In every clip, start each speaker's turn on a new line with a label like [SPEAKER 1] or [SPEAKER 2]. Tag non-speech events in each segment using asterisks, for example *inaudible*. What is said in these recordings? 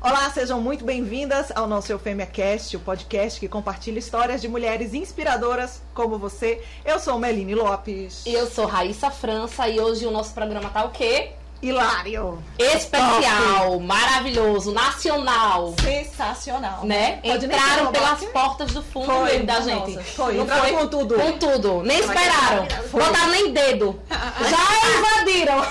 [SPEAKER 1] Olá, sejam muito bem-vindas ao nosso Eufêmia Cast, o podcast que compartilha histórias de mulheres inspiradoras como você. Eu sou Meline Lopes.
[SPEAKER 2] Eu sou Raíssa França e hoje o nosso programa tá o quê?
[SPEAKER 1] Hilário.
[SPEAKER 2] Especial, maravilhoso, nacional.
[SPEAKER 3] Sensacional.
[SPEAKER 2] Né?
[SPEAKER 3] Pode nem ser
[SPEAKER 2] Entraram
[SPEAKER 3] roubado.
[SPEAKER 2] pelas portas do fundo
[SPEAKER 1] Foi,
[SPEAKER 2] mesmo da
[SPEAKER 3] nossa,
[SPEAKER 2] gente.
[SPEAKER 1] Foi,
[SPEAKER 2] Não
[SPEAKER 1] entraram
[SPEAKER 2] foi?
[SPEAKER 1] com tudo.
[SPEAKER 2] Com tudo. Nem esperaram.
[SPEAKER 1] Foi.
[SPEAKER 2] Botaram
[SPEAKER 1] *laughs*
[SPEAKER 2] nem dedo. Já invadiram.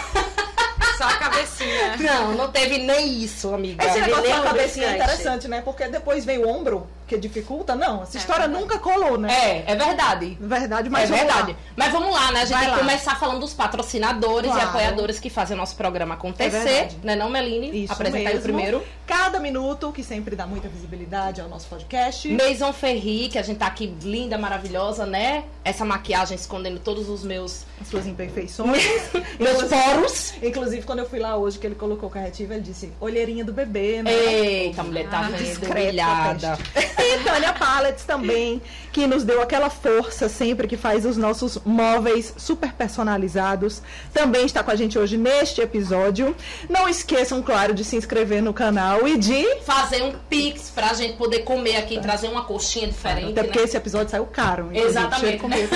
[SPEAKER 4] Só a cabecinha.
[SPEAKER 2] Não, não teve nem isso, amiga.
[SPEAKER 1] Esse negócio
[SPEAKER 2] Nem
[SPEAKER 1] da
[SPEAKER 2] um
[SPEAKER 1] cabecinha é
[SPEAKER 2] descarte.
[SPEAKER 1] interessante, né? Porque depois vem o ombro, que dificulta. Não, essa história nunca colou, né?
[SPEAKER 2] É, é verdade.
[SPEAKER 1] Na Verdade,
[SPEAKER 2] é
[SPEAKER 1] mas vamos
[SPEAKER 2] verdade.
[SPEAKER 1] lá.
[SPEAKER 2] Mas vamos lá, né? A gente
[SPEAKER 1] Vai
[SPEAKER 2] tem que
[SPEAKER 1] lá.
[SPEAKER 2] começar falando dos patrocinadores
[SPEAKER 1] Claro.
[SPEAKER 2] e apoiadores que fazem o nosso programa
[SPEAKER 1] É
[SPEAKER 2] acontecer.
[SPEAKER 1] verdade.
[SPEAKER 2] né não, Meline?
[SPEAKER 1] Isso
[SPEAKER 2] Apresentar aí o
[SPEAKER 1] mesmo.
[SPEAKER 2] primeiro.
[SPEAKER 1] Cada minuto, que sempre dá muita visibilidade ao nosso podcast.
[SPEAKER 2] Maison Ferri, que a gente tá aqui linda, maravilhosa, né? Essa maquiagem escondendo todos os meus,
[SPEAKER 1] Suas imperfeições.
[SPEAKER 2] *laughs* meus
[SPEAKER 1] Inclusive-
[SPEAKER 2] poros.
[SPEAKER 1] Inclusive, quando eu fui lá hoje, que ele colocou o corretivo, ele disse olheirinha do bebê, né?
[SPEAKER 2] Eita, mulher tá
[SPEAKER 4] Ah,
[SPEAKER 2] vendo,
[SPEAKER 1] discreta,
[SPEAKER 2] brilhada.
[SPEAKER 1] *laughs* E Tânia Pallets também, que nos deu aquela força sempre que faz os nossos móveis super personalizados. Também está com a gente hoje neste episódio. Não esqueçam, claro, de se inscrever no canal e de.
[SPEAKER 2] Fazer um pix pra gente poder comer aqui, trazer uma coxinha diferente,
[SPEAKER 1] Até porque
[SPEAKER 2] né?
[SPEAKER 1] esse episódio saiu caro. inclusive,
[SPEAKER 2] Exatamente.
[SPEAKER 1] chega com medo.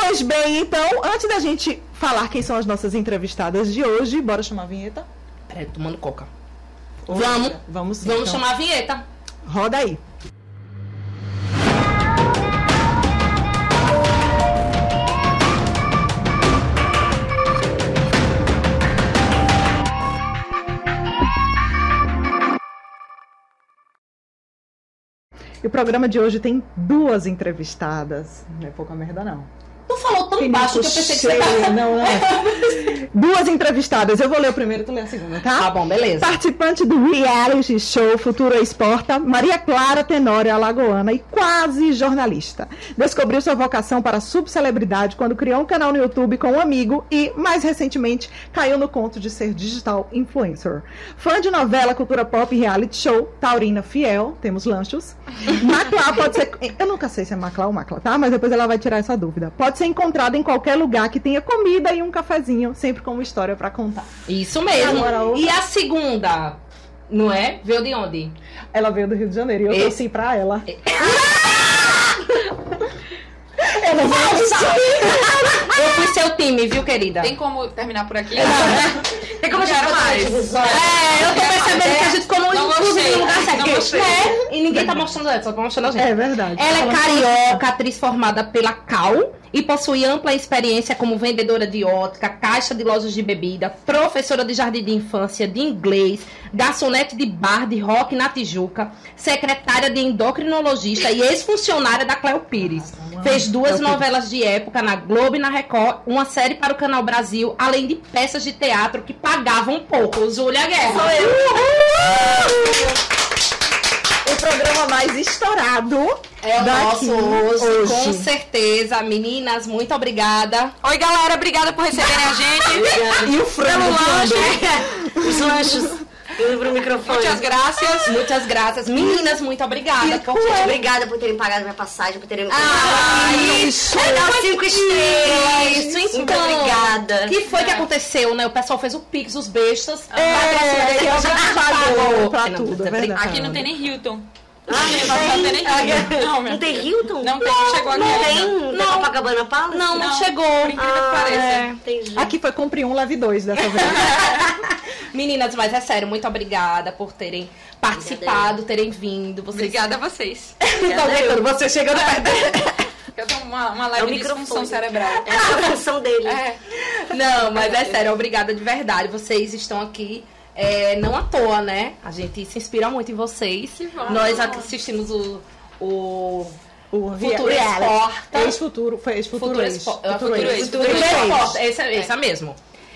[SPEAKER 1] Pois bem, então, antes da gente falar quem são as nossas entrevistadas de hoje, bora chamar a vinheta?
[SPEAKER 2] *laughs* Peraí, tô tomando coca.
[SPEAKER 1] Ou-
[SPEAKER 2] Vamos.
[SPEAKER 1] Vamos, sim,
[SPEAKER 2] Vamos
[SPEAKER 1] então.
[SPEAKER 2] chamar a vinheta.
[SPEAKER 1] Roda aí. E o programa de hoje tem duas entrevistadas. Não é pouca merda, não.
[SPEAKER 2] Tu falou tão
[SPEAKER 1] Tem
[SPEAKER 2] baixo que eu
[SPEAKER 1] muito
[SPEAKER 2] pensei que você tá-
[SPEAKER 1] cheio,
[SPEAKER 2] tava...
[SPEAKER 1] não,
[SPEAKER 2] *laughs*
[SPEAKER 1] não. Duas entrevistadas. Eu vou ler o primeiro, tu lê a segunda, tá?
[SPEAKER 2] Tá bom, beleza.
[SPEAKER 1] Participante do reality show Futura Exporta, Maria Clara Tenório Alagoana e quase jornalista. Descobriu sua vocação para a subcelebridade quando criou um canal no YouTube com um amigo e, mais recentemente, caiu no conto de ser digital influencer. Fã de novela, cultura pop e reality show, Taurina Fiel, temos lanchos. Maclá pode ser. Eu nunca sei se é Maclá ou Maclá, tá? Mas depois ela vai tirar essa dúvida. Pode ser encontrada em qualquer lugar que tenha comida e um cafezinho, sempre com uma história para contar.
[SPEAKER 2] Isso mesmo.
[SPEAKER 1] Agora outra.
[SPEAKER 2] E a segunda, não é? Veio de onde?
[SPEAKER 1] Ela veio do Rio de Janeiro e eu
[SPEAKER 2] Esse- É.
[SPEAKER 1] torci pra ela. *laughs* eu não vou Ah!
[SPEAKER 2] Eu fui seu time, viu, querida?
[SPEAKER 4] Tem como terminar por aqui?
[SPEAKER 2] É.
[SPEAKER 1] né?
[SPEAKER 2] *laughs* Tem
[SPEAKER 4] como a gente botar
[SPEAKER 2] É, eu tô percebendo que a gente ficou no,
[SPEAKER 4] Não
[SPEAKER 2] inclusive
[SPEAKER 4] gostei,
[SPEAKER 2] no lugar certo.
[SPEAKER 4] não
[SPEAKER 2] que-
[SPEAKER 4] gostei.
[SPEAKER 2] né? E ninguém tá mostrando ela, só tá mostrando a gente.
[SPEAKER 1] É verdade.
[SPEAKER 2] Ela é carioca, atriz formada pela Cal e possui ampla experiência como vendedora de ótica, caixa de lojas de bebida, professora de jardim de infância, de inglês, garçonete de bar de rock na Tijuca, secretária de endocrinologista e ex-funcionária da Cleo Pires. Fez duas novelas de época na Globo e na Record, uma série para o Canal Brasil, além de peças de teatro que pagavam pouco. Júlia Guerra.
[SPEAKER 1] O programa mais estourado
[SPEAKER 2] É o
[SPEAKER 1] daqui
[SPEAKER 2] nosso hoje,
[SPEAKER 1] hoje.
[SPEAKER 2] com certeza. Meninas, muito obrigada.
[SPEAKER 4] Oi, galera. Obrigada por receberem a gente.
[SPEAKER 1] E o frango
[SPEAKER 4] Pelo lanche.
[SPEAKER 1] também.
[SPEAKER 2] *laughs*
[SPEAKER 5] Os lanchos. Tudo pro microfone.
[SPEAKER 4] Muitas graças.
[SPEAKER 2] Muitas graças. Meninas, muito obrigada. por-
[SPEAKER 5] Gente, obrigada por terem pagado minha passagem, por terem me
[SPEAKER 2] Ah,
[SPEAKER 5] isso! Não, cinco estrelas.
[SPEAKER 2] Isso, então.
[SPEAKER 5] Muito obrigada.
[SPEAKER 2] O que foi que aconteceu, né? O pessoal fez o Pix, os bestas.
[SPEAKER 1] É, que é o
[SPEAKER 2] já
[SPEAKER 1] pagou pra
[SPEAKER 2] Não,
[SPEAKER 1] tudo, é
[SPEAKER 2] brincadeira.
[SPEAKER 1] verdade.
[SPEAKER 4] Aqui não tem nem Hilton.
[SPEAKER 5] Ah,
[SPEAKER 4] Não tem nem Hilton. Não,
[SPEAKER 5] Não
[SPEAKER 4] meu.
[SPEAKER 5] tem Hilton?
[SPEAKER 4] Não tem, chegou aqui.
[SPEAKER 5] Não
[SPEAKER 4] ainda.
[SPEAKER 5] tem? Tem Copacabana Palace?
[SPEAKER 2] Não, não,
[SPEAKER 4] Não,
[SPEAKER 2] chegou.
[SPEAKER 4] Por incrível que
[SPEAKER 5] é.
[SPEAKER 4] pareça.
[SPEAKER 5] Entendi.
[SPEAKER 1] Aqui foi compre um, leve dois dessa
[SPEAKER 2] *laughs*
[SPEAKER 1] vez.
[SPEAKER 2] Meninas, mas é sério, muito obrigada por terem participado, terem vindo. Vocês
[SPEAKER 4] Obrigada a vocês.
[SPEAKER 2] estão aguentando. Você chegando perto.
[SPEAKER 4] *laughs* Eu tô com uma, uma
[SPEAKER 5] É o
[SPEAKER 4] leve disfunção
[SPEAKER 5] microfone.
[SPEAKER 4] cerebral.
[SPEAKER 5] É a função dele.
[SPEAKER 4] É.
[SPEAKER 2] Não, mas é sério, obrigada de verdade. Vocês estão aqui é, não à toa, né? A gente se inspira muito em vocês.
[SPEAKER 4] Que bom.
[SPEAKER 2] Nós assistimos o. o
[SPEAKER 1] O rea-
[SPEAKER 2] Futuro Exporta.
[SPEAKER 1] Ex-futuro. Foi ex-futuro.
[SPEAKER 2] Futuro
[SPEAKER 1] ex.
[SPEAKER 2] Expo- É
[SPEAKER 1] Futuro
[SPEAKER 2] Futuro
[SPEAKER 1] ex.
[SPEAKER 2] Ex.
[SPEAKER 4] Futuro
[SPEAKER 2] Futuro
[SPEAKER 4] Ex.
[SPEAKER 2] Expo- Essa
[SPEAKER 4] É.
[SPEAKER 2] essa é, mesmo.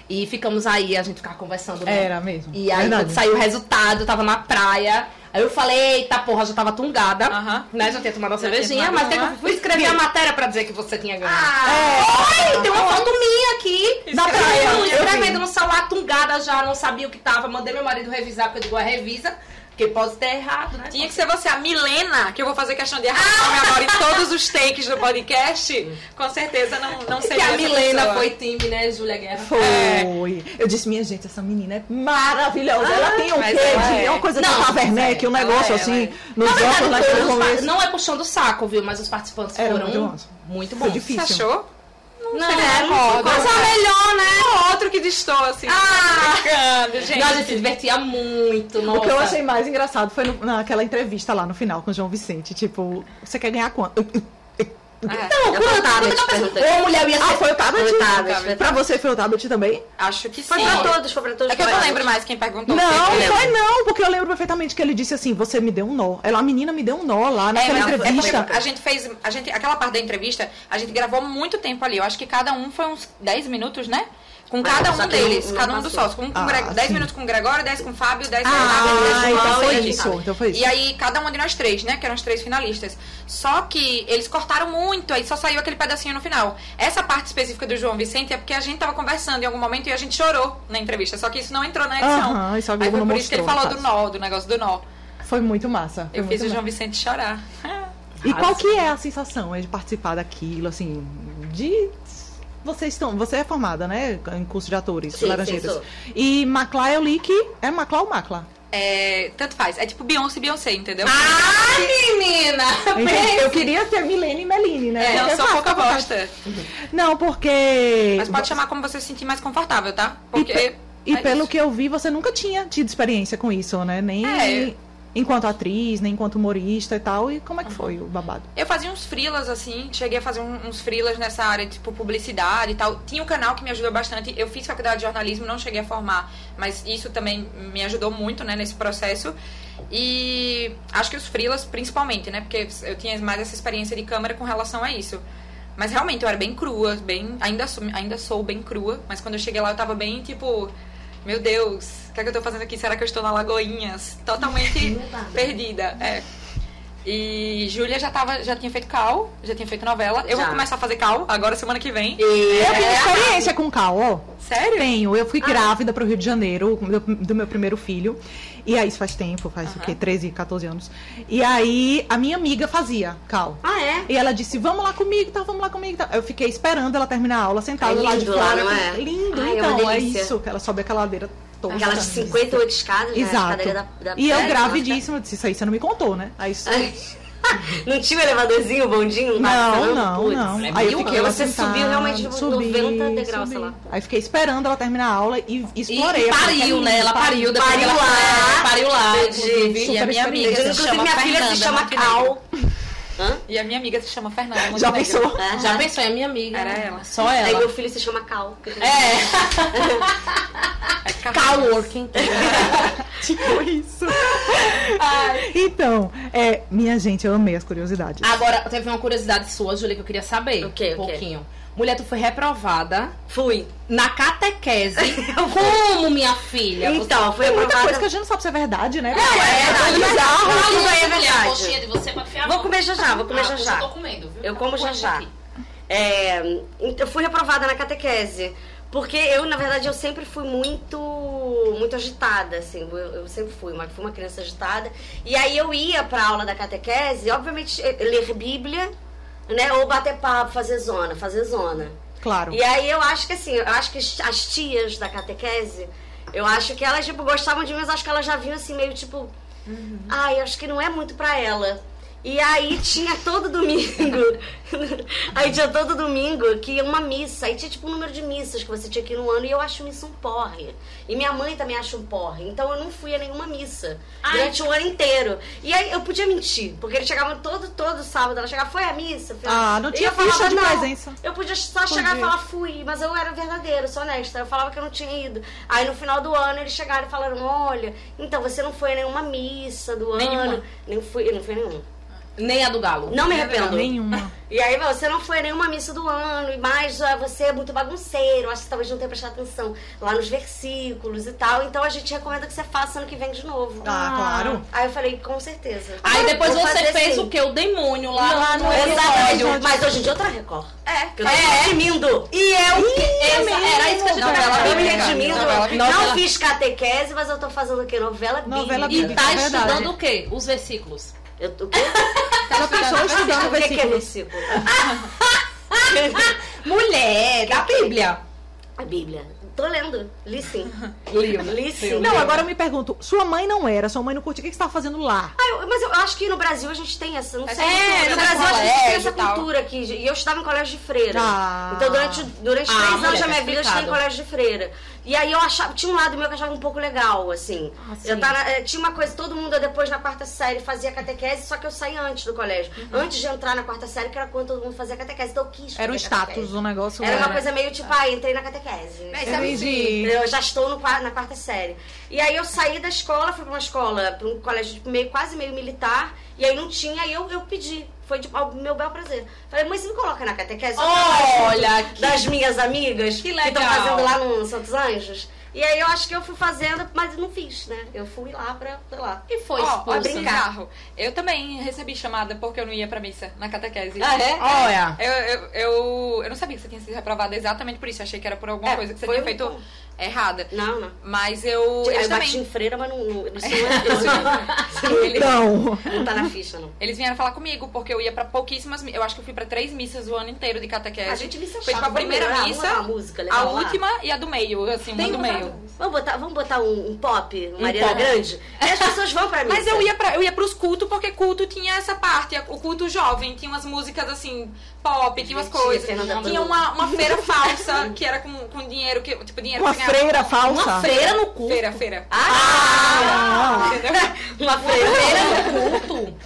[SPEAKER 2] E ficamos aí, a gente ficava conversando. né?
[SPEAKER 1] Era mesmo.
[SPEAKER 2] E aí,
[SPEAKER 1] Verdade.
[SPEAKER 2] quando saiu o resultado, eu tava na praia. Aí eu falei, eita porra, já tava tungada.
[SPEAKER 4] Aham.
[SPEAKER 2] Né? Já tinha tomado uma
[SPEAKER 4] Já tinha
[SPEAKER 2] cervejinha,
[SPEAKER 4] tomado
[SPEAKER 2] mas tem que
[SPEAKER 4] uma.
[SPEAKER 2] eu fui escrever a matéria pra dizer que você tinha ganho.
[SPEAKER 4] Ah,
[SPEAKER 2] Ai, tem uma foto minha aqui
[SPEAKER 1] é
[SPEAKER 2] da
[SPEAKER 4] Escrevendo,
[SPEAKER 2] praia.
[SPEAKER 4] eu vi.
[SPEAKER 2] Escrevendo no celular, tungada já, não sabia o que tava. Mandei meu marido revisar, porque eu digo, "Ah, revisa.
[SPEAKER 6] Porque pode ter errado, né?
[SPEAKER 4] Tinha que ser você, a Milena, que eu vou fazer questão de arrastar agora em todos os takes do podcast. Com certeza não,
[SPEAKER 2] É
[SPEAKER 4] não
[SPEAKER 6] Que
[SPEAKER 4] seria
[SPEAKER 6] a
[SPEAKER 4] essa
[SPEAKER 6] Milena
[SPEAKER 4] pessoa.
[SPEAKER 6] foi time, né, Júlia Guerra?
[SPEAKER 1] Foi. É. Eu disse, minha gente, essa menina é maravilhosa. ela tem um
[SPEAKER 4] mas
[SPEAKER 1] quê
[SPEAKER 4] ela
[SPEAKER 1] de
[SPEAKER 4] é.
[SPEAKER 1] uma coisa de
[SPEAKER 2] Não,
[SPEAKER 1] Taverneck, um
[SPEAKER 4] ela
[SPEAKER 1] negócio
[SPEAKER 4] é,
[SPEAKER 1] assim,
[SPEAKER 4] ela
[SPEAKER 1] nos
[SPEAKER 2] Na verdade,
[SPEAKER 1] óculos, nas
[SPEAKER 2] todos os pa-
[SPEAKER 1] coisas.
[SPEAKER 2] não é puxando o saco, viu? Mas os participantes
[SPEAKER 1] Era muito
[SPEAKER 2] foram
[SPEAKER 1] massa.
[SPEAKER 2] muito
[SPEAKER 1] Foi
[SPEAKER 2] bons.
[SPEAKER 4] Você
[SPEAKER 1] difícil.
[SPEAKER 4] achou?
[SPEAKER 2] Não,
[SPEAKER 4] Era um
[SPEAKER 2] mas
[SPEAKER 4] bom.
[SPEAKER 2] a melhor, né?
[SPEAKER 4] Um outro que distou, assim.
[SPEAKER 2] Ah!
[SPEAKER 4] brincando, gente.
[SPEAKER 2] Nós a gente se divertia muito, nossa.
[SPEAKER 1] O que eu achei mais engraçado foi no- naquela entrevista lá no final com o João Vicente. Tipo, você quer ganhar quanto?
[SPEAKER 4] É,
[SPEAKER 2] Não,
[SPEAKER 5] Eu
[SPEAKER 2] quando,
[SPEAKER 5] tava,
[SPEAKER 2] quando
[SPEAKER 5] eu te
[SPEAKER 2] a pessoa-
[SPEAKER 5] perguntei.
[SPEAKER 2] Ô, mulher, eu ia
[SPEAKER 1] Ah,
[SPEAKER 2] ser...
[SPEAKER 1] foi o tablet?
[SPEAKER 5] Foi o tablet, foi o
[SPEAKER 1] Pra você foi o tablet também?
[SPEAKER 4] acho que sim.
[SPEAKER 5] Foi pra todos, foi pra todos.
[SPEAKER 4] É que eu
[SPEAKER 5] foi
[SPEAKER 4] não
[SPEAKER 5] pra
[SPEAKER 4] lembro
[SPEAKER 5] todos.
[SPEAKER 4] mais quem perguntou.
[SPEAKER 1] Não,
[SPEAKER 4] Quem que é.
[SPEAKER 1] foi
[SPEAKER 4] lembra?
[SPEAKER 1] não, porque eu lembro perfeitamente que ele disse assim: você me deu um nó. Ela, a menina me deu um nó lá naquela
[SPEAKER 4] É, mas é porque
[SPEAKER 1] entrevista.
[SPEAKER 4] a gente fez. A gente, aquela parte da entrevista, a gente gravou muito tempo ali. Eu acho que cada um foi uns 10 minutos, né? Com cada
[SPEAKER 5] só
[SPEAKER 4] um
[SPEAKER 5] que não-
[SPEAKER 4] deles,
[SPEAKER 5] não
[SPEAKER 4] cada um dos
[SPEAKER 5] passou.
[SPEAKER 4] sócios. Um com
[SPEAKER 1] Ah,
[SPEAKER 4] Gre- 10
[SPEAKER 1] sim.
[SPEAKER 4] minutos com o Gregório, 10 com o Fábio, 10 com o Renato.
[SPEAKER 1] Ah,
[SPEAKER 5] Ela
[SPEAKER 1] então
[SPEAKER 5] falou
[SPEAKER 1] foi
[SPEAKER 5] isso,
[SPEAKER 1] isso.
[SPEAKER 5] sabe?
[SPEAKER 1] Então foi isso.
[SPEAKER 4] E aí, cada uma de nós três, né? Que eram os três finalistas. Só que eles cortaram muito, aí só saiu aquele pedacinho no final. Essa parte específica do João Vicente é porque a gente tava conversando em algum momento e a gente chorou na entrevista. Só que isso não entrou na edição.
[SPEAKER 1] Aham, isso a
[SPEAKER 4] aí
[SPEAKER 1] Globo
[SPEAKER 4] foi
[SPEAKER 1] não
[SPEAKER 4] por isso que ele
[SPEAKER 1] mostrou,
[SPEAKER 4] falou
[SPEAKER 1] no
[SPEAKER 4] do nó, do negócio do nó.
[SPEAKER 1] Foi muito massa. foi
[SPEAKER 4] Eu fiz
[SPEAKER 1] muito
[SPEAKER 4] o João Vicente chorar. *laughs*
[SPEAKER 1] E qual que é a sensação é de participar daquilo, assim, de vocês estão, você é formada, né, em curso de atores,
[SPEAKER 5] Sim,
[SPEAKER 1] Laranjeiras.
[SPEAKER 5] sim,
[SPEAKER 1] e Maclá eu li que é Maclá ou Maclá?
[SPEAKER 4] É, tanto faz. É tipo Beyoncé e Beyoncé, entendeu?
[SPEAKER 2] Ai, Ah, menina!
[SPEAKER 1] Então, eu queria ter Milene e Meline, né?
[SPEAKER 4] É,
[SPEAKER 1] Porque
[SPEAKER 4] eu sou
[SPEAKER 1] fácil
[SPEAKER 4] pouca
[SPEAKER 1] pra botar.
[SPEAKER 4] bosta.
[SPEAKER 1] Não, porque
[SPEAKER 4] Mas pode chamar como você se sentir mais confortável, tá? Porque.
[SPEAKER 1] E
[SPEAKER 4] é
[SPEAKER 1] pelo
[SPEAKER 4] isso.
[SPEAKER 1] que eu vi, você nunca tinha tido experiência com isso, né? Nem
[SPEAKER 4] É.
[SPEAKER 1] enquanto atriz, nem enquanto humorista e tal. E como é que foi o babado?
[SPEAKER 4] Eu fazia uns frilas, assim, cheguei a fazer um- uns frilas nessa área, tipo, publicidade e tal. Tinha um canal que me ajudou bastante. Eu fiz faculdade de jornalismo, não cheguei a formar, mas isso também me ajudou muito, né, nesse processo. E acho que os frilas, principalmente, né, porque eu tinha mais essa experiência de câmera com relação a isso. Mas realmente, eu era bem crua, bem... Ainda sou, ainda sou bem crua, mas quando eu cheguei lá, eu tava bem, tipo... Meu Deus, o que é que eu tô fazendo aqui? Será que eu estou na Lagoinhas? Totalmente perdida, é. E Júlia já, tava, já tinha feito cal, já tinha feito novela. Eu vou
[SPEAKER 5] Já.
[SPEAKER 4] começar a fazer cal agora semana que vem.
[SPEAKER 1] Eu
[SPEAKER 4] é
[SPEAKER 1] tenho experiência com Cal, ó.
[SPEAKER 4] Sério?
[SPEAKER 1] Tenho. Eu
[SPEAKER 5] Ah.
[SPEAKER 1] fui grávida pro Rio de Janeiro do, do meu primeiro filho. E aí, isso faz tempo, faz o quê? 13, 14 anos. E aí, a minha amiga fazia Cal.
[SPEAKER 5] Ah, é?
[SPEAKER 1] E ela disse, vamos lá comigo, tá, vamos lá comigo. Tá. Eu fiquei esperando ela terminar a aula, sentada
[SPEAKER 5] É
[SPEAKER 1] lá de
[SPEAKER 5] lindo lá,
[SPEAKER 1] fora.
[SPEAKER 5] não é?
[SPEAKER 1] Lindo,
[SPEAKER 5] Ai, é uma
[SPEAKER 1] então, é,
[SPEAKER 5] delícia.
[SPEAKER 1] isso. Ela sobe aquela ladeira toda.
[SPEAKER 5] Aquelas 58 escadas, né?
[SPEAKER 1] Exato.
[SPEAKER 5] Escadaria da, né? da
[SPEAKER 1] E eu
[SPEAKER 5] prédio,
[SPEAKER 1] gravidíssima, eu disse, isso aí você não me contou, né? Aí
[SPEAKER 5] *laughs*
[SPEAKER 1] isso...
[SPEAKER 5] Não tinha um elevadorzinho, um bondinho?
[SPEAKER 1] Não,
[SPEAKER 5] bacana?
[SPEAKER 1] não,
[SPEAKER 5] Putz.
[SPEAKER 1] não.
[SPEAKER 6] é
[SPEAKER 1] Aí
[SPEAKER 6] mil
[SPEAKER 1] eu fiquei
[SPEAKER 5] anos.
[SPEAKER 1] lá
[SPEAKER 5] Você
[SPEAKER 1] sentada,
[SPEAKER 5] subiu realmente no
[SPEAKER 1] subi,
[SPEAKER 5] 90 degraus, sei
[SPEAKER 1] subi.
[SPEAKER 5] lá.
[SPEAKER 1] Aí fiquei esperando ela terminar a aula e
[SPEAKER 2] E
[SPEAKER 1] explorei. a
[SPEAKER 2] pariu, né? Ela pariu. depois
[SPEAKER 5] Pariu
[SPEAKER 2] ela-
[SPEAKER 5] lá.
[SPEAKER 2] é, Pariu lá.
[SPEAKER 5] Gente,
[SPEAKER 2] E a minha
[SPEAKER 1] super
[SPEAKER 2] amiga se
[SPEAKER 5] Inclusive,
[SPEAKER 2] chama
[SPEAKER 5] minha filha
[SPEAKER 2] Fernanda né,
[SPEAKER 5] se chama
[SPEAKER 2] Montenegro.
[SPEAKER 5] Cal.
[SPEAKER 4] E a minha amiga se chama Fernanda.
[SPEAKER 1] Já
[SPEAKER 4] Montenegro.
[SPEAKER 1] pensou?
[SPEAKER 5] Aham.
[SPEAKER 2] Já pensou, é minha amiga.
[SPEAKER 4] Era
[SPEAKER 2] né?
[SPEAKER 4] ela.
[SPEAKER 2] Só
[SPEAKER 5] Aí
[SPEAKER 2] ela.
[SPEAKER 5] meu filho se chama Cal.
[SPEAKER 2] É,
[SPEAKER 4] É Carol.
[SPEAKER 2] coworking.
[SPEAKER 1] Tipo isso. Então, é, minha gente, eu amei as curiosidades.
[SPEAKER 5] Ah,
[SPEAKER 2] Agora, teve uma curiosidade sua, Júlia, que eu queria saber.
[SPEAKER 5] O quê, o
[SPEAKER 2] Um
[SPEAKER 5] quê?
[SPEAKER 2] pouquinho. Mulher, tu foi reprovada
[SPEAKER 5] Fui.
[SPEAKER 2] na
[SPEAKER 5] *laughs*
[SPEAKER 2] catequese. Como, minha filha?
[SPEAKER 5] Então, foi
[SPEAKER 1] Tem muita coisa
[SPEAKER 5] aprovada.
[SPEAKER 1] que a gente não sabe se é verdade, né?
[SPEAKER 2] Você... É,
[SPEAKER 5] verdade,
[SPEAKER 2] é
[SPEAKER 5] bizarro,
[SPEAKER 2] Olha,
[SPEAKER 5] isso aí é
[SPEAKER 2] mulher,
[SPEAKER 5] verdade.
[SPEAKER 2] coxinha de você pra enfiar a
[SPEAKER 5] Vou
[SPEAKER 2] mão.
[SPEAKER 5] comer já já, vou comer
[SPEAKER 2] Ah,
[SPEAKER 5] já
[SPEAKER 2] eu
[SPEAKER 5] já.
[SPEAKER 2] tô comendo, viu?
[SPEAKER 5] Eu
[SPEAKER 2] Tá
[SPEAKER 5] como já
[SPEAKER 2] coando
[SPEAKER 5] já.
[SPEAKER 2] aqui.
[SPEAKER 5] É, eu fui reprovada na catequese. Porque eu, na verdade, eu sempre fui muito muito agitada, assim. Eu, eu sempre fui uma, fui uma criança agitada. E aí eu ia pra aula da catequese, obviamente, eh, ler Bíblia, né? Ou bater papo, fazer zona, fazer zona.
[SPEAKER 1] Claro.
[SPEAKER 5] E aí eu acho que assim, eu acho que as tias da catequese, eu acho que elas, tipo, gostavam de mim, mas acho que elas já vinham assim, meio tipo.
[SPEAKER 1] Uhum.
[SPEAKER 5] Ai, acho que não é muito pra ela. E aí tinha todo domingo. *laughs* aí tinha todo domingo que ia uma missa. Aí tinha tipo um número de missas que você tinha que ir no ano. E eu acho isso um porre. E minha mãe também acha um porre. Então eu não fui a nenhuma missa. Durante o ano inteiro. E aí eu podia mentir. Porque eles chegavam todo, todo sábado. Ela chegava, foi a missa? Foi a
[SPEAKER 1] Ah, não
[SPEAKER 5] e
[SPEAKER 1] tinha
[SPEAKER 5] eu falava,
[SPEAKER 1] ficha de
[SPEAKER 5] "Não".
[SPEAKER 1] presença.
[SPEAKER 5] Eu podia só
[SPEAKER 1] Podia.
[SPEAKER 5] chegar e falar fui, mas eu era verdadeira, sou honesta. Eu falava que eu não tinha ido. Aí no final do ano eles chegaram e falaram: olha, então você não foi a nenhuma missa do ano.
[SPEAKER 4] Nenhuma.
[SPEAKER 5] Nem fui, eu não fui a nenhuma.
[SPEAKER 2] Nem a do galo.
[SPEAKER 5] Não me arrependo. *laughs*
[SPEAKER 7] Nenhuma.
[SPEAKER 5] E aí você não foi a nenhuma missa do ano, e mais ah, você é muito bagunceiro, acho que talvez não tenha prestado atenção lá nos versículos e tal. Então a gente recomenda que você faça ano que vem de novo.
[SPEAKER 7] Ah, claro.
[SPEAKER 5] Aí eu falei, com certeza.
[SPEAKER 2] Aí depois
[SPEAKER 5] Vou
[SPEAKER 2] você
[SPEAKER 5] fazer assim.
[SPEAKER 2] fez
[SPEAKER 5] sim.
[SPEAKER 2] o que? O demônio lá,
[SPEAKER 5] Lá no episódio. Mas hoje em dia eu tô na Record.
[SPEAKER 4] É,
[SPEAKER 5] Eu tô me redimindo.
[SPEAKER 2] E eu. Essa- era isso que a gente
[SPEAKER 5] Novela,
[SPEAKER 2] tava
[SPEAKER 5] eu me
[SPEAKER 2] brincando.
[SPEAKER 5] redimindo.
[SPEAKER 2] Novela
[SPEAKER 5] Não
[SPEAKER 2] brincando.
[SPEAKER 5] fiz catequese, mas eu tô fazendo o quê? Novela bíblica.
[SPEAKER 7] Novela
[SPEAKER 2] E tá
[SPEAKER 7] É verdade.
[SPEAKER 2] estudando o quê? Os versículos.
[SPEAKER 5] Eu, o quê?
[SPEAKER 7] Ela
[SPEAKER 1] tá,
[SPEAKER 7] passou estudando
[SPEAKER 5] o que que é
[SPEAKER 7] versículos.
[SPEAKER 5] versículo? É,
[SPEAKER 2] Mulher, da Bíblia.
[SPEAKER 5] A Bíblia. Tô lendo. Li sim. Li sim.
[SPEAKER 2] Livro.
[SPEAKER 7] Não, agora eu me pergunto, sua mãe não era, sua mãe não curtia, o que você estava fazendo lá?
[SPEAKER 5] Ah, eu- mas eu acho que no Brasil a gente tem essa. Não
[SPEAKER 4] Essa
[SPEAKER 5] sei.
[SPEAKER 4] cultura,
[SPEAKER 5] no
[SPEAKER 4] né?
[SPEAKER 5] Brasil a gente tem
[SPEAKER 4] Colégio
[SPEAKER 5] essa
[SPEAKER 4] e tal.
[SPEAKER 5] cultura aqui. E eu estudava em colégio de freira.
[SPEAKER 7] Ah.
[SPEAKER 5] Então durante, durante
[SPEAKER 2] Ah,
[SPEAKER 5] três
[SPEAKER 2] mulher,
[SPEAKER 5] anos da
[SPEAKER 2] tá
[SPEAKER 5] minha vida eu estudei em
[SPEAKER 2] explicado.
[SPEAKER 5] colégio de freira. E aí eu achava. Tinha um lado meu que eu achava um pouco legal, assim. eu
[SPEAKER 2] sim.
[SPEAKER 5] tava, eh, tinha uma coisa, todo mundo depois na quarta série fazia catequese, só que eu saí antes do colégio. Antes de entrar na quarta série, que era quando todo mundo fazia catequese. Então eu quis.
[SPEAKER 7] Era um
[SPEAKER 5] fazer
[SPEAKER 7] status,
[SPEAKER 5] catequese.
[SPEAKER 7] um negócio.
[SPEAKER 5] Era uma
[SPEAKER 7] né?
[SPEAKER 5] coisa meio tipo, ah, entrei na catequese.
[SPEAKER 1] É,
[SPEAKER 4] Mas
[SPEAKER 7] Eu
[SPEAKER 4] sabe
[SPEAKER 7] entendi.
[SPEAKER 5] Eu já estou no qua- na quarta série. E aí eu saí da escola, fui pra uma escola, pra um colégio meio, quase meio militar, e aí não tinha, e eu, eu pedi. Foi de, ao meu bel prazer. Falei, mãe, você me coloca na catequese?
[SPEAKER 4] Oh!
[SPEAKER 2] Olha
[SPEAKER 5] que... Das minhas amigas
[SPEAKER 2] Que
[SPEAKER 5] estão
[SPEAKER 2] legal.
[SPEAKER 5] fazendo lá no Santos Anjos. E aí eu acho que eu fui fazendo, mas não fiz, né? Eu fui lá pra, sei lá.
[SPEAKER 2] E foi
[SPEAKER 4] Ó, ó,
[SPEAKER 2] expulsa. né?
[SPEAKER 4] bizarro. Eu também recebi chamada porque eu não ia pra missa na catequese.
[SPEAKER 5] Ah, é?
[SPEAKER 2] Olha.
[SPEAKER 4] Eu, eu, eu, eu não sabia que você tinha sido reprovada exatamente por isso. Eu achei que era por alguma
[SPEAKER 5] É,
[SPEAKER 4] coisa que você
[SPEAKER 5] foi
[SPEAKER 4] tinha
[SPEAKER 5] um-
[SPEAKER 4] feito errada.
[SPEAKER 5] Não, não.
[SPEAKER 4] Mas eu.
[SPEAKER 5] Eu,
[SPEAKER 4] Eles
[SPEAKER 5] bati em
[SPEAKER 4] também. é.
[SPEAKER 5] freira, mas não, não, não,
[SPEAKER 4] *laughs*
[SPEAKER 5] é não,
[SPEAKER 1] Então,
[SPEAKER 5] não tá na ficha, não.
[SPEAKER 4] Eles vieram falar comigo, porque eu ia pra pouquíssimas. mi- Eu acho que eu fui pra três missas o ano inteiro de catequese.
[SPEAKER 5] A gente me
[SPEAKER 4] Foi tipo a primeira missa,
[SPEAKER 5] Uma música legal
[SPEAKER 4] a
[SPEAKER 5] lá.
[SPEAKER 4] última e a do meio, assim,
[SPEAKER 2] um
[SPEAKER 4] uma do meio.
[SPEAKER 5] Vamos botar, vamos botar um, um pop, um Mariana
[SPEAKER 2] pop.
[SPEAKER 5] Grande? E as pessoas vão
[SPEAKER 2] *laughs*
[SPEAKER 5] pra mim.
[SPEAKER 4] Mas eu ia, pra, eu ia pros cultos, porque culto tinha essa parte. O culto jovem tinha umas músicas assim, pop, tinha umas
[SPEAKER 5] Tinha
[SPEAKER 4] coisas.
[SPEAKER 5] Fernanda
[SPEAKER 4] Tinha
[SPEAKER 5] Bruna.
[SPEAKER 4] uma, uma feira falsa, que era com, com dinheiro, que, tipo, dinheiro
[SPEAKER 1] uma
[SPEAKER 4] que você ganhava.
[SPEAKER 1] freira falsa.
[SPEAKER 2] Uma freira no culto.
[SPEAKER 4] Feira, feira.
[SPEAKER 2] *laughs*
[SPEAKER 5] Ah!
[SPEAKER 4] Entendeu?
[SPEAKER 5] Uma freira.
[SPEAKER 2] Freira no culto.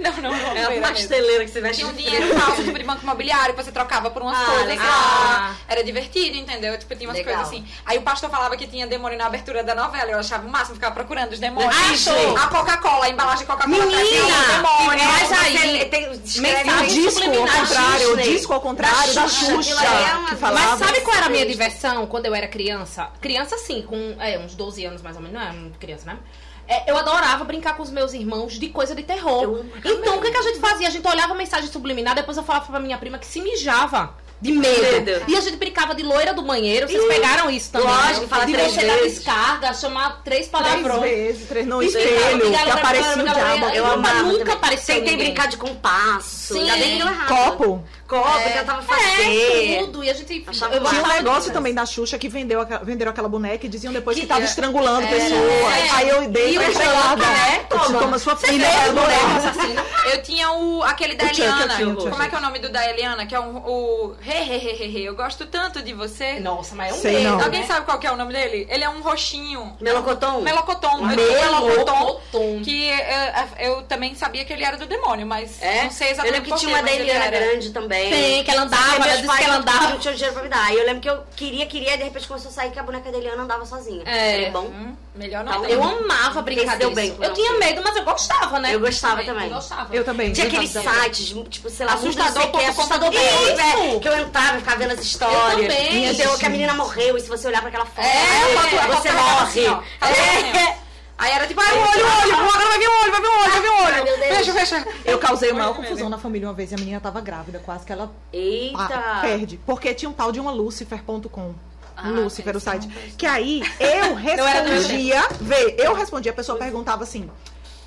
[SPEAKER 4] Não, não, não.
[SPEAKER 5] É
[SPEAKER 4] feira
[SPEAKER 5] uma
[SPEAKER 4] mesmo.
[SPEAKER 5] pasteleira que você veste
[SPEAKER 4] Tinha um
[SPEAKER 5] de
[SPEAKER 4] dinheiro falso, tipo, de banco imobiliário, que você trocava por umas
[SPEAKER 5] Ah,
[SPEAKER 4] coisas.
[SPEAKER 5] legal.
[SPEAKER 4] Ah, era divertido, entendeu? Tipo, tinha umas
[SPEAKER 5] Legal.
[SPEAKER 4] coisas assim. Aí o pastor falava que tinha demônio na abertura da novela. Eu achava o máximo, ficava procurando os demônios.
[SPEAKER 2] Ah, show.
[SPEAKER 4] a Coca-Cola, a embalagem de Coca-Cola.
[SPEAKER 2] Menina!
[SPEAKER 4] trazia os demônios.
[SPEAKER 2] Mas
[SPEAKER 5] Você
[SPEAKER 2] aí,
[SPEAKER 5] tem- escreve
[SPEAKER 1] O
[SPEAKER 2] mensagem
[SPEAKER 5] isso.
[SPEAKER 1] disco ao
[SPEAKER 2] subliminar,
[SPEAKER 1] contrário, o
[SPEAKER 5] Disney.
[SPEAKER 1] disco ao contrário da
[SPEAKER 5] Xuxa,
[SPEAKER 1] Xuxa.
[SPEAKER 5] aquilo ali é uma-
[SPEAKER 1] que falava.
[SPEAKER 2] Mas sabe qual era a minha diversão quando eu era criança? Criança, sim, com é, uns 12 anos mais ou menos. Não era muito criança, né? É, eu adorava brincar com os meus irmãos de coisa de
[SPEAKER 5] Eu
[SPEAKER 2] terror.
[SPEAKER 5] amo
[SPEAKER 2] Então, o que, que a gente fazia? A gente olhava a mensagem subliminar, depois eu falava pra minha prima que se mijava de medo.
[SPEAKER 5] Medo.
[SPEAKER 2] E a gente brincava de loira do banheiro. Vocês pegaram isso também?
[SPEAKER 5] Lógico,
[SPEAKER 2] né?
[SPEAKER 5] fala
[SPEAKER 2] de
[SPEAKER 5] três
[SPEAKER 2] mexer na
[SPEAKER 5] vezes.
[SPEAKER 2] descarga, chamar três
[SPEAKER 1] Três
[SPEAKER 2] palavrões.
[SPEAKER 1] vezes, três no
[SPEAKER 2] E ficava
[SPEAKER 1] espelho,
[SPEAKER 2] ligado
[SPEAKER 1] que
[SPEAKER 2] pra
[SPEAKER 1] aparecia o
[SPEAKER 2] Ana Gabriela.
[SPEAKER 1] diabo.
[SPEAKER 5] Eu
[SPEAKER 2] Nunca,
[SPEAKER 5] amava
[SPEAKER 2] nunca
[SPEAKER 5] também.
[SPEAKER 2] apareceu
[SPEAKER 5] Tentei
[SPEAKER 2] ninguém.
[SPEAKER 5] brincar de compasso.
[SPEAKER 2] Sim.
[SPEAKER 5] Ainda bem que deu errado.
[SPEAKER 1] Copo.
[SPEAKER 5] Copo, que eu tava
[SPEAKER 2] É,
[SPEAKER 5] fazendo.
[SPEAKER 2] tudo. E a gente.
[SPEAKER 5] Achava
[SPEAKER 2] eu
[SPEAKER 5] massa.
[SPEAKER 1] Tinha um
[SPEAKER 2] achava-
[SPEAKER 1] negócio
[SPEAKER 5] demais.
[SPEAKER 1] também da Xuxa que vendeu aquela, venderam aquela boneca e diziam depois que,
[SPEAKER 5] Que
[SPEAKER 1] tava
[SPEAKER 5] é-
[SPEAKER 1] estrangulando pessoa.
[SPEAKER 2] é.
[SPEAKER 1] Aí eu dei
[SPEAKER 2] E
[SPEAKER 1] pra
[SPEAKER 2] o
[SPEAKER 1] estrelada.
[SPEAKER 2] chocolate, né?
[SPEAKER 1] Toma.
[SPEAKER 2] Toma.
[SPEAKER 1] toma sua filha,
[SPEAKER 2] fez
[SPEAKER 1] é a
[SPEAKER 2] o
[SPEAKER 1] boneca.
[SPEAKER 4] Eu tinha o aquele da
[SPEAKER 1] O Chuck,
[SPEAKER 4] Eliana.
[SPEAKER 1] eu tinha o Chuck.
[SPEAKER 4] Como é que é o nome do da Eliana? Que é um, o. He, he, he, he, he. Eu gosto tanto de você.
[SPEAKER 2] Nossa, mas é um
[SPEAKER 1] Sei
[SPEAKER 2] medo.
[SPEAKER 1] não.
[SPEAKER 4] Alguém
[SPEAKER 2] né?
[SPEAKER 4] sabe qual que é o nome dele? Ele é um roxinho.
[SPEAKER 5] Melocotom.
[SPEAKER 4] Melocotom. Eu tinha um melocotom.
[SPEAKER 2] Melocotom.
[SPEAKER 4] Que eh, eu, também sabia que ele era do demônio, mas
[SPEAKER 5] É?
[SPEAKER 4] não sei
[SPEAKER 5] Eu
[SPEAKER 4] exatamente
[SPEAKER 5] lembro que
[SPEAKER 4] porquê,
[SPEAKER 5] tinha uma
[SPEAKER 2] é
[SPEAKER 5] da
[SPEAKER 4] mas ele
[SPEAKER 5] Eliana
[SPEAKER 4] era.
[SPEAKER 5] Grande também.
[SPEAKER 2] Tem, que ela andava,
[SPEAKER 5] Porque
[SPEAKER 2] ela
[SPEAKER 5] meus
[SPEAKER 2] disse
[SPEAKER 5] pais
[SPEAKER 2] que ela
[SPEAKER 5] não-
[SPEAKER 2] andava.
[SPEAKER 5] Não tinha dinheiro pra me dar. E eu lembro que eu queria, queria, e de repente começou a sair que a boneca da Eliana andava sozinha.
[SPEAKER 2] É.
[SPEAKER 5] Falei, Bom,
[SPEAKER 4] Hum, melhor não.
[SPEAKER 2] Eu amava
[SPEAKER 5] Esse
[SPEAKER 2] brincar
[SPEAKER 5] deu
[SPEAKER 2] disso.
[SPEAKER 5] bem,
[SPEAKER 2] eu
[SPEAKER 5] não.
[SPEAKER 2] tinha medo, mas eu gostava, né?
[SPEAKER 5] Eu gostava também.
[SPEAKER 2] Eu gostava.
[SPEAKER 1] Eu também.
[SPEAKER 5] Tinha
[SPEAKER 1] eu
[SPEAKER 5] aqueles
[SPEAKER 1] tava-
[SPEAKER 5] sites, tipo, sei lá,
[SPEAKER 4] Assustador
[SPEAKER 5] assustador, que,
[SPEAKER 4] ponto com
[SPEAKER 5] assustador
[SPEAKER 2] ponto
[SPEAKER 5] ponto,
[SPEAKER 2] com.
[SPEAKER 5] né? que eu entrava e ficava vendo as histórias.
[SPEAKER 2] Eu também.
[SPEAKER 5] Entendeu? Que a menina morreu e se você olhar pra aquela foto,
[SPEAKER 4] É, a foto- a
[SPEAKER 5] você
[SPEAKER 4] foto tava assim,
[SPEAKER 5] morre.
[SPEAKER 4] ó. Ela tava
[SPEAKER 5] É.
[SPEAKER 4] Aí era tipo, ai,
[SPEAKER 1] Então, um
[SPEAKER 4] o olho, o olho, agora vai vir o olho, vai vir o olho, vai vir o
[SPEAKER 5] Ai, meu
[SPEAKER 4] olho.
[SPEAKER 5] Deus.
[SPEAKER 4] Fecha, fecha.
[SPEAKER 1] Eu causei uma
[SPEAKER 4] Olha
[SPEAKER 1] maior
[SPEAKER 4] que
[SPEAKER 1] confusão
[SPEAKER 4] medo.
[SPEAKER 1] na família uma vez e a menina tava grávida, quase que ela ah,
[SPEAKER 5] Eita.
[SPEAKER 1] perde. Porque tinha um tal de uma Lucifer.com.
[SPEAKER 4] Ah,
[SPEAKER 1] Lucifer, o
[SPEAKER 4] isso
[SPEAKER 1] site.
[SPEAKER 4] não conhecia.
[SPEAKER 1] Que aí eu
[SPEAKER 2] era do meu
[SPEAKER 1] respondia. Vê, eu respondia, a pessoa perguntava assim: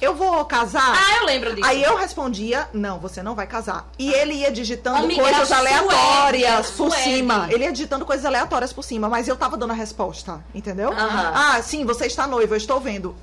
[SPEAKER 1] Eu vou casar?
[SPEAKER 2] Ah, eu lembro disso.
[SPEAKER 1] Aí eu respondia, não, você não vai casar. E ele ia digitando
[SPEAKER 2] Amiga,
[SPEAKER 1] coisas
[SPEAKER 2] era
[SPEAKER 1] aleatórias
[SPEAKER 2] suede,
[SPEAKER 1] por
[SPEAKER 2] suede.
[SPEAKER 1] cima. Ele ia digitando coisas aleatórias por cima, mas eu tava dando a resposta, entendeu?
[SPEAKER 5] Aham.
[SPEAKER 1] Ah, sim, você está noiva, eu estou vendo.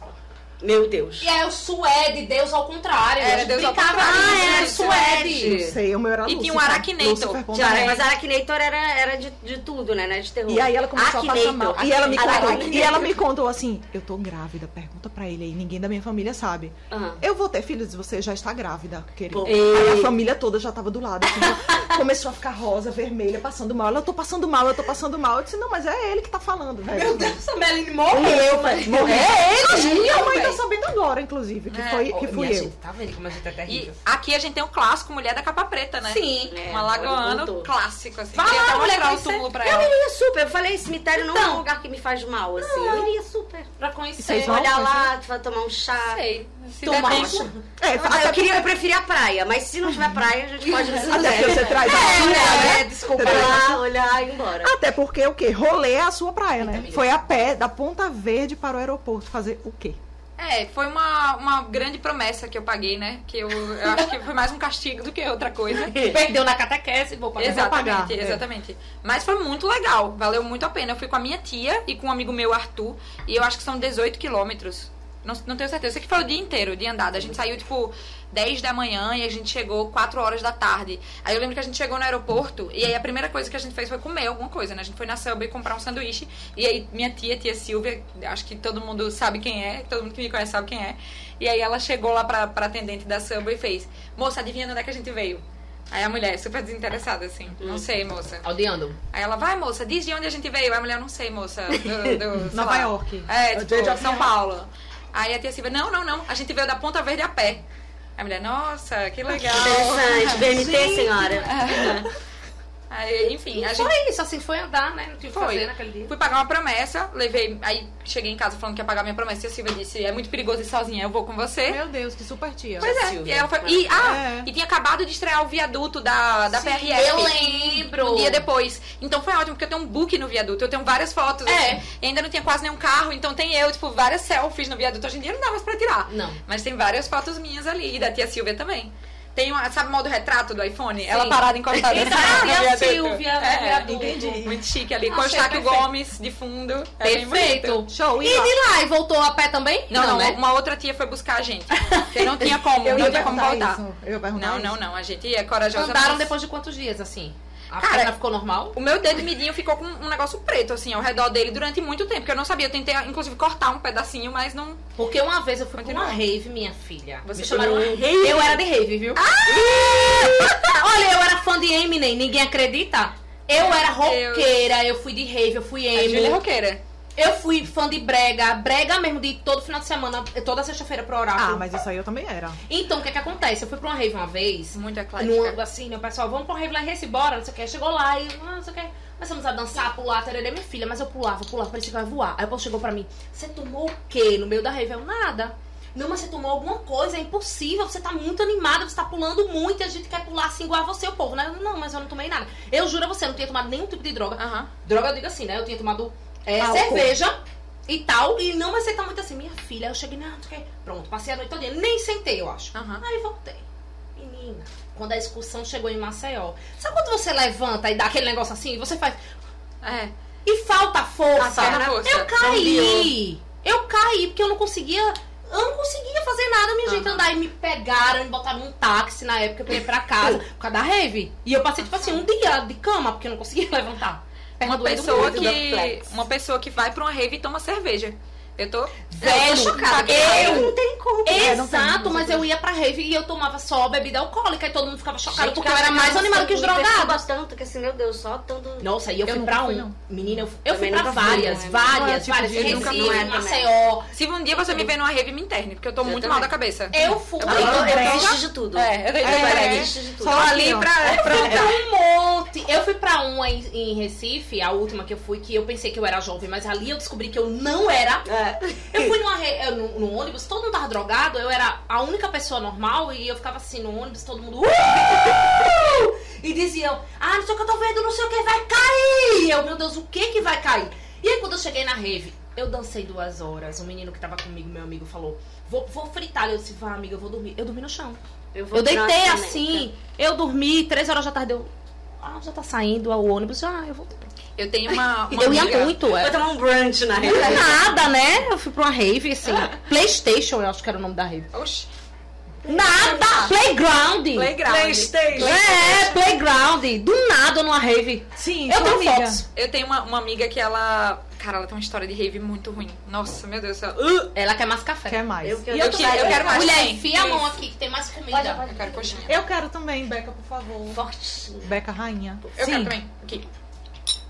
[SPEAKER 5] Meu Deus.
[SPEAKER 2] E aí o suede, Deus ao contrário.
[SPEAKER 4] Era
[SPEAKER 2] eu
[SPEAKER 4] Deus ao
[SPEAKER 2] brincava
[SPEAKER 4] contrário.
[SPEAKER 2] disso,
[SPEAKER 4] Ah, era
[SPEAKER 2] de suede.
[SPEAKER 5] suede.
[SPEAKER 1] Não sei, o meu era
[SPEAKER 4] E tinha um
[SPEAKER 1] Lucifer,
[SPEAKER 4] Aracneito.
[SPEAKER 1] Lucifer.com.
[SPEAKER 5] Já, mas a Akinator era, era de, de tudo, né? né? De terror.
[SPEAKER 1] E aí ela começou a passar
[SPEAKER 5] Akinator.
[SPEAKER 1] mal. E ela, me
[SPEAKER 5] Akinator.
[SPEAKER 1] contou, e ela me contou assim, eu tô grávida, pergunta pra ele aí, ninguém da minha família sabe.
[SPEAKER 5] Aham.
[SPEAKER 1] Eu vou ter filhos, você já está grávida, querida.
[SPEAKER 5] Pô.
[SPEAKER 1] Aí a família toda já tava do lado. assim, *laughs* começou a ficar rosa, vermelha, passando mal. Ela, eu tô passando mal, eu tô passando mal. Eu disse, não, mas é ele que tá falando, velho.
[SPEAKER 2] Meu Deus, a
[SPEAKER 1] E
[SPEAKER 2] Meline morreu. *laughs*
[SPEAKER 1] eu, velho, morri. É ele, minha mãe tá sabendo
[SPEAKER 8] fora, inclusive, que,
[SPEAKER 4] É,
[SPEAKER 8] foi, que
[SPEAKER 2] Ô,
[SPEAKER 8] fui
[SPEAKER 2] minha
[SPEAKER 8] eu.
[SPEAKER 2] gente, tá vendo como a gente é
[SPEAKER 4] E
[SPEAKER 2] terrível?
[SPEAKER 4] aqui a gente tem o clássico Mulher da Capa Preta, né?
[SPEAKER 2] Sim.
[SPEAKER 5] É,
[SPEAKER 4] Uma lagoano
[SPEAKER 5] voltou.
[SPEAKER 4] clássico, assim.
[SPEAKER 2] Vai
[SPEAKER 4] Queria
[SPEAKER 2] lá,
[SPEAKER 4] até
[SPEAKER 2] mulher,
[SPEAKER 4] mostrar o
[SPEAKER 2] conhecer.
[SPEAKER 4] túmulo pra
[SPEAKER 5] Ah. Eu
[SPEAKER 4] ela.
[SPEAKER 5] iria super. Eu falei, cemitério não é
[SPEAKER 2] Então.
[SPEAKER 5] um lugar que me faz mal, assim. Eu iria super.
[SPEAKER 3] Pra conhecer.
[SPEAKER 8] Vocês vão?
[SPEAKER 5] Olhar lá, tu vai tomar um chá.
[SPEAKER 3] Sei. Se der
[SPEAKER 5] Tomar um
[SPEAKER 3] tempo.
[SPEAKER 5] chá.
[SPEAKER 8] É,
[SPEAKER 5] Ah,
[SPEAKER 8] até
[SPEAKER 5] eu queria, eu preferia a praia, mas se não tiver praia, a gente pode ir no
[SPEAKER 8] até porque
[SPEAKER 5] cemitério.
[SPEAKER 8] você traz a
[SPEAKER 5] É,
[SPEAKER 8] sua,
[SPEAKER 5] né?
[SPEAKER 8] né?
[SPEAKER 2] desculpa.
[SPEAKER 5] Olhar, olhar e ir embora.
[SPEAKER 8] Até porque o quê? Rolê é a sua praia, né?
[SPEAKER 2] Exatamente.
[SPEAKER 8] Foi a pé da Ponta Verde para o aeroporto fazer o quê?
[SPEAKER 4] É, foi uma, uma grande promessa que eu paguei, né? Que eu, eu acho que foi mais um castigo do que outra
[SPEAKER 5] *laughs*
[SPEAKER 4] coisa.
[SPEAKER 2] Perdeu na catequese, vou pagar.
[SPEAKER 8] pagar,
[SPEAKER 4] Exatamente,
[SPEAKER 8] é.
[SPEAKER 4] exatamente. Mas foi muito legal, valeu muito a pena. Eu fui com a minha tia e com um amigo meu, Arthur, e eu acho que são 18 quilômetros. Não, não tenho certeza. Eu sei que foi o dia inteiro de andada. A gente saiu, tipo, 10 da manhã e a gente chegou 4 horas da tarde. Aí eu lembro que a gente chegou no aeroporto e aí a primeira coisa que a gente fez foi comer alguma coisa, né? A gente foi na Subway comprar um sanduíche. E aí minha tia, tia Silvia, acho que todo mundo sabe quem é, todo mundo que me conhece sabe quem é. E aí ela chegou lá pra, pra atendente da Subway e fez: Moça, adivinha de onde é que a gente veio? Aí a mulher, é super desinteressada, assim. Não sei, moça.
[SPEAKER 2] Aldeando.
[SPEAKER 4] Aí ela, vai, moça, diz de onde a gente veio. Aí a mulher, não sei, moça. Do,
[SPEAKER 1] *laughs*
[SPEAKER 4] do, sei
[SPEAKER 8] Nova
[SPEAKER 4] lá.
[SPEAKER 8] York.
[SPEAKER 4] É,
[SPEAKER 8] Eu
[SPEAKER 4] tipo,
[SPEAKER 8] dei de
[SPEAKER 4] São Paulo. Aí a tia Silvia, não, não, não. A gente veio da Ponta Verde a pé. Aí a mulher, nossa, que legal.
[SPEAKER 5] Interessante, BNT, senhora.
[SPEAKER 4] Aí, enfim, a
[SPEAKER 2] E
[SPEAKER 4] gente
[SPEAKER 2] foi isso, assim, foi andar, né? Não tive o que
[SPEAKER 4] Foi.
[SPEAKER 2] fazer naquele dia.
[SPEAKER 4] Fui pagar uma promessa, levei. Aí cheguei em casa falando que ia pagar minha promessa. E a Silvia disse: é muito perigoso ir sozinha, eu vou com você.
[SPEAKER 1] Meu Deus, que super tia.
[SPEAKER 4] pois é. E,
[SPEAKER 2] Silvia.
[SPEAKER 4] ela foi, e, ah,
[SPEAKER 1] É.
[SPEAKER 4] e tinha acabado de estrear o viaduto da, da PRF.
[SPEAKER 2] Eu lembro.
[SPEAKER 4] Um dia depois. Então foi ótimo, porque eu tenho um book no viaduto, eu tenho várias fotos.
[SPEAKER 2] É.
[SPEAKER 4] assim. E ainda não tinha quase nenhum carro, então tem eu, tipo, várias selfies no viaduto. Hoje em dia não dá mais pra tirar.
[SPEAKER 2] Não.
[SPEAKER 4] Mas tem várias fotos minhas ali, e da tia Silvia também. Tem uma, sabe o modo retrato do iPhone?
[SPEAKER 2] Sim. é
[SPEAKER 4] Ela parada
[SPEAKER 8] Tá,
[SPEAKER 4] encostada assim, no
[SPEAKER 3] Tia
[SPEAKER 4] viaduto.
[SPEAKER 3] Silvia,
[SPEAKER 2] né?
[SPEAKER 4] É.
[SPEAKER 3] é,
[SPEAKER 4] Muito chique ali, com
[SPEAKER 3] Achei
[SPEAKER 4] o Chaco
[SPEAKER 3] perfeito.
[SPEAKER 4] Gomes de fundo. É bem bonito.
[SPEAKER 2] Perfeito.
[SPEAKER 8] Show,
[SPEAKER 2] E
[SPEAKER 8] e lá?
[SPEAKER 2] de lá, e voltou a pé também? né?
[SPEAKER 4] Não, não, uma outra tia foi buscar a gente. Porque não tinha como,
[SPEAKER 8] Eu
[SPEAKER 4] não
[SPEAKER 8] ia
[SPEAKER 4] tinha como
[SPEAKER 8] perguntar
[SPEAKER 4] voltar.
[SPEAKER 8] isso. Eu ia perguntar
[SPEAKER 4] Não,
[SPEAKER 8] isso.
[SPEAKER 4] não, não. A gente é corajosa.
[SPEAKER 2] Andaram
[SPEAKER 4] mas-
[SPEAKER 2] depois de quantos dias, assim? A
[SPEAKER 4] Cara,
[SPEAKER 2] perna ficou normal?
[SPEAKER 4] O meu dedo midinho ficou com um negócio preto, assim, ao redor dele durante muito tempo, que eu não sabia. Eu tentei, inclusive, cortar um pedacinho, mas não.
[SPEAKER 2] Porque uma vez eu fui pra uma
[SPEAKER 4] Continua.
[SPEAKER 2] rave, minha filha.
[SPEAKER 4] Você um
[SPEAKER 2] Me chamaram
[SPEAKER 4] foi
[SPEAKER 2] uma rave. Eu era de rave, viu? *laughs*
[SPEAKER 4] Ah!
[SPEAKER 2] Olha, eu era fã de Eminem, ninguém acredita? Eu era
[SPEAKER 4] Deus.
[SPEAKER 2] roqueira, eu fui de rave, eu fui
[SPEAKER 4] A Júlia é
[SPEAKER 2] emo.
[SPEAKER 4] roqueira.
[SPEAKER 2] Eu fui fã de brega, brega mesmo, de todo final de semana, toda sexta-feira pro
[SPEAKER 1] Ah,
[SPEAKER 2] oráculo.
[SPEAKER 1] mas isso aí eu também era.
[SPEAKER 2] Então, o que é que acontece? Eu fui pra uma rave uma vez,
[SPEAKER 4] Muito eclética.
[SPEAKER 2] num, assim, meu pessoal, vamos pra uma rave lá em Recife, bora, não sei o que. Chegou lá e, ah, não sei o que. Começamos a dançar, pular, tererê, minha filha, mas eu pulava, pulava, parecia que eu ia voar. Aí o povo chegou pra mim, você tomou o quê no meio da rave? Eu, nada. Não, mas você tomou alguma coisa, é impossível, você tá muito animada, você tá pulando muito, e a gente quer pular assim igual a você, o povo, né? Eu, Não, mas eu não tomei nada. Eu juro a você, eu não tinha tomado nenhum tipo de droga.
[SPEAKER 4] Aham.
[SPEAKER 2] Droga, eu digo assim, né? Eu tinha tomado é,
[SPEAKER 8] Álcool.
[SPEAKER 2] cerveja e tal, e não, mas você tá muito assim, minha filha. Aí Eu cheguei, não, não sei o quê. Pronto, passei a noite toda, nem sentei, eu acho.
[SPEAKER 4] Aham.
[SPEAKER 2] Aí voltei. Menina, quando a excursão chegou em Maceió, sabe quando você levanta e dá aquele negócio assim, e você faz.
[SPEAKER 4] É.
[SPEAKER 2] E falta força.
[SPEAKER 4] A perna força.
[SPEAKER 2] Eu caí. Eu caí, porque eu não conseguia. Eu não conseguia fazer nada, minha gente. Andar e me pegaram, me botaram num táxi na época pra eu ir pra casa, por causa da rave. E eu passei, tipo assim, um dia de cama, porque eu não conseguia *laughs* levantar. Perna
[SPEAKER 4] Uma
[SPEAKER 2] doendo
[SPEAKER 4] pessoa,
[SPEAKER 2] muito.
[SPEAKER 4] que, uma pessoa que vai pra uma rave e toma cerveja. Eu tô.
[SPEAKER 2] Velho,
[SPEAKER 4] eu tô chocada.
[SPEAKER 2] eu-
[SPEAKER 8] Não tem como.
[SPEAKER 1] É,
[SPEAKER 8] né? Não tem
[SPEAKER 2] Exato,
[SPEAKER 8] como.
[SPEAKER 2] mas eu ia pra rave e eu tomava só bebida alcoólica e todo mundo ficava chocado
[SPEAKER 5] Gente,
[SPEAKER 2] porque eu era
[SPEAKER 5] cara,
[SPEAKER 2] mais
[SPEAKER 5] eu
[SPEAKER 2] animado que os
[SPEAKER 5] fui, perturba
[SPEAKER 2] drogados.
[SPEAKER 5] tanto que assim, meu Deus, só tanto...
[SPEAKER 2] Nossa, e eu,
[SPEAKER 8] Eu
[SPEAKER 2] fui
[SPEAKER 8] nunca
[SPEAKER 2] pra
[SPEAKER 8] fui,
[SPEAKER 2] um.
[SPEAKER 8] não.
[SPEAKER 2] Menina, eu, fui- eu fui
[SPEAKER 5] Também
[SPEAKER 2] pra
[SPEAKER 5] nunca fui,
[SPEAKER 2] várias,
[SPEAKER 5] não é?
[SPEAKER 8] Não é o
[SPEAKER 2] várias,
[SPEAKER 8] tipo
[SPEAKER 2] várias.
[SPEAKER 8] de-
[SPEAKER 5] nunca fui,
[SPEAKER 2] Recife,
[SPEAKER 5] não é também.
[SPEAKER 2] Maceió.
[SPEAKER 4] Se um dia você me vê numa rave, me interne, porque eu tô
[SPEAKER 5] Eu
[SPEAKER 4] muito
[SPEAKER 5] também.
[SPEAKER 4] mal da cabeça.
[SPEAKER 2] Eu fui.
[SPEAKER 5] Eu
[SPEAKER 8] Ah,
[SPEAKER 5] tô
[SPEAKER 8] é.
[SPEAKER 5] triste de tudo.
[SPEAKER 4] É, eu tô
[SPEAKER 5] Eu tô
[SPEAKER 4] é,
[SPEAKER 5] triste de tudo.
[SPEAKER 4] Só ali
[SPEAKER 8] ó.
[SPEAKER 4] pra. pra...
[SPEAKER 2] um monte. Eu fui pra uma em, em Recife, a última que eu fui, que eu pensei que eu era jovem, mas ali eu descobri que eu não era. Eu fui numa, re- eu, num, num ônibus, todo mundo tava drogado, eu era a única pessoa normal e eu ficava assim no ônibus, todo mundo. "Uh!" E diziam, ah, não sei o que eu tô vendo, não sei o que vai cair. E Eu, meu Deus, o que que vai cair? E aí quando eu cheguei na rave, eu dancei duas horas. O menino que tava comigo, meu amigo, falou, vou, vou fritar. Eu disse, vá, amiga, eu vou dormir. Eu dormi no chão.
[SPEAKER 5] Eu, vou
[SPEAKER 2] Eu deitei
[SPEAKER 5] pra
[SPEAKER 2] assim, eu dormi, três horas da tarde eu. Ah, já tá saindo o ônibus, ah, eu vou.
[SPEAKER 4] Eu tenho uma. uma
[SPEAKER 2] eu ia
[SPEAKER 4] amiga-
[SPEAKER 2] muito,
[SPEAKER 5] América.
[SPEAKER 2] é.
[SPEAKER 5] Vai tomar um brunch na
[SPEAKER 2] Não é
[SPEAKER 5] realidade.
[SPEAKER 2] Nada, né? Eu fui pra uma rave, assim. PlayStation, eu acho que era o nome da rave.
[SPEAKER 4] Oxi.
[SPEAKER 2] Nada! Playground!
[SPEAKER 4] Playground.
[SPEAKER 5] Playstation.
[SPEAKER 2] É, playground! Do nada numa rave.
[SPEAKER 1] Sim,
[SPEAKER 2] Eu
[SPEAKER 1] sua
[SPEAKER 2] tenho
[SPEAKER 1] amiga.
[SPEAKER 2] fotos.
[SPEAKER 4] Eu tenho uma, uma amiga que ela. Cara, ela tem uma história de rave muito ruim. Nossa, meu Deus do céu. Uh,
[SPEAKER 2] Ela quer mais café.
[SPEAKER 1] Quer é mais?
[SPEAKER 5] Eu, que
[SPEAKER 4] eu, que- eu quero mais.
[SPEAKER 2] Mulher,
[SPEAKER 4] também.
[SPEAKER 2] enfia a mão aqui que tem mais
[SPEAKER 5] Pode,
[SPEAKER 2] comida.
[SPEAKER 5] pode.
[SPEAKER 4] Eu quero coxinha.
[SPEAKER 1] Eu quero também, Beca, por favor.
[SPEAKER 5] Fortinho.
[SPEAKER 1] Beca rainha.
[SPEAKER 4] Eu
[SPEAKER 1] Sim.
[SPEAKER 4] quero também. Aqui.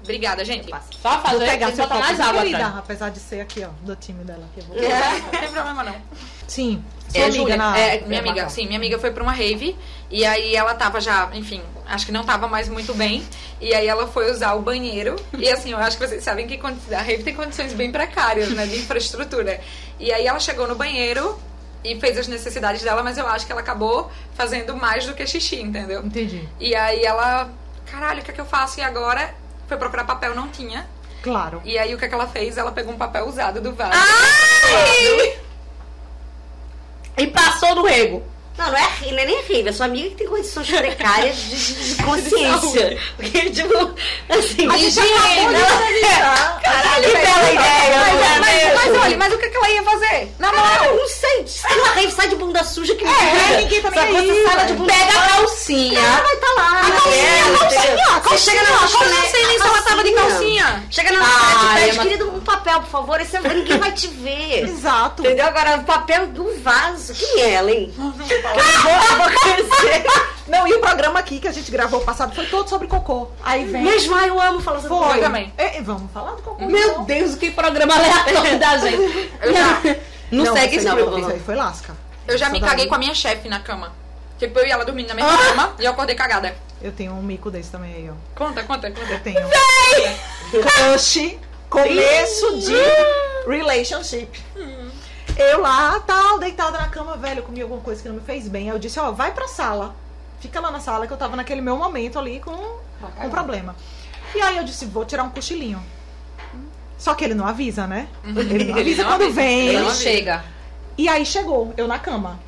[SPEAKER 4] Obrigada, gente. *laughs*
[SPEAKER 2] Só fazer,
[SPEAKER 1] Vou pegar
[SPEAKER 2] tem que
[SPEAKER 1] seu
[SPEAKER 2] botar
[SPEAKER 1] copo
[SPEAKER 2] mais
[SPEAKER 1] de
[SPEAKER 2] água,
[SPEAKER 1] querida,
[SPEAKER 2] cara.
[SPEAKER 1] apesar de ser aqui, ó, do time dela. Que eu vou...
[SPEAKER 4] Não tem problema, não.
[SPEAKER 1] Sim.
[SPEAKER 4] É,
[SPEAKER 1] Sua amiga
[SPEAKER 4] Júlia,
[SPEAKER 1] na-
[SPEAKER 4] é, minha
[SPEAKER 1] na-
[SPEAKER 4] amiga, sim, minha amiga foi pra uma rave e aí ela tava já, enfim, acho que não tava mais muito bem. E aí ela foi usar o banheiro. E assim, eu acho que vocês sabem que condi- a rave tem condições bem precárias, né, de infraestrutura. E aí ela chegou no banheiro e fez as necessidades dela, mas eu acho que ela acabou fazendo mais do que xixi, entendeu?
[SPEAKER 1] Entendi.
[SPEAKER 4] E aí ela, caralho, o que é que eu faço? E agora foi procurar papel, não tinha.
[SPEAKER 1] Claro.
[SPEAKER 4] E aí o que, é que ela fez? Ela pegou um papel usado do vaso.
[SPEAKER 2] E passou no rego.
[SPEAKER 5] Não, não é, ri- não é nem rível, é sua amiga que tem condições precárias de, de- de consciência. Porque, tipo, assim,
[SPEAKER 4] A gente acabou de
[SPEAKER 5] analisar. Caralho, que bela ideia, não é
[SPEAKER 4] Mas, mas, mas
[SPEAKER 5] mesmo?
[SPEAKER 4] olha, mas o que, é que ela ia fazer? Na moral.
[SPEAKER 5] Não, não sei, se tem uma rave, sai de bunda suja que me
[SPEAKER 1] É,
[SPEAKER 5] liga.
[SPEAKER 1] ninguém tá nem
[SPEAKER 5] Sabe,
[SPEAKER 1] aí,
[SPEAKER 5] você sai lá de
[SPEAKER 1] velho.
[SPEAKER 5] bunda
[SPEAKER 2] Pega a
[SPEAKER 5] Ela
[SPEAKER 2] calcinha.
[SPEAKER 5] vai estar lá.
[SPEAKER 4] A
[SPEAKER 5] né?
[SPEAKER 4] calcinha, a
[SPEAKER 5] Você
[SPEAKER 4] calcinha, a
[SPEAKER 5] chega na
[SPEAKER 4] calcinha,
[SPEAKER 5] lanchonete,
[SPEAKER 4] eu não sei nem se ela tava de calcinha.
[SPEAKER 5] Chega na
[SPEAKER 2] Ah,
[SPEAKER 5] lanchonete, pede,
[SPEAKER 2] é uma-
[SPEAKER 5] querido, um papel, por favor. Esse, ninguém vai te
[SPEAKER 1] *laughs*
[SPEAKER 5] ver.
[SPEAKER 1] Exato.
[SPEAKER 5] Entendeu? Agora, o papel do vaso. Quem é ela, hein? Eu vou
[SPEAKER 1] *laughs*
[SPEAKER 5] crescer.
[SPEAKER 1] Não, e o programa aqui que a gente gravou passado foi todo sobre cocô. Aí vem.
[SPEAKER 5] Mesmo, ai, eu amo falar sobre
[SPEAKER 1] Foi.
[SPEAKER 5] cocô.
[SPEAKER 4] também.
[SPEAKER 1] É, é, vamos falar de cocô. então.
[SPEAKER 2] Meu Deus, que programa aleatório da gente.
[SPEAKER 4] Eu já,
[SPEAKER 2] Não, segue
[SPEAKER 1] isso
[SPEAKER 2] esse
[SPEAKER 1] aí,
[SPEAKER 2] programa.
[SPEAKER 1] isso aí foi lasca. um
[SPEAKER 4] eu já me
[SPEAKER 1] Isso daí.
[SPEAKER 4] caguei com a minha chefe na cama. Tipo, eu e ela dormindo na mesma cama e eu acordei cagada.
[SPEAKER 1] Eu tenho um mico desse também aí, ó.
[SPEAKER 4] Conta,
[SPEAKER 1] *laughs*
[SPEAKER 4] conta, conta.
[SPEAKER 1] Eu tenho. Crush, começo de relationship.
[SPEAKER 4] Hum.
[SPEAKER 1] Eu lá, tal, deitada na cama, velho, eu comi alguma coisa que não me fez bem. Aí eu disse, ó, vai pra sala. Fica lá na sala, que eu tava naquele meu momento ali com
[SPEAKER 4] Tá
[SPEAKER 1] um problema. E aí eu disse, vou tirar um cochilinho. Só que ele não avisa, né? Ele não avisa
[SPEAKER 4] não
[SPEAKER 1] quando
[SPEAKER 4] avisa,
[SPEAKER 1] vem.
[SPEAKER 4] Hum. Uhum. ele
[SPEAKER 2] Ele
[SPEAKER 4] não
[SPEAKER 2] chega.
[SPEAKER 1] E aí chegou, eu na cama.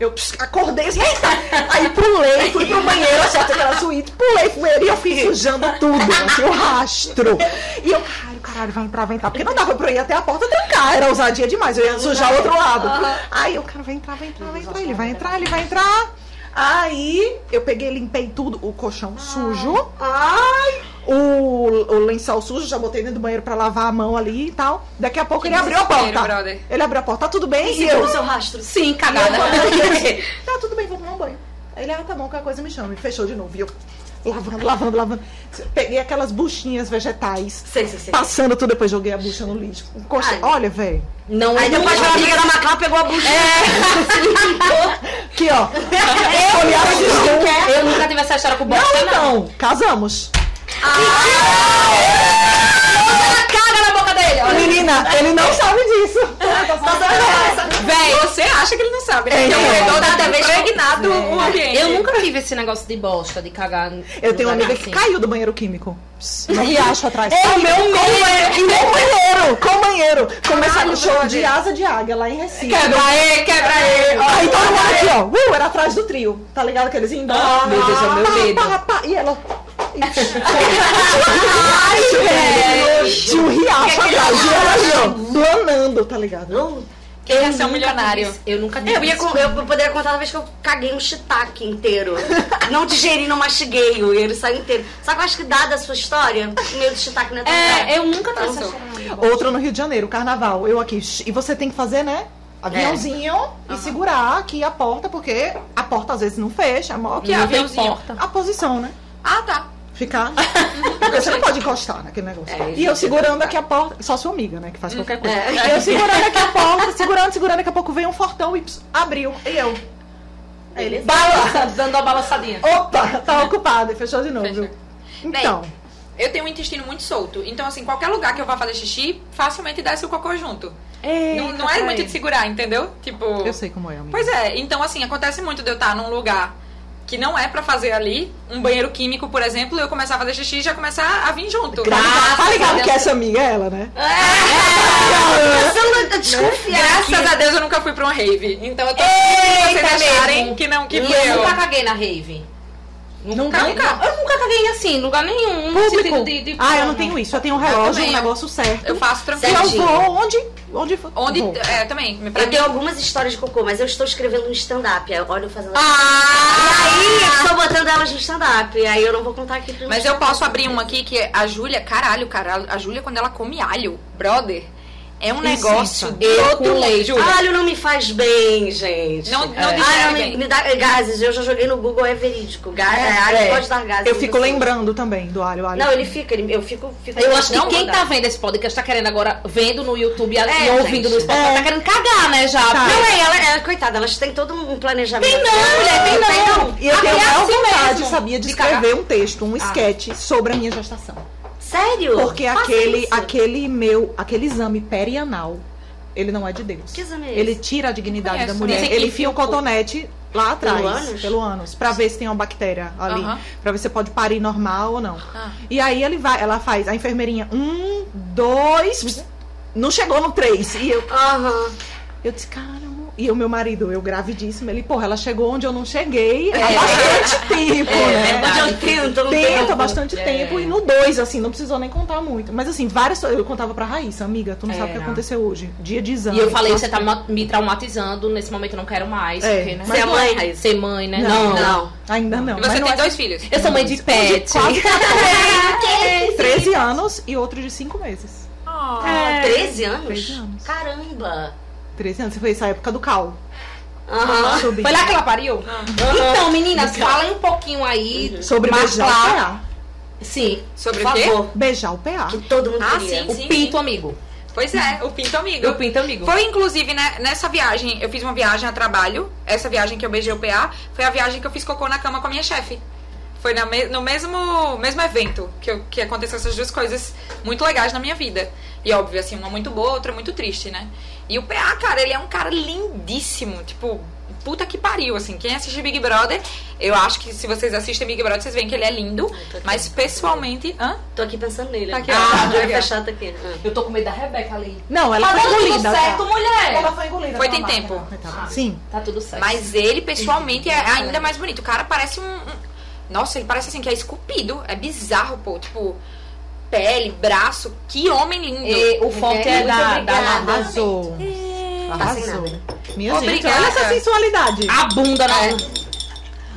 [SPEAKER 1] Eu pss, acordei, assim, eita! aí pulei, fui pro banheiro, achei aquela suíte, pulei, fui e eu fui sujando tudo, assim, o rastro. E eu, caralho, caralho, vai entrar, vai entrar. Porque não dava pra eu ir até a porta trancar, era ousadia demais, eu ia sujar o outro lado. Aí eu, cara, vai entrar, vai entrar, vai entrar, ele vai entrar, ele vai entrar. Aí eu peguei, limpei tudo, o colchão
[SPEAKER 4] Ah.
[SPEAKER 1] sujo. Ai! O, o lençol sujo, já botei dentro do banheiro pra lavar a mão ali e tal. Daqui a pouco ele abriu a
[SPEAKER 4] desespero,
[SPEAKER 1] porta.
[SPEAKER 4] brother.
[SPEAKER 1] Ele abriu a porta, tá tudo bem? E eu,
[SPEAKER 5] Segura o seu rastro.
[SPEAKER 2] Sim, cagada.
[SPEAKER 1] tá tudo bem, vou tomar um banho. Aí Ele, ah, tá bom, qualquer coisa me chama. E fechou de novo. E eu, lavando, lavando, lavando. Peguei aquelas buchinhas vegetais.
[SPEAKER 5] Sei, sei, sei.
[SPEAKER 1] Passando tudo, depois joguei a bucha no lixo. Encostei.
[SPEAKER 5] Ai.
[SPEAKER 1] Olha, velho.
[SPEAKER 2] *laughs* Não
[SPEAKER 5] Aí depois a amiga da Maclá pegou a bucha.
[SPEAKER 1] Aqui,
[SPEAKER 2] *laughs*
[SPEAKER 1] ó. Olhava de novo.
[SPEAKER 2] Eu nunca tive essa história com bosta,
[SPEAKER 1] Não,
[SPEAKER 2] não.
[SPEAKER 1] então. Casamos.
[SPEAKER 2] Ela caga na boca dele, olha. Tá
[SPEAKER 1] Menina, ele não sabe
[SPEAKER 2] *laughs*
[SPEAKER 1] disso.
[SPEAKER 2] Véi,
[SPEAKER 4] Você acha que ele não sabe, né?
[SPEAKER 1] É,
[SPEAKER 4] Porque o
[SPEAKER 1] é.
[SPEAKER 2] Tá
[SPEAKER 4] corredor
[SPEAKER 5] Cada
[SPEAKER 4] deve
[SPEAKER 5] vez
[SPEAKER 4] ter impregnado o ambiente.
[SPEAKER 2] É. eu nunca tive esse negócio de bosta, de cagar. no
[SPEAKER 1] Eu tenho uma
[SPEAKER 2] lugar
[SPEAKER 1] amiga que
[SPEAKER 2] assim.
[SPEAKER 1] caiu do banheiro químico. Não me acho atrás.
[SPEAKER 2] É, o meu
[SPEAKER 1] Com
[SPEAKER 2] medo.
[SPEAKER 1] banheiro, e meu banheiro, com banheiro. Começaram
[SPEAKER 4] Caralho,
[SPEAKER 1] o show de
[SPEAKER 4] brother.
[SPEAKER 1] asa de águia lá em Recife.
[SPEAKER 2] Quebra aí, quebra aí. ó.
[SPEAKER 1] Aí todo mundo aqui, ó. Uh, era atrás do trio. Tá ligado que eles iam embora?
[SPEAKER 2] Ah, meu Deus, é o meu
[SPEAKER 1] Pá,
[SPEAKER 2] medo.
[SPEAKER 1] pá, pá. E ela. Ai, velho. Tinha um riacho atrás. E ela ali, ó. Planando, tá ligado?
[SPEAKER 5] Não,
[SPEAKER 4] Quem é seu
[SPEAKER 2] nunca
[SPEAKER 4] milionário?
[SPEAKER 2] tive- Eu nunca tive.
[SPEAKER 5] Eu, ia,
[SPEAKER 2] isso.
[SPEAKER 5] com- eu poderia contar uma vez que eu caguei um shiitake inteiro. Não digeri, não mastiguei, e ele saiu inteiro. Só que eu acho que, dada a sua história, o medo de shiitake não é tão grave.
[SPEAKER 2] É, eu nunca tive essa
[SPEAKER 5] Passou.
[SPEAKER 2] história. de bosta.
[SPEAKER 1] Outra no Rio de Janeiro, carnaval. Eu aqui. shh, E você tem que fazer, né? Aviãozinho
[SPEAKER 2] É.
[SPEAKER 1] e segurar aqui a porta, porque a porta às vezes não fecha. A, maior que
[SPEAKER 2] Não
[SPEAKER 1] a,
[SPEAKER 2] tem
[SPEAKER 4] é aviãozinho.
[SPEAKER 2] porta.
[SPEAKER 1] a posição, né?
[SPEAKER 4] Ah, tá.
[SPEAKER 1] Ficar. Porque você não pode encostar naquele negócio.
[SPEAKER 2] É,
[SPEAKER 1] e eu segurando aqui a porta. Só sua amiga, né? Que faz qualquer coisa.
[SPEAKER 5] É.
[SPEAKER 1] Eu segurando aqui a porta, segurando, segurando. Daqui a pouco veio um fortão e ps, abriu. E eu. Aí
[SPEAKER 4] é
[SPEAKER 1] ele.
[SPEAKER 2] Balançando, dando uma balançadinha.
[SPEAKER 1] Opa, tá ocupado. E fechou de novo.
[SPEAKER 4] Fechou.
[SPEAKER 1] Então,
[SPEAKER 4] Eu tenho um intestino muito solto. Então, assim, qualquer lugar que eu vá fazer xixi, facilmente desce o cocô junto. não, não é muito de segurar, entendeu? Tipo.
[SPEAKER 1] eu sei como é, amiga.
[SPEAKER 4] Pois é, então assim, acontece muito de eu estar num lugar que não é pra fazer ali, um banheiro químico, por exemplo, e eu começar a fazer xixi e já começar a vir junto.
[SPEAKER 1] Tá, tá
[SPEAKER 2] Graças a
[SPEAKER 1] ligado
[SPEAKER 2] Deus.
[SPEAKER 1] que essa amiga é ela, né?
[SPEAKER 5] Pensando,
[SPEAKER 4] é?
[SPEAKER 5] eu desconfiar.
[SPEAKER 4] Graças a Deus eu nunca fui pra uma rave. Então eu tô
[SPEAKER 2] Eita,
[SPEAKER 4] feliz de vocês acharem
[SPEAKER 2] mesmo.
[SPEAKER 4] que não, que
[SPEAKER 2] e
[SPEAKER 4] fui
[SPEAKER 2] eu
[SPEAKER 4] eu.
[SPEAKER 2] nunca caguei na rave.
[SPEAKER 4] Nunca?
[SPEAKER 2] Não, Eu nunca caguei assim, em lugar nenhum. no sentido de- de-
[SPEAKER 1] ah, eu não tenho isso. Eu tenho um relógio, um
[SPEAKER 4] também.
[SPEAKER 1] negócio certo.
[SPEAKER 4] Eu faço
[SPEAKER 1] E
[SPEAKER 4] tranquilo.
[SPEAKER 1] eu
[SPEAKER 5] Certinho.
[SPEAKER 1] vou onde? Onde for.
[SPEAKER 4] Onde.
[SPEAKER 1] Vou.
[SPEAKER 4] É, também. Pra
[SPEAKER 5] Eu
[SPEAKER 4] mim,
[SPEAKER 5] tenho algumas histórias de cocô, mas eu estou escrevendo um stand-up. aí Olha eu fazendo...
[SPEAKER 4] Ah!
[SPEAKER 5] E aí, eu estou botando elas no stand-up. Aí eu não vou contar aqui pra
[SPEAKER 4] Mas eu posso abrir uma aqui que a Júlia, caralho, cara, a Júlia quando ela come alho, brother, é um
[SPEAKER 1] Licença.
[SPEAKER 4] negócio de
[SPEAKER 2] Eu
[SPEAKER 4] outro
[SPEAKER 2] com leite.
[SPEAKER 4] leite. Júlia.
[SPEAKER 5] Alho não me faz bem, gente. É.
[SPEAKER 4] Não- não digere
[SPEAKER 5] Ai, não me,
[SPEAKER 4] bem.
[SPEAKER 5] me dá gases. Eu já joguei no Google, é verídico. Ga- é, alho
[SPEAKER 1] é.
[SPEAKER 5] pode dar gases.
[SPEAKER 1] Eu
[SPEAKER 5] em
[SPEAKER 1] fico
[SPEAKER 5] assim, você.
[SPEAKER 1] lembrando também do alho. alho.
[SPEAKER 5] Não, ele fica, ele- eu fico, fico-
[SPEAKER 2] Eu acho que
[SPEAKER 5] Não
[SPEAKER 2] quem
[SPEAKER 5] vou
[SPEAKER 2] tá
[SPEAKER 5] dar.
[SPEAKER 2] vendo esse podcast tá querendo agora, vendo no YouTube e
[SPEAKER 5] É,
[SPEAKER 2] e ouvindo
[SPEAKER 5] gente.
[SPEAKER 2] no Spotify,
[SPEAKER 1] É.
[SPEAKER 2] tá querendo cagar, né, já.
[SPEAKER 1] Tá.
[SPEAKER 2] Não é
[SPEAKER 5] elas, coitadas, elas têm todo um planejamento.
[SPEAKER 2] Tem não, mulher, tem não.
[SPEAKER 1] Ah, E eu
[SPEAKER 2] Aqui
[SPEAKER 1] tenho
[SPEAKER 2] é
[SPEAKER 1] a maior
[SPEAKER 2] assim
[SPEAKER 1] vontade,
[SPEAKER 2] mesmo.
[SPEAKER 1] sabia, de
[SPEAKER 2] cagar.
[SPEAKER 1] escrever um texto, um esquete sobre a minha gestação.
[SPEAKER 5] Sério?
[SPEAKER 1] Porque
[SPEAKER 5] Faça
[SPEAKER 1] aquele,
[SPEAKER 5] isso.
[SPEAKER 1] aquele meu, aquele exame perianal, ele não é de Deus.
[SPEAKER 5] Que exame é
[SPEAKER 1] Ele
[SPEAKER 5] esse?
[SPEAKER 1] tira a dignidade
[SPEAKER 4] Conheço,
[SPEAKER 1] da
[SPEAKER 4] né?
[SPEAKER 1] mulher.
[SPEAKER 2] dizem que
[SPEAKER 1] Ele
[SPEAKER 2] enfia
[SPEAKER 1] enfia
[SPEAKER 2] o
[SPEAKER 1] um cotonete lá atrás,
[SPEAKER 5] ânus?
[SPEAKER 1] pelo ânus, pra ver se tem uma bactéria ali,
[SPEAKER 4] Aham.
[SPEAKER 1] pra ver se pode parir normal ou não.
[SPEAKER 4] Ah.
[SPEAKER 1] E aí ele vai, ela faz a enfermeirinha um,
[SPEAKER 4] Uhum.
[SPEAKER 1] dois, não chegou no três e eu
[SPEAKER 5] Aham.
[SPEAKER 1] eu disse, caramba. E o meu marido, eu gravidíssima, ele, porra, ela chegou onde eu não cheguei há
[SPEAKER 2] É.
[SPEAKER 1] bastante tempo, né?
[SPEAKER 5] Onde eu tento, não
[SPEAKER 1] Tenta
[SPEAKER 5] tento.
[SPEAKER 1] há bastante
[SPEAKER 2] É.
[SPEAKER 1] tempo e no dois, assim, não precisou nem contar muito. Mas assim, várias. Eu contava pra Raíssa, amiga, tu não sabe o que
[SPEAKER 2] Era.
[SPEAKER 1] aconteceu hoje. Dia de exame.
[SPEAKER 2] É. E eu falei, você tá ma- me traumatizando, nesse momento eu não quero mais.
[SPEAKER 1] É,
[SPEAKER 2] porque, né?
[SPEAKER 1] mas
[SPEAKER 5] Ser
[SPEAKER 1] não-
[SPEAKER 5] mãe, Raíssa?
[SPEAKER 2] Ser mãe, né?
[SPEAKER 1] Não,
[SPEAKER 2] Não.
[SPEAKER 5] Não.
[SPEAKER 1] Ainda não.
[SPEAKER 4] E
[SPEAKER 1] mas
[SPEAKER 4] você
[SPEAKER 1] não
[SPEAKER 4] tem
[SPEAKER 1] é-
[SPEAKER 4] dois filhos.
[SPEAKER 2] Eu sou mãe de pet. *laughs*
[SPEAKER 1] quase
[SPEAKER 5] Ah,
[SPEAKER 1] 13 é. anos e outro de 5 meses.
[SPEAKER 5] Ah, 13 anos?
[SPEAKER 1] 13 É. anos.
[SPEAKER 5] Caramba.
[SPEAKER 1] 13 anos, foi essa época do cal.
[SPEAKER 5] Aham.
[SPEAKER 1] Sobre,
[SPEAKER 2] Ah, Foi lá que ela pariu? Então, meninas, falem um pouquinho aí.
[SPEAKER 1] sobre
[SPEAKER 2] mas
[SPEAKER 1] beijar
[SPEAKER 2] claro.
[SPEAKER 1] o PA.
[SPEAKER 2] Sim.
[SPEAKER 4] Sobre
[SPEAKER 2] por
[SPEAKER 4] o quê?
[SPEAKER 2] favor.
[SPEAKER 1] Beijar o PA.
[SPEAKER 5] Que todo mundo
[SPEAKER 4] Ah,
[SPEAKER 5] queria.
[SPEAKER 4] sim.
[SPEAKER 2] O pinto, amigo.
[SPEAKER 4] Pois é, o Pinto Amigo.
[SPEAKER 2] O pinto, amigo.
[SPEAKER 4] Foi inclusive né, nessa viagem, eu fiz uma viagem a trabalho. Essa viagem que eu beijei o PA foi a viagem que eu fiz cocô na cama com a minha chefe. Foi na me- no mesmo, mesmo evento que, eu- que aconteceu essas duas coisas muito legais na minha vida. E óbvio, assim, uma muito boa, outra muito triste, né? E o PA, cara, ele é um cara lindíssimo. Tipo, puta que pariu, assim. Quem assiste Big Brother, eu acho que se vocês assistem Big Brother, vocês veem que ele é lindo.
[SPEAKER 5] tô aqui.
[SPEAKER 4] Mas pessoalmente. Hã?
[SPEAKER 5] Tô aqui pensando nele.
[SPEAKER 4] Tá aqui, ó.
[SPEAKER 5] ah,
[SPEAKER 4] Tá
[SPEAKER 5] vai
[SPEAKER 4] aqui, ó.
[SPEAKER 5] fechar tá aqui. Ah.
[SPEAKER 2] Eu tô com medo da Rebeca ali.
[SPEAKER 1] Não, ela
[SPEAKER 2] Tá
[SPEAKER 1] foi
[SPEAKER 2] dando tudo
[SPEAKER 1] engolida. tá?
[SPEAKER 2] certo, mulher.
[SPEAKER 1] Ela foi engolida.
[SPEAKER 4] Foi,
[SPEAKER 1] pela
[SPEAKER 4] tem
[SPEAKER 1] máquina.
[SPEAKER 4] tempo.
[SPEAKER 1] Coitada. Sim.
[SPEAKER 2] Tá tudo certo.
[SPEAKER 4] Mas ele,
[SPEAKER 2] *laughs*
[SPEAKER 4] pessoalmente, é ainda mais bonito. O cara parece um. um- Nossa, ele parece assim, que é esculpido. É bizarro, pô. Tipo, pele, braço. Que homem lindo.
[SPEAKER 2] E o forte é,
[SPEAKER 5] Muito
[SPEAKER 2] da, da
[SPEAKER 5] obrigada.
[SPEAKER 2] Lava-
[SPEAKER 1] Arrasou.
[SPEAKER 5] tá
[SPEAKER 1] Arrasou. Minha gente,
[SPEAKER 4] Obrigada.
[SPEAKER 1] olha essa sensualidade.
[SPEAKER 2] A bunda, né?
[SPEAKER 4] É.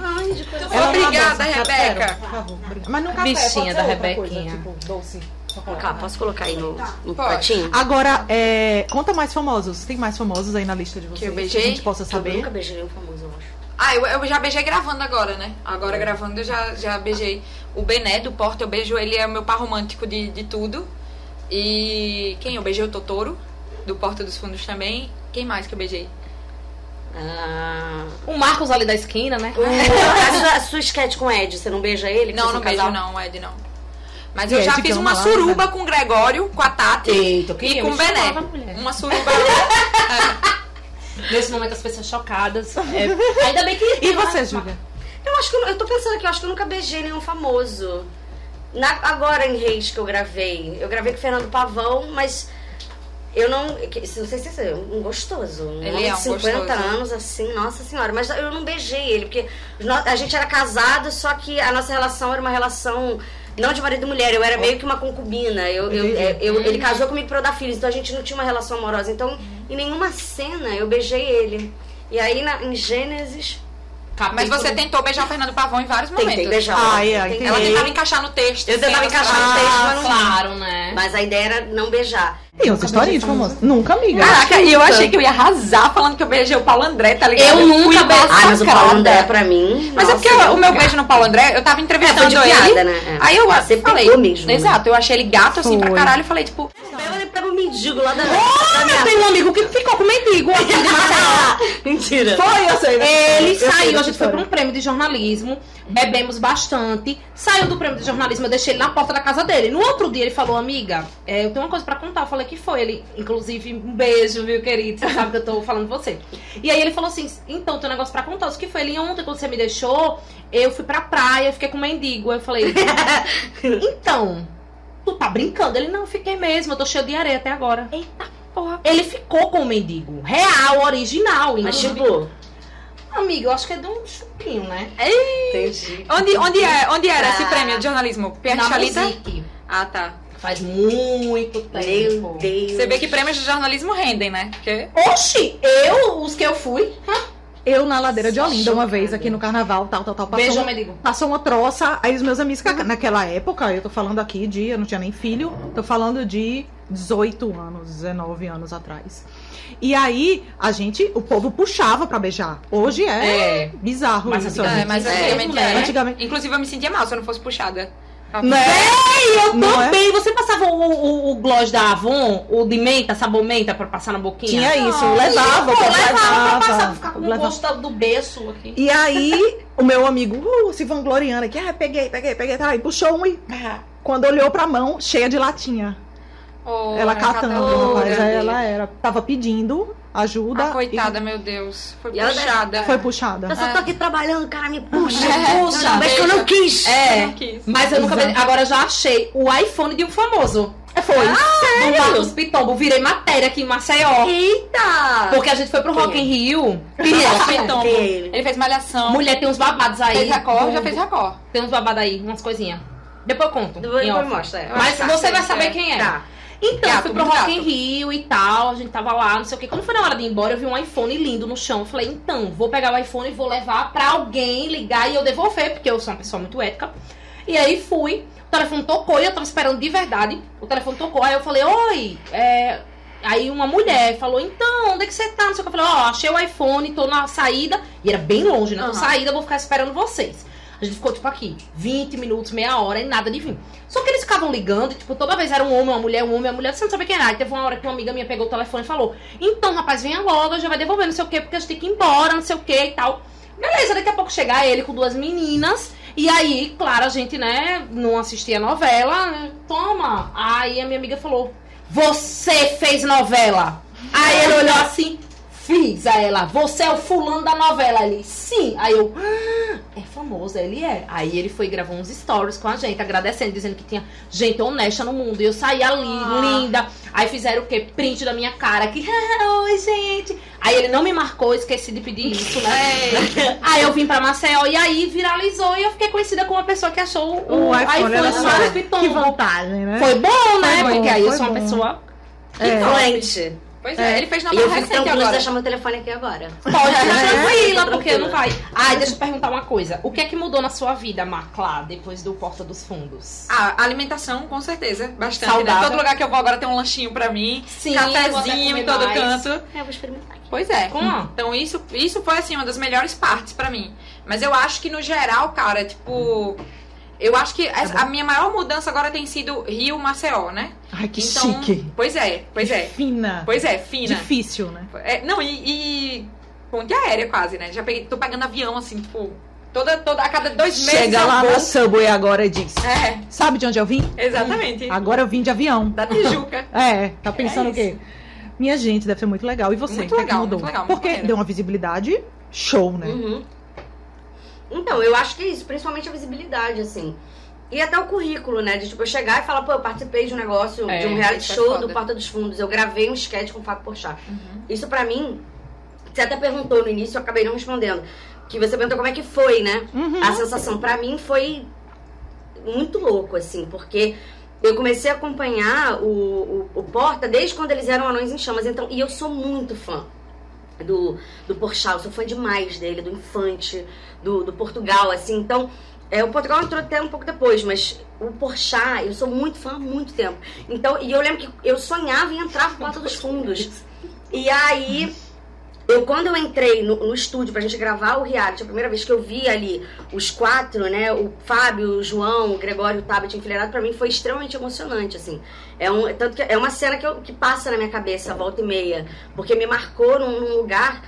[SPEAKER 5] Ai, de
[SPEAKER 1] Então
[SPEAKER 5] coisa.
[SPEAKER 4] Ela- Obrigada,
[SPEAKER 1] não adoça,
[SPEAKER 4] Rebeca.
[SPEAKER 1] quero, por favor, obrigada. Mas nunca
[SPEAKER 2] Bichinha da Rebequinha.
[SPEAKER 1] tipo, doce.
[SPEAKER 5] Colocar, posso colocar aí no, no
[SPEAKER 4] Pode.
[SPEAKER 5] potinho?
[SPEAKER 1] Agora, é, conta mais famosos. Tem mais famosos aí na lista de vocês?
[SPEAKER 4] eu beijei?
[SPEAKER 1] a gente possa
[SPEAKER 5] Eu nunca
[SPEAKER 1] saber.
[SPEAKER 5] beijei nenhum famoso, eu acho.
[SPEAKER 4] Ah, eu, eu já beijei gravando agora, né? Agora gravando eu já, já beijei o Bené do Porto. Eu beijo ele, é o meu par romântico de, de tudo. E quem? Eu beijei o Totoro, do Porto dos Fundos também. Quem mais que eu beijei?
[SPEAKER 5] Ah,
[SPEAKER 2] O Marcos ali da esquina, né?
[SPEAKER 4] *laughs*
[SPEAKER 5] a sua, a sua sketch com o Ed, você não beija ele? que
[SPEAKER 4] não,
[SPEAKER 5] vocês
[SPEAKER 4] não
[SPEAKER 5] são
[SPEAKER 4] beijo
[SPEAKER 5] casal?
[SPEAKER 4] não, Ed, não. Mas
[SPEAKER 1] E
[SPEAKER 4] eu
[SPEAKER 1] Ed,
[SPEAKER 4] já
[SPEAKER 1] que
[SPEAKER 4] fiz
[SPEAKER 1] é
[SPEAKER 4] uma
[SPEAKER 1] uma
[SPEAKER 4] suruba com o Gregório, com a Tati
[SPEAKER 2] Eita, eu
[SPEAKER 4] e
[SPEAKER 2] queria,
[SPEAKER 4] com
[SPEAKER 2] me
[SPEAKER 4] o Bené.
[SPEAKER 2] chamava, mulher.
[SPEAKER 4] Uma suruba
[SPEAKER 2] Nesse momento as pessoas chocadas.
[SPEAKER 1] *laughs*
[SPEAKER 2] É, Ainda bem que.
[SPEAKER 1] E você, Júlia?
[SPEAKER 5] Eu acho que eu, eu tô pensando aqui, eu acho que eu nunca beijei nenhum famoso. Na- agora em Reis que eu gravei. Eu gravei com o Fernando Pavão, mas eu não. que- Não sei se é um gostoso. Um
[SPEAKER 4] Ele
[SPEAKER 5] homem
[SPEAKER 4] é um
[SPEAKER 5] de 50
[SPEAKER 4] gostoso.
[SPEAKER 5] anos, assim, nossa senhora. Mas eu não beijei ele, porque no- a gente era casado, só que a nossa relação era uma relação. Não de marido e mulher, eu era meio que uma concubina. Eu, eu- é, eu-
[SPEAKER 4] Uhum.
[SPEAKER 5] ele casou comigo pra eu dar filhos, então a gente não tinha uma relação amorosa. Então, em nenhuma cena eu beijei ele. E aí, na- em Gênesis,
[SPEAKER 4] Mas
[SPEAKER 2] Capítulo-
[SPEAKER 4] você tentou beijar o Fernando Pavão em vários
[SPEAKER 5] tentei
[SPEAKER 4] momentos.
[SPEAKER 5] beijar. né?
[SPEAKER 1] Ai, ai,
[SPEAKER 5] Tentei-
[SPEAKER 4] Ela
[SPEAKER 1] Ei.
[SPEAKER 4] tentava encaixar no texto.
[SPEAKER 5] Eu tentava
[SPEAKER 4] cenas,
[SPEAKER 5] encaixar no
[SPEAKER 4] sabe?
[SPEAKER 5] texto, mas
[SPEAKER 2] Ah,
[SPEAKER 5] não
[SPEAKER 2] claro, né?
[SPEAKER 5] Mas a ideia era não beijar.
[SPEAKER 1] Tem umas historinhas de famosos. Nunca, amiga.
[SPEAKER 4] Caraca, e eu achei que eu ia arrasar falando que eu beijei o Paulo André, tá ligado?
[SPEAKER 2] Eu nunca
[SPEAKER 4] fui
[SPEAKER 2] beijei.
[SPEAKER 4] massacrada.
[SPEAKER 5] Ah, mas o Paulo André pra mim.
[SPEAKER 4] Mas é
[SPEAKER 5] nossa,
[SPEAKER 4] porque o meu beijo no Paulo André, eu tava
[SPEAKER 5] É, foi
[SPEAKER 4] entrevistando
[SPEAKER 5] de
[SPEAKER 4] ele.
[SPEAKER 5] piada, né? É.
[SPEAKER 4] Aí eu assim,
[SPEAKER 5] Ah, você
[SPEAKER 4] falei,
[SPEAKER 5] pegou mesmo, né?
[SPEAKER 4] exato, eu achei ele gato assim pra
[SPEAKER 1] Foi.
[SPEAKER 4] caralho, eu falei tipo,
[SPEAKER 5] Eu olhei pra um mendigo lá da. da minha-
[SPEAKER 2] Eu tenho um amigo que ficou
[SPEAKER 1] *laughs*
[SPEAKER 2] com mendigo aqui tá de Maceió.
[SPEAKER 5] Mentira.
[SPEAKER 1] Foi, eu sei. né?
[SPEAKER 2] Ele
[SPEAKER 1] Eu sei
[SPEAKER 2] saiu, a
[SPEAKER 1] dessa
[SPEAKER 2] gente foi
[SPEAKER 1] história.
[SPEAKER 2] pra um prêmio de jornalismo, bebemos bastante, saiu do prêmio de jornalismo, eu deixei ele na porta da casa dele. No outro dia ele falou, amiga, é, eu tenho uma coisa pra contar. Eu falei que foi. Ele, inclusive, um beijo, viu, querido? Você sabe que eu tô falando de você. E aí ele falou assim: então, tem um negócio pra contar. Isso que foi ele ontem, quando você me deixou, eu fui pra praia, fiquei com mendigo. Aí
[SPEAKER 1] *laughs*
[SPEAKER 2] Eu falei, então, tu tá brincando? Ele, não, fiquei mesmo, eu tô cheio de areia até agora. Eita porra. Ele ficou com o mendigo. Real, original.
[SPEAKER 5] Mas
[SPEAKER 2] inclusive.
[SPEAKER 5] tipo.
[SPEAKER 2] Amiga, eu acho que é de um chupinho, né?
[SPEAKER 5] Entendi.
[SPEAKER 4] onde, onde, é, onde era esse
[SPEAKER 5] Ah.
[SPEAKER 4] prêmio de jornalismo? Pierre
[SPEAKER 2] Na
[SPEAKER 4] Chalita?
[SPEAKER 2] Musique.
[SPEAKER 4] Ah, tá.
[SPEAKER 2] Faz muito
[SPEAKER 5] Meu
[SPEAKER 2] tempo.
[SPEAKER 5] Deus.
[SPEAKER 4] Você vê que prêmios de jornalismo rendem, né? Porque
[SPEAKER 2] Oxi, eu, os que eu fui.
[SPEAKER 1] Eu na ladeira de Olinda uma vez,
[SPEAKER 2] Chocada.
[SPEAKER 1] aqui no carnaval, tal, tal, tal. Passou um
[SPEAKER 2] Beijo,
[SPEAKER 1] uma-
[SPEAKER 2] mendigo.
[SPEAKER 1] Passou uma troça, aí os meus amigos, que naquela época, eu tô falando aqui de, eu não tinha nem filho, tô falando de 18 anos, 19 anos atrás. E aí, a gente, o povo puxava pra beijar. Hoje é,
[SPEAKER 2] É.
[SPEAKER 1] bizarro
[SPEAKER 2] Mas
[SPEAKER 1] isso. né? gente.
[SPEAKER 2] antigamente-
[SPEAKER 4] é, mas
[SPEAKER 2] É,
[SPEAKER 4] antigamente
[SPEAKER 2] mulher.
[SPEAKER 4] era.
[SPEAKER 1] Antigamente-
[SPEAKER 4] Inclusive eu me sentia mal se eu não fosse puxada.
[SPEAKER 1] Né?
[SPEAKER 2] Eu
[SPEAKER 1] Não
[SPEAKER 2] também. Você passava o, o, o gloss da Avon, o de menta, sabor menta, pra passar na boquinha?
[SPEAKER 1] Tinha isso,
[SPEAKER 4] Não,
[SPEAKER 1] levava,
[SPEAKER 2] Pô,
[SPEAKER 1] o povo
[SPEAKER 2] levava pra passar. com
[SPEAKER 8] levar-
[SPEAKER 2] gosto do berço aqui.
[SPEAKER 8] E aí, o meu amigo, uh, se vangloriando aqui, ah, peguei, peguei, peguei, tá, e puxou um e. pá, Quando olhou pra mão, cheia de latinha.
[SPEAKER 4] Oh,
[SPEAKER 8] ela catando,
[SPEAKER 4] catadora
[SPEAKER 8] rapaz.
[SPEAKER 1] é
[SPEAKER 8] Aí ela
[SPEAKER 4] dele.
[SPEAKER 8] era. Tava pedindo ajuda.
[SPEAKER 4] Ah, coitada, meu Deus. Foi
[SPEAKER 5] E ela-
[SPEAKER 4] puxada.
[SPEAKER 8] E
[SPEAKER 4] *laughs*
[SPEAKER 8] foi
[SPEAKER 5] Eu
[SPEAKER 8] puxada.
[SPEAKER 5] só tô aqui trabalhando, o cara me *laughs* puxa.
[SPEAKER 2] É, puxa.
[SPEAKER 5] Mas que eu não quis.
[SPEAKER 2] É,
[SPEAKER 3] Não quis.
[SPEAKER 2] mas eu nunca. vendi- Agora já achei o iPhone de um famoso. Foi. do Marcos Pitombo. Virei matéria aqui em Maceió.
[SPEAKER 5] Eita!
[SPEAKER 2] Porque a gente foi pro Rock in Rio.
[SPEAKER 4] Pitombo.
[SPEAKER 5] Quem é ele?
[SPEAKER 4] Ele fez malhação.
[SPEAKER 2] Mulher tem uns babados aí.
[SPEAKER 4] Fez Record, já fez Record.
[SPEAKER 2] Tem uns babados aí, umas coisinhas. Depois eu conto.
[SPEAKER 5] Depois
[SPEAKER 2] em
[SPEAKER 5] depois
[SPEAKER 2] off.
[SPEAKER 5] mostra. é.
[SPEAKER 2] Mas
[SPEAKER 4] Tá,
[SPEAKER 2] você vai
[SPEAKER 4] sim,
[SPEAKER 2] saber
[SPEAKER 4] é.
[SPEAKER 2] quem é.
[SPEAKER 5] Tá.
[SPEAKER 2] Então,
[SPEAKER 4] Gato,
[SPEAKER 2] fui pro
[SPEAKER 4] Ah, muito
[SPEAKER 2] Rock in
[SPEAKER 4] gato.
[SPEAKER 2] Rio e tal, a gente tava lá, não sei o quê. Quando foi na hora de ir embora, eu vi um iPhone lindo no chão. Eu falei, então, vou pegar o iPhone e vou levar pra alguém ligar e eu devolver, porque eu sou uma pessoa muito ética. E aí fui, o telefone tocou e eu tava esperando de verdade. O telefone tocou, aí eu falei, oi, é, Aí uma mulher falou, então, onde é que você tá? Não sei o que. Eu falei, ó, achei o iPhone, tô na saída. E era bem longe, né? Tô
[SPEAKER 4] Aham.
[SPEAKER 2] saída, vou ficar esperando vocês. A gente ficou, tipo, aqui, 20 minutos, meia hora e nada de vir. Só que eles ficavam ligando, e, tipo, toda vez era um homem, uma mulher, um homem, uma mulher. Você não sabe quem era. Aí teve uma hora que uma amiga minha pegou o telefone e falou, então, rapaz, venha logo, já vai devolver, não sei o que, porque a gente tem que ir embora, não sei o que e tal. Beleza, daqui a pouco chegar ele com duas meninas. E aí, claro, a gente, né, não assistia novela. né? Toma. Aí a minha amiga falou, você fez novela. Aí ele olhou assim, fiz. Aí ela, você é o fulano da novela. Ele, sim. Aí eu, "Ah, é famoso, ele é. Aí ele foi e gravou uns stories com a gente, agradecendo, dizendo que tinha gente honesta no mundo. E eu saí ali,
[SPEAKER 8] Ah.
[SPEAKER 2] linda. Aí fizeram o quê? Print da minha cara, que, "Ah, oi, gente. Aí ele não me marcou, esqueci de pedir isso, né? *laughs* aí eu vim pra Maceió e aí viralizou e eu fiquei conhecida como a pessoa que achou o,
[SPEAKER 8] O iPhone,
[SPEAKER 2] iPhone,
[SPEAKER 8] olha
[SPEAKER 2] do
[SPEAKER 8] só. né?
[SPEAKER 2] Marcos
[SPEAKER 8] Que
[SPEAKER 2] Pitombo.
[SPEAKER 8] vantagem, né? É.
[SPEAKER 2] Foi bom,
[SPEAKER 8] Foi
[SPEAKER 2] né?
[SPEAKER 8] bom,
[SPEAKER 2] Porque aí eu
[SPEAKER 8] foi
[SPEAKER 2] sou uma
[SPEAKER 8] bom.
[SPEAKER 2] pessoa.
[SPEAKER 5] é. Influente.
[SPEAKER 4] Pois é, ele fez na
[SPEAKER 5] Tá. E eu
[SPEAKER 4] barra
[SPEAKER 5] fico
[SPEAKER 4] recente
[SPEAKER 5] tranquila de
[SPEAKER 4] agora.
[SPEAKER 5] deixar meu telefone aqui agora.
[SPEAKER 2] Pode ficar tranquila, porque
[SPEAKER 5] Tranquila.
[SPEAKER 2] não vai. Ai, deixa eu perguntar uma coisa. O que é que mudou na sua vida, Marclá, depois do Porta dos Fundos?
[SPEAKER 4] A Ah, alimentação, com certeza, bastante. Né?
[SPEAKER 2] Saudável.
[SPEAKER 4] Todo lugar que eu vou agora tem um lanchinho pra mim.
[SPEAKER 2] Sim,
[SPEAKER 4] cafezinho em todo canto.
[SPEAKER 5] É, eu vou experimentar aqui.
[SPEAKER 4] Pois é.
[SPEAKER 2] Como?
[SPEAKER 4] Então isso, isso foi assim uma das melhores partes pra mim. Mas eu acho que no geral, cara, tipo, eu acho
[SPEAKER 8] Tá
[SPEAKER 4] que essa- a minha maior mudança agora tem sido Rio Maceió, né?
[SPEAKER 8] Ai, que
[SPEAKER 4] Então,
[SPEAKER 8] chique.
[SPEAKER 4] Pois é, pois é.
[SPEAKER 8] Fina.
[SPEAKER 4] Pois é, fina.
[SPEAKER 8] Difícil, né?
[SPEAKER 4] É, não, e, e ponte aérea quase, né? Já peguei, tô pegando avião assim, tipo, toda toda a cada dois meses
[SPEAKER 8] Chega
[SPEAKER 4] eu
[SPEAKER 8] lá
[SPEAKER 4] vou.
[SPEAKER 8] na Subway agora e diz:
[SPEAKER 4] É,
[SPEAKER 8] Sabe de onde eu vim?
[SPEAKER 4] exatamente.
[SPEAKER 8] Agora eu vim de avião.
[SPEAKER 4] Da
[SPEAKER 8] *laughs*
[SPEAKER 4] Tijuca.
[SPEAKER 8] É, tá pensando
[SPEAKER 4] É
[SPEAKER 8] o quê? Minha gente, deve ser muito legal. E você?
[SPEAKER 4] Muito
[SPEAKER 8] O que é que
[SPEAKER 4] legal,
[SPEAKER 8] mudou?
[SPEAKER 4] muito legal, muito
[SPEAKER 8] Porque
[SPEAKER 4] maneiro.
[SPEAKER 8] deu uma visibilidade show, né?
[SPEAKER 5] Uhum. Então, eu acho que é isso, principalmente a visibilidade, assim. E até o currículo, né? De tipo, eu chegar e falar, pô, eu participei de um negócio,
[SPEAKER 2] É,
[SPEAKER 5] de um reality
[SPEAKER 4] isso é
[SPEAKER 5] show
[SPEAKER 4] foda.
[SPEAKER 5] do Porta dos Fundos. Eu gravei um sketch com o Fábio Porchat. Isso pra mim, você até perguntou no início, eu acabei não respondendo. Que você perguntou como é que foi, né?
[SPEAKER 8] Uhum.
[SPEAKER 5] A sensação pra mim foi muito louco, assim, porque eu comecei a acompanhar o, o, o Porta desde quando eles eram Anões em Chamas, então, e eu sou muito fã do, do Porchat, eu sou fã demais dele, do Infante, do, do Portugal, assim, então, é, o Portugal entrou até um pouco depois, mas o Porchat, eu sou muito fã há muito tempo, então, e eu lembro que eu sonhava em entrar pro Porta dos Fundos, e aí... Eu, quando eu entrei no, no estúdio pra gente gravar o reality, a primeira vez que eu vi ali os quatro, né? O Fábio, o João, o Gregório, o Tabet enfileirado, pra mim foi extremamente emocionante, assim. É, um, tanto que é uma cena que, eu- que passa na minha cabeça, volta e meia. Porque me marcou num, num lugar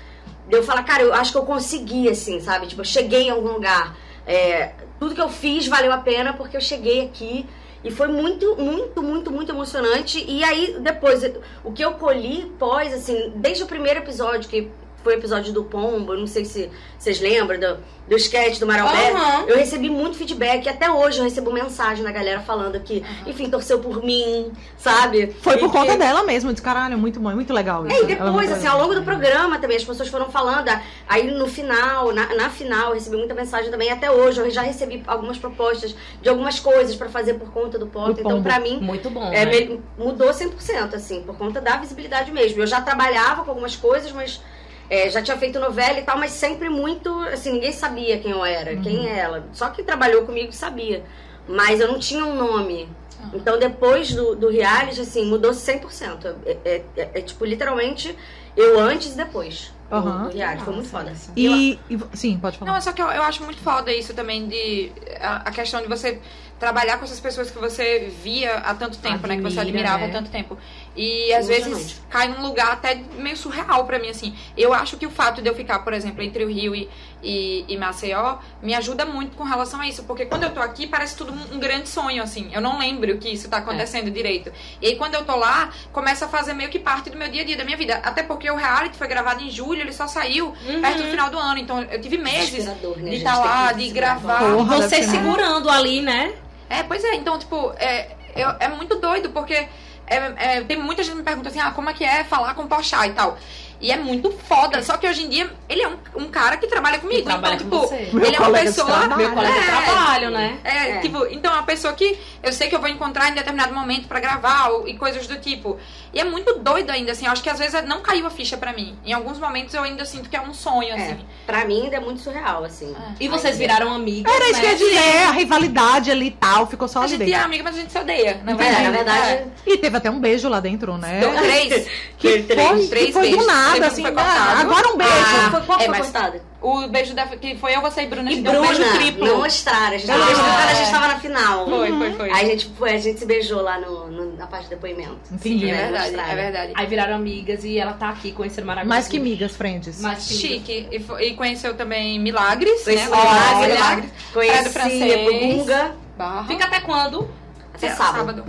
[SPEAKER 5] de eu falar, cara, eu acho que eu consegui, assim, sabe? Tipo, eu cheguei em algum lugar. É, tudo que eu fiz valeu a pena porque eu cheguei aqui. E foi muito, muito, muito, muito emocionante. E aí, depois, o que eu colhi pós, assim, desde o primeiro episódio, que foi o episódio do Pombo, eu não sei se vocês lembram do, do sketch do Maralberto.
[SPEAKER 2] Aham.
[SPEAKER 5] Eu recebi muito feedback, e até hoje eu recebo mensagem da galera falando que, enfim, torceu por mim, sabe?
[SPEAKER 8] Foi por
[SPEAKER 5] E
[SPEAKER 8] conta
[SPEAKER 5] que-
[SPEAKER 8] dela mesmo. Eu Disse, caralho, muito bom, muito legal.
[SPEAKER 5] É,
[SPEAKER 8] isso.
[SPEAKER 5] e
[SPEAKER 8] Ela muito
[SPEAKER 5] depois, assim,
[SPEAKER 8] legal.
[SPEAKER 5] ao longo do programa também, as pessoas foram falando. ah, Aí no final, na, na final, eu recebi muita mensagem também. Até hoje, eu já recebi algumas propostas de algumas coisas pra fazer por conta do
[SPEAKER 8] Do
[SPEAKER 5] ponto. Então,
[SPEAKER 8] Pombo.
[SPEAKER 5] pra mim,
[SPEAKER 2] Muito bom.
[SPEAKER 5] é,
[SPEAKER 2] né?
[SPEAKER 5] me- mudou 100%, assim, por conta da visibilidade mesmo. Eu já trabalhava com algumas coisas, mas é, já tinha feito novela e tal, mas sempre muito, assim, ninguém sabia quem eu era,
[SPEAKER 4] Uhum.
[SPEAKER 5] quem é ela. Só quem trabalhou comigo sabia. Mas eu não tinha um nome.
[SPEAKER 4] Ah.
[SPEAKER 5] Então, depois do, do reality, assim, mudou 100%. É, é, é, é, tipo, literalmente, eu antes e depois.
[SPEAKER 8] Aham.
[SPEAKER 5] no Viagem.
[SPEAKER 4] Ah,
[SPEAKER 5] Foi muito foda.
[SPEAKER 8] E, e- Sim, pode
[SPEAKER 4] Não,
[SPEAKER 8] falar.
[SPEAKER 4] é só que eu, eu acho muito foda isso também de. A, a questão de você trabalhar com essas pessoas que você via há tanto tempo, né? Que você
[SPEAKER 2] Admira,
[SPEAKER 4] admirava
[SPEAKER 2] né?
[SPEAKER 4] há tanto tempo. E às vezes
[SPEAKER 5] Exatamente.
[SPEAKER 4] cai num lugar até meio surreal pra mim, assim. Eu acho que o fato de eu ficar, por exemplo, entre o Rio e, e, e Maceió me ajuda muito com relação a isso. Porque quando eu tô aqui, parece tudo um, um grande sonho, assim. Eu não lembro que isso tá acontecendo direito. E aí, quando eu tô lá, começa a fazer meio que parte do meu dia a dia, da minha vida. Até porque o reality foi gravado em julho, ele só saiu
[SPEAKER 2] Uhum.
[SPEAKER 4] perto do final do ano. Então, eu tive meses
[SPEAKER 5] Desesperador, né?
[SPEAKER 4] de
[SPEAKER 5] gente?
[SPEAKER 4] estar
[SPEAKER 5] Tem
[SPEAKER 4] lá,
[SPEAKER 5] que
[SPEAKER 4] de
[SPEAKER 5] se
[SPEAKER 4] gravar.
[SPEAKER 8] Porra. Deve
[SPEAKER 2] Você
[SPEAKER 8] ser muito-
[SPEAKER 2] segurando ali, né?
[SPEAKER 4] É, pois é, então, tipo, é, eu- é muito doido, porque é- é, tem muita gente que me pergunta assim, ah, como é que é falar com o Porchat e tal. E é muito foda, só que hoje em dia ele é um, um cara que trabalha comigo.
[SPEAKER 2] Que trabalha
[SPEAKER 4] então,
[SPEAKER 2] com
[SPEAKER 4] tipo,
[SPEAKER 2] você.
[SPEAKER 8] Meu
[SPEAKER 4] ele é uma
[SPEAKER 8] colega de
[SPEAKER 4] pessoa.
[SPEAKER 8] trabalho.
[SPEAKER 1] Ah,
[SPEAKER 2] Meu colega de
[SPEAKER 4] É.
[SPEAKER 2] trabalho, né?
[SPEAKER 4] É,
[SPEAKER 5] É.
[SPEAKER 4] tipo, então é uma pessoa que eu sei que eu vou encontrar em determinado momento pra gravar ou- e coisas do tipo. E é muito doido ainda, assim, eu acho que às vezes não caiu a ficha pra mim. Em alguns momentos eu ainda sinto que é um sonho,
[SPEAKER 5] É.
[SPEAKER 4] assim.
[SPEAKER 5] Pra mim ainda é muito surreal, assim.
[SPEAKER 2] E vocês viraram amigas,
[SPEAKER 8] Era isso que eu ia
[SPEAKER 2] né?
[SPEAKER 8] dizer, é, a rivalidade ali e tal, ficou só
[SPEAKER 4] A
[SPEAKER 8] ali
[SPEAKER 4] gente é
[SPEAKER 8] dentro.
[SPEAKER 4] amigo, mas a gente se odeia, na
[SPEAKER 5] É,
[SPEAKER 4] verdade.
[SPEAKER 5] na verdade,
[SPEAKER 8] E teve até um beijo lá dentro, né?
[SPEAKER 4] Então, três.
[SPEAKER 8] que foi, que foi do
[SPEAKER 4] beijos.
[SPEAKER 8] nada,
[SPEAKER 4] Teve um que
[SPEAKER 8] assim,
[SPEAKER 4] foi
[SPEAKER 8] ah,
[SPEAKER 4] cortado.
[SPEAKER 8] agora um beijo.
[SPEAKER 5] ah,
[SPEAKER 4] foi- qual
[SPEAKER 5] é,
[SPEAKER 4] foi
[SPEAKER 5] mas...
[SPEAKER 4] cortada? O beijo da. Que foi eu, você e Bruna. a
[SPEAKER 5] E
[SPEAKER 4] gente
[SPEAKER 5] Bruna,
[SPEAKER 4] deu um beijo triplo.
[SPEAKER 5] não mostraram. A gente
[SPEAKER 4] Ah,
[SPEAKER 5] deu um beijo triplo quando a
[SPEAKER 4] é.
[SPEAKER 5] gente tava na final.
[SPEAKER 4] Foi, foi, foi.
[SPEAKER 5] Aí a gente, foi, a gente se beijou lá no, no- na parte de depoimento.
[SPEAKER 8] Entendi.
[SPEAKER 4] é
[SPEAKER 5] né,
[SPEAKER 4] verdade,
[SPEAKER 5] mostraram.
[SPEAKER 4] é verdade.
[SPEAKER 2] Aí viraram amigas e ela tá aqui conhecendo Maragogi.
[SPEAKER 8] Mais que migas, friends.
[SPEAKER 2] Mais que migas.
[SPEAKER 4] Chique. E, fo- e conheceu também Milagres, né?
[SPEAKER 5] Conheci o Milagres,
[SPEAKER 4] Olha,
[SPEAKER 5] Milagres.
[SPEAKER 4] Credo
[SPEAKER 5] Conheci
[SPEAKER 4] francês.
[SPEAKER 5] a Bugunga.
[SPEAKER 4] Barra.
[SPEAKER 2] Fica até quando?
[SPEAKER 5] Até
[SPEAKER 4] É,
[SPEAKER 5] sábado,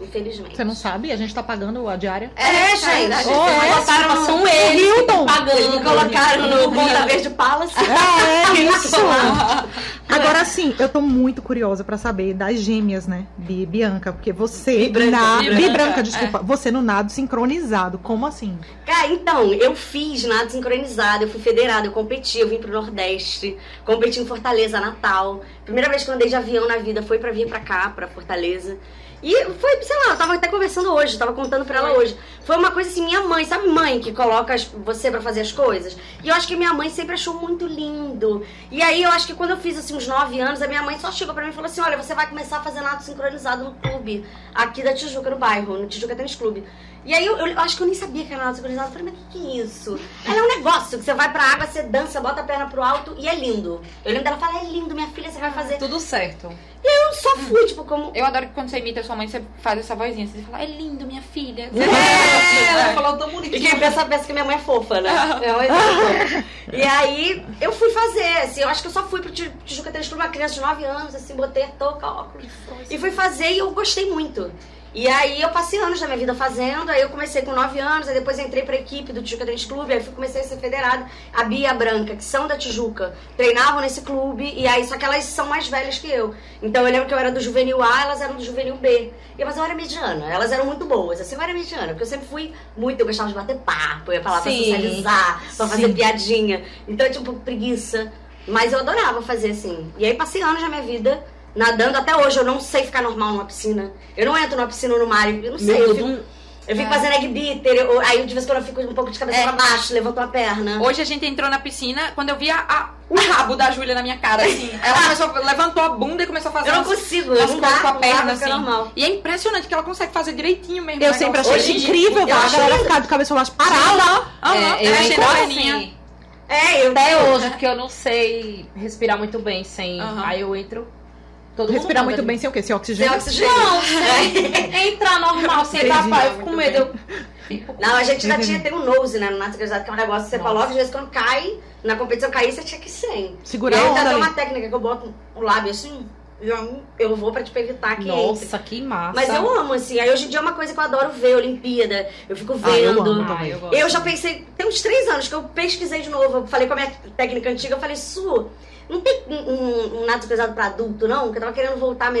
[SPEAKER 5] infelizmente.
[SPEAKER 8] Você não sabe? A gente tá pagando a diária?
[SPEAKER 5] É, é gente.
[SPEAKER 4] verdade.
[SPEAKER 5] Vocês
[SPEAKER 8] Oh,
[SPEAKER 5] não
[SPEAKER 8] é?
[SPEAKER 5] botaram
[SPEAKER 2] Botaram,
[SPEAKER 5] no-
[SPEAKER 4] um
[SPEAKER 2] são eles que
[SPEAKER 8] Hilton.
[SPEAKER 2] pagando.
[SPEAKER 5] Eles me colocaram
[SPEAKER 4] *laughs*
[SPEAKER 5] no Ponta Verde Palace.
[SPEAKER 8] *laughs* É, isso. Agora sim, eu tô muito curiosa pra saber das gêmeas, né? Bi e Bianca, porque você na
[SPEAKER 4] Bi Branca.
[SPEAKER 8] Bi Branca, desculpa, você no nado sincronizado. Como assim?
[SPEAKER 5] Cara, então, eu fiz nada sincronizado, eu fui federada, eu competi, eu vim pro Nordeste, competi em Fortaleza, Natal. Primeira vez que eu andei de avião na vida foi pra vir pra cá, pra Fortaleza. E foi, sei lá, eu tava até conversando hoje, eu tava contando pra ela hoje. Foi uma coisa assim, minha mãe, sabe mãe que coloca as- você pra fazer as coisas? E eu acho que minha mãe sempre achou muito lindo. E aí eu acho que quando eu fiz assim uns 9 anos, a minha mãe só chegou pra mim e falou assim: "Olha, você vai começar a fazer nado sincronizado no clube aqui da Tijuca no bairro, no Tijuca Tênis Clube". E aí eu, eu acho que eu nem sabia que era nado sincronizado. Eu falei: "Mas o que, que é isso?". Ela é um negócio que você vai pra água, você dança, bota a perna pro alto e é lindo. Eu lembro dela falar: "É lindo, minha filha, você vai fazer".
[SPEAKER 2] Tudo certo.
[SPEAKER 5] Eu só fui, tipo, como
[SPEAKER 4] Eu adoro que quando você imita a sua mãe, você faz essa vozinha. Você fala, é lindo, minha
[SPEAKER 5] *laughs*
[SPEAKER 4] filha.
[SPEAKER 2] É. Ela falou tão
[SPEAKER 5] E
[SPEAKER 2] bonitinho.
[SPEAKER 5] quem pensa, pensa que minha mãe é fofa, né? Minha mãe é *laughs* fofa. E aí, eu fui fazer, assim, eu acho que eu só fui pro Ti- Tijuca Tênis Clube, uma criança de 9 anos, assim, botei a touca, óculos. E fui fazer e eu gostei muito. E aí, eu passei anos da minha vida fazendo, aí eu comecei com 9 anos, aí depois entrei pra equipe do Tijuca Tênis Clube, aí fui, comecei a ser federada. A Bia e a Branca, que são da Tijuca, treinavam nesse clube, e aí, só que elas são mais velhas que eu. Então, eu lembro que eu era do Juvenil A, elas eram do Juvenil B. E, mas eu era mediana, elas eram muito boas, assim, eu era mediana, porque eu sempre fui muito, eu gostava de bater papo, eu ia pra lá pra
[SPEAKER 2] Sim.
[SPEAKER 5] socializar dançar, pra fazer piadinha. Então, tipo, preguiça. Mas eu adorava fazer assim. E aí passei anos da minha vida nadando. Até hoje eu não sei ficar normal numa piscina. Eu não entro numa piscina ou no mar. Eu não sei. Eu fico, eu fico fazendo egg beater. eu- aí de vez em quando eu fico um pouco de cabeça pra baixo, levanto uma perna.
[SPEAKER 4] Hoje a gente entrou na piscina, quando eu vi a, a- o rabo da Júlia na minha cara, assim. *laughs* Ela começou, levantou a bunda e começou a fazer
[SPEAKER 5] Eu não
[SPEAKER 4] umas-
[SPEAKER 5] consigo.
[SPEAKER 4] umas
[SPEAKER 5] Eu não
[SPEAKER 4] coisas
[SPEAKER 5] dá,
[SPEAKER 4] com a perna,
[SPEAKER 5] fica
[SPEAKER 4] assim.
[SPEAKER 5] normal.
[SPEAKER 4] E é impressionante que ela consegue fazer direitinho mesmo.
[SPEAKER 8] Eu
[SPEAKER 4] né?
[SPEAKER 8] sempre
[SPEAKER 4] Ela-
[SPEAKER 8] achei
[SPEAKER 4] Hoje em dia-
[SPEAKER 8] incrível,
[SPEAKER 4] eu
[SPEAKER 8] cara. A
[SPEAKER 4] acho-
[SPEAKER 8] galera ficar de cabeça pra baixo parada.
[SPEAKER 4] Aham,
[SPEAKER 2] É, eu
[SPEAKER 4] eu achei
[SPEAKER 2] ainda
[SPEAKER 4] na perninha.
[SPEAKER 2] assim.
[SPEAKER 5] É, eu
[SPEAKER 2] Até hoje, porque eu não sei respirar muito bem sem.
[SPEAKER 4] Aham.
[SPEAKER 2] Aí eu entro. Todo mundo
[SPEAKER 8] Respirar
[SPEAKER 2] manda
[SPEAKER 8] muito
[SPEAKER 2] de
[SPEAKER 8] bem sem o quê? Sem
[SPEAKER 5] Sem
[SPEAKER 8] oxigênio?
[SPEAKER 5] oxigênio.
[SPEAKER 2] *laughs* Entrar normal, sem
[SPEAKER 8] Entendi.
[SPEAKER 2] tapar, eu fico com
[SPEAKER 4] Muito
[SPEAKER 2] medo.
[SPEAKER 4] bem.
[SPEAKER 2] Eu fico com-
[SPEAKER 5] Não, a gente ainda tinha, tem um nose, né, no Nato Cruzado, que é um negócio que você
[SPEAKER 2] Nossa.
[SPEAKER 5] coloca, às vezes quando cai, na competição cair, você tinha que ir sem.
[SPEAKER 8] Segurar
[SPEAKER 5] e
[SPEAKER 8] a
[SPEAKER 5] aí eu
[SPEAKER 8] onda
[SPEAKER 5] tenho
[SPEAKER 8] ali.
[SPEAKER 5] uma técnica que eu boto o lábio assim, e aí eu vou pra tipo, evitar que entre.
[SPEAKER 2] Nossa, que massa.
[SPEAKER 5] Mas eu amo, assim. Aí hoje em dia é uma coisa que eu adoro ver, Olimpíada. Eu fico vendo.
[SPEAKER 8] Ah, eu amo
[SPEAKER 2] Ah, eu gosto.
[SPEAKER 5] Eu já pensei, tem uns três anos que eu pesquisei de novo. Eu falei com a minha técnica antiga, eu falei, Su, não tem um, um, um nato pesado pra adulto, não? Que eu tava querendo voltar a me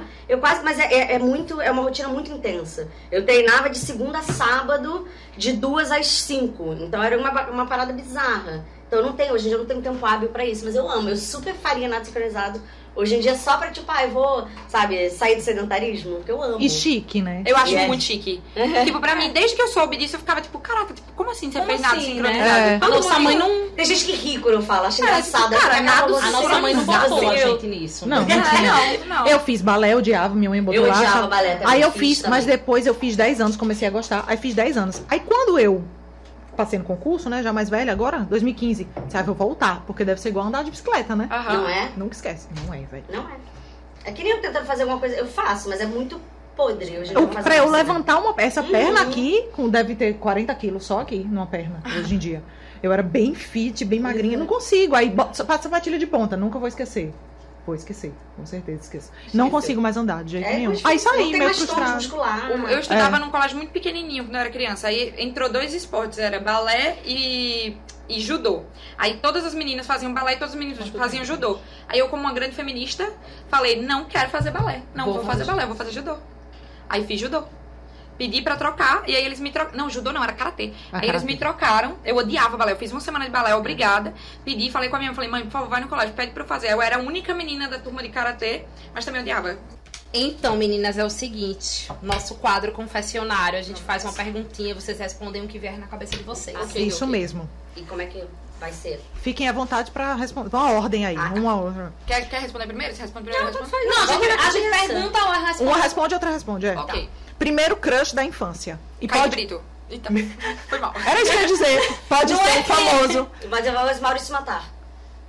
[SPEAKER 2] tá?
[SPEAKER 5] Eu quase, mas é, é- é muito, é uma rotina muito intensa. Eu treinava de segunda a sábado, de duas às cinco. Então era uma, ba- uma parada bizarra. Então eu não tenho, hoje em dia eu não tenho tempo hábil pra isso, mas eu amo, eu super faria nato sincronizado. Hoje em dia só pra, tipo, ah, eu vou, sabe, sair do sedentarismo, porque eu amo.
[SPEAKER 8] E chique, né?
[SPEAKER 4] Eu acho
[SPEAKER 5] Yes.
[SPEAKER 4] muito chique. tipo, pra mim, desde que eu soube disso, eu ficava tipo, caraca, tipo, como assim você
[SPEAKER 2] Como
[SPEAKER 4] fez nada
[SPEAKER 2] assim,
[SPEAKER 4] sincronizado?
[SPEAKER 8] né?
[SPEAKER 2] *laughs*
[SPEAKER 4] Todo
[SPEAKER 2] A
[SPEAKER 4] mundo
[SPEAKER 2] nossa mãe
[SPEAKER 4] tem-
[SPEAKER 2] não.
[SPEAKER 5] Tem gente que ri quando eu falo, acho
[SPEAKER 4] Cara,
[SPEAKER 5] engraçado.
[SPEAKER 4] cara,
[SPEAKER 5] é nada
[SPEAKER 4] nada
[SPEAKER 2] A nossa mãe não
[SPEAKER 4] Sim,
[SPEAKER 2] botou a
[SPEAKER 4] eu-
[SPEAKER 2] gente nisso.
[SPEAKER 8] Não, não
[SPEAKER 4] É,
[SPEAKER 8] tinha.
[SPEAKER 4] não, não.
[SPEAKER 8] Eu fiz balé, eu odiava, minha mãe botou
[SPEAKER 5] Eu
[SPEAKER 8] lá.
[SPEAKER 5] odiava
[SPEAKER 8] achava-
[SPEAKER 5] balé também.
[SPEAKER 8] Aí eu fiz,
[SPEAKER 5] também.
[SPEAKER 8] mas depois eu fiz 10 anos, comecei a gostar. Aí fiz 10 anos. Aí quando eu
[SPEAKER 1] passei no concurso, né? Já mais velha agora, 2015. Sabe, vou voltar, porque deve ser igual andar de bicicleta, né?
[SPEAKER 4] Aham.
[SPEAKER 5] Não é?
[SPEAKER 1] Nunca esquece. Não é, velho.
[SPEAKER 5] Não é. É que nem eu tentando fazer alguma coisa. Eu faço, mas é muito podre. Eu já
[SPEAKER 1] Eu,
[SPEAKER 5] não faço
[SPEAKER 1] pra eu
[SPEAKER 5] isso, né?
[SPEAKER 1] levantar uma essa
[SPEAKER 5] Uhum. Ah.
[SPEAKER 1] perna aqui, com, deve ter 40 quilos só aqui, numa perna, hoje em dia. Eu era bem fit, bem magrinha,
[SPEAKER 5] Uhum.
[SPEAKER 1] não consigo. Aí bo- só passa sapatilha de ponta, nunca vou esquecer. Vou esquecer, com certeza esqueço. Não consigo mais andar de jeito
[SPEAKER 5] É,
[SPEAKER 1] nenhum.
[SPEAKER 5] mas
[SPEAKER 1] Aí
[SPEAKER 5] não
[SPEAKER 1] saí,
[SPEAKER 5] tem
[SPEAKER 1] meio
[SPEAKER 5] mais tônus
[SPEAKER 1] frustrado.
[SPEAKER 5] muscular.
[SPEAKER 4] O- Eu estudava
[SPEAKER 1] É.
[SPEAKER 4] num colégio muito pequenininho quando eu era criança. Aí entrou dois esportes, era balé e, e judô. Aí todas as meninas faziam balé e todos os meninos faziam judô. Aí eu, como uma grande feminista, falei: não quero fazer balé. Não vou,
[SPEAKER 2] Vou
[SPEAKER 4] fazer,
[SPEAKER 2] fazer.
[SPEAKER 4] balé, vou fazer judô. Aí fiz judô. Pedi pra trocar, e aí eles me trocaram. Não, judô não, era karatê.
[SPEAKER 1] Ah,
[SPEAKER 4] aí eles
[SPEAKER 1] karatê.
[SPEAKER 4] me trocaram, eu odiava balé. Eu fiz uma semana de balé, obrigada. Pedi, falei com a minha mãe, falei, mãe, por favor, vai no colégio, pede pra eu fazer. Eu era a única menina da turma de karatê, mas também odiava.
[SPEAKER 2] Então, meninas, é o seguinte: nosso quadro confessionário. A gente faz uma perguntinha, vocês respondem o que vier na cabeça de vocês.
[SPEAKER 5] Ok.
[SPEAKER 1] Isso mesmo.
[SPEAKER 5] E como é que vai ser?
[SPEAKER 1] Fiquem à vontade pra responder. Uma ordem aí,
[SPEAKER 5] Ah.
[SPEAKER 1] uma outra.
[SPEAKER 4] Quer, quer responder primeiro? Você responde primeiro? eu respondo?
[SPEAKER 2] Não, a gente,
[SPEAKER 5] Vamos
[SPEAKER 2] a gente
[SPEAKER 5] nessa.
[SPEAKER 2] pergunta ou responde.
[SPEAKER 1] Uma responde, outra responde, é.
[SPEAKER 4] Ok.
[SPEAKER 1] Primeiro crush da infância. E
[SPEAKER 4] Caio
[SPEAKER 1] pode...
[SPEAKER 4] Brito. Eita, foi
[SPEAKER 5] *laughs*
[SPEAKER 4] mal.
[SPEAKER 1] Era isso que eu ia dizer. Pode
[SPEAKER 2] Não
[SPEAKER 1] ser
[SPEAKER 2] é que-
[SPEAKER 1] famoso.
[SPEAKER 5] Mas eu vou Maurício Matar.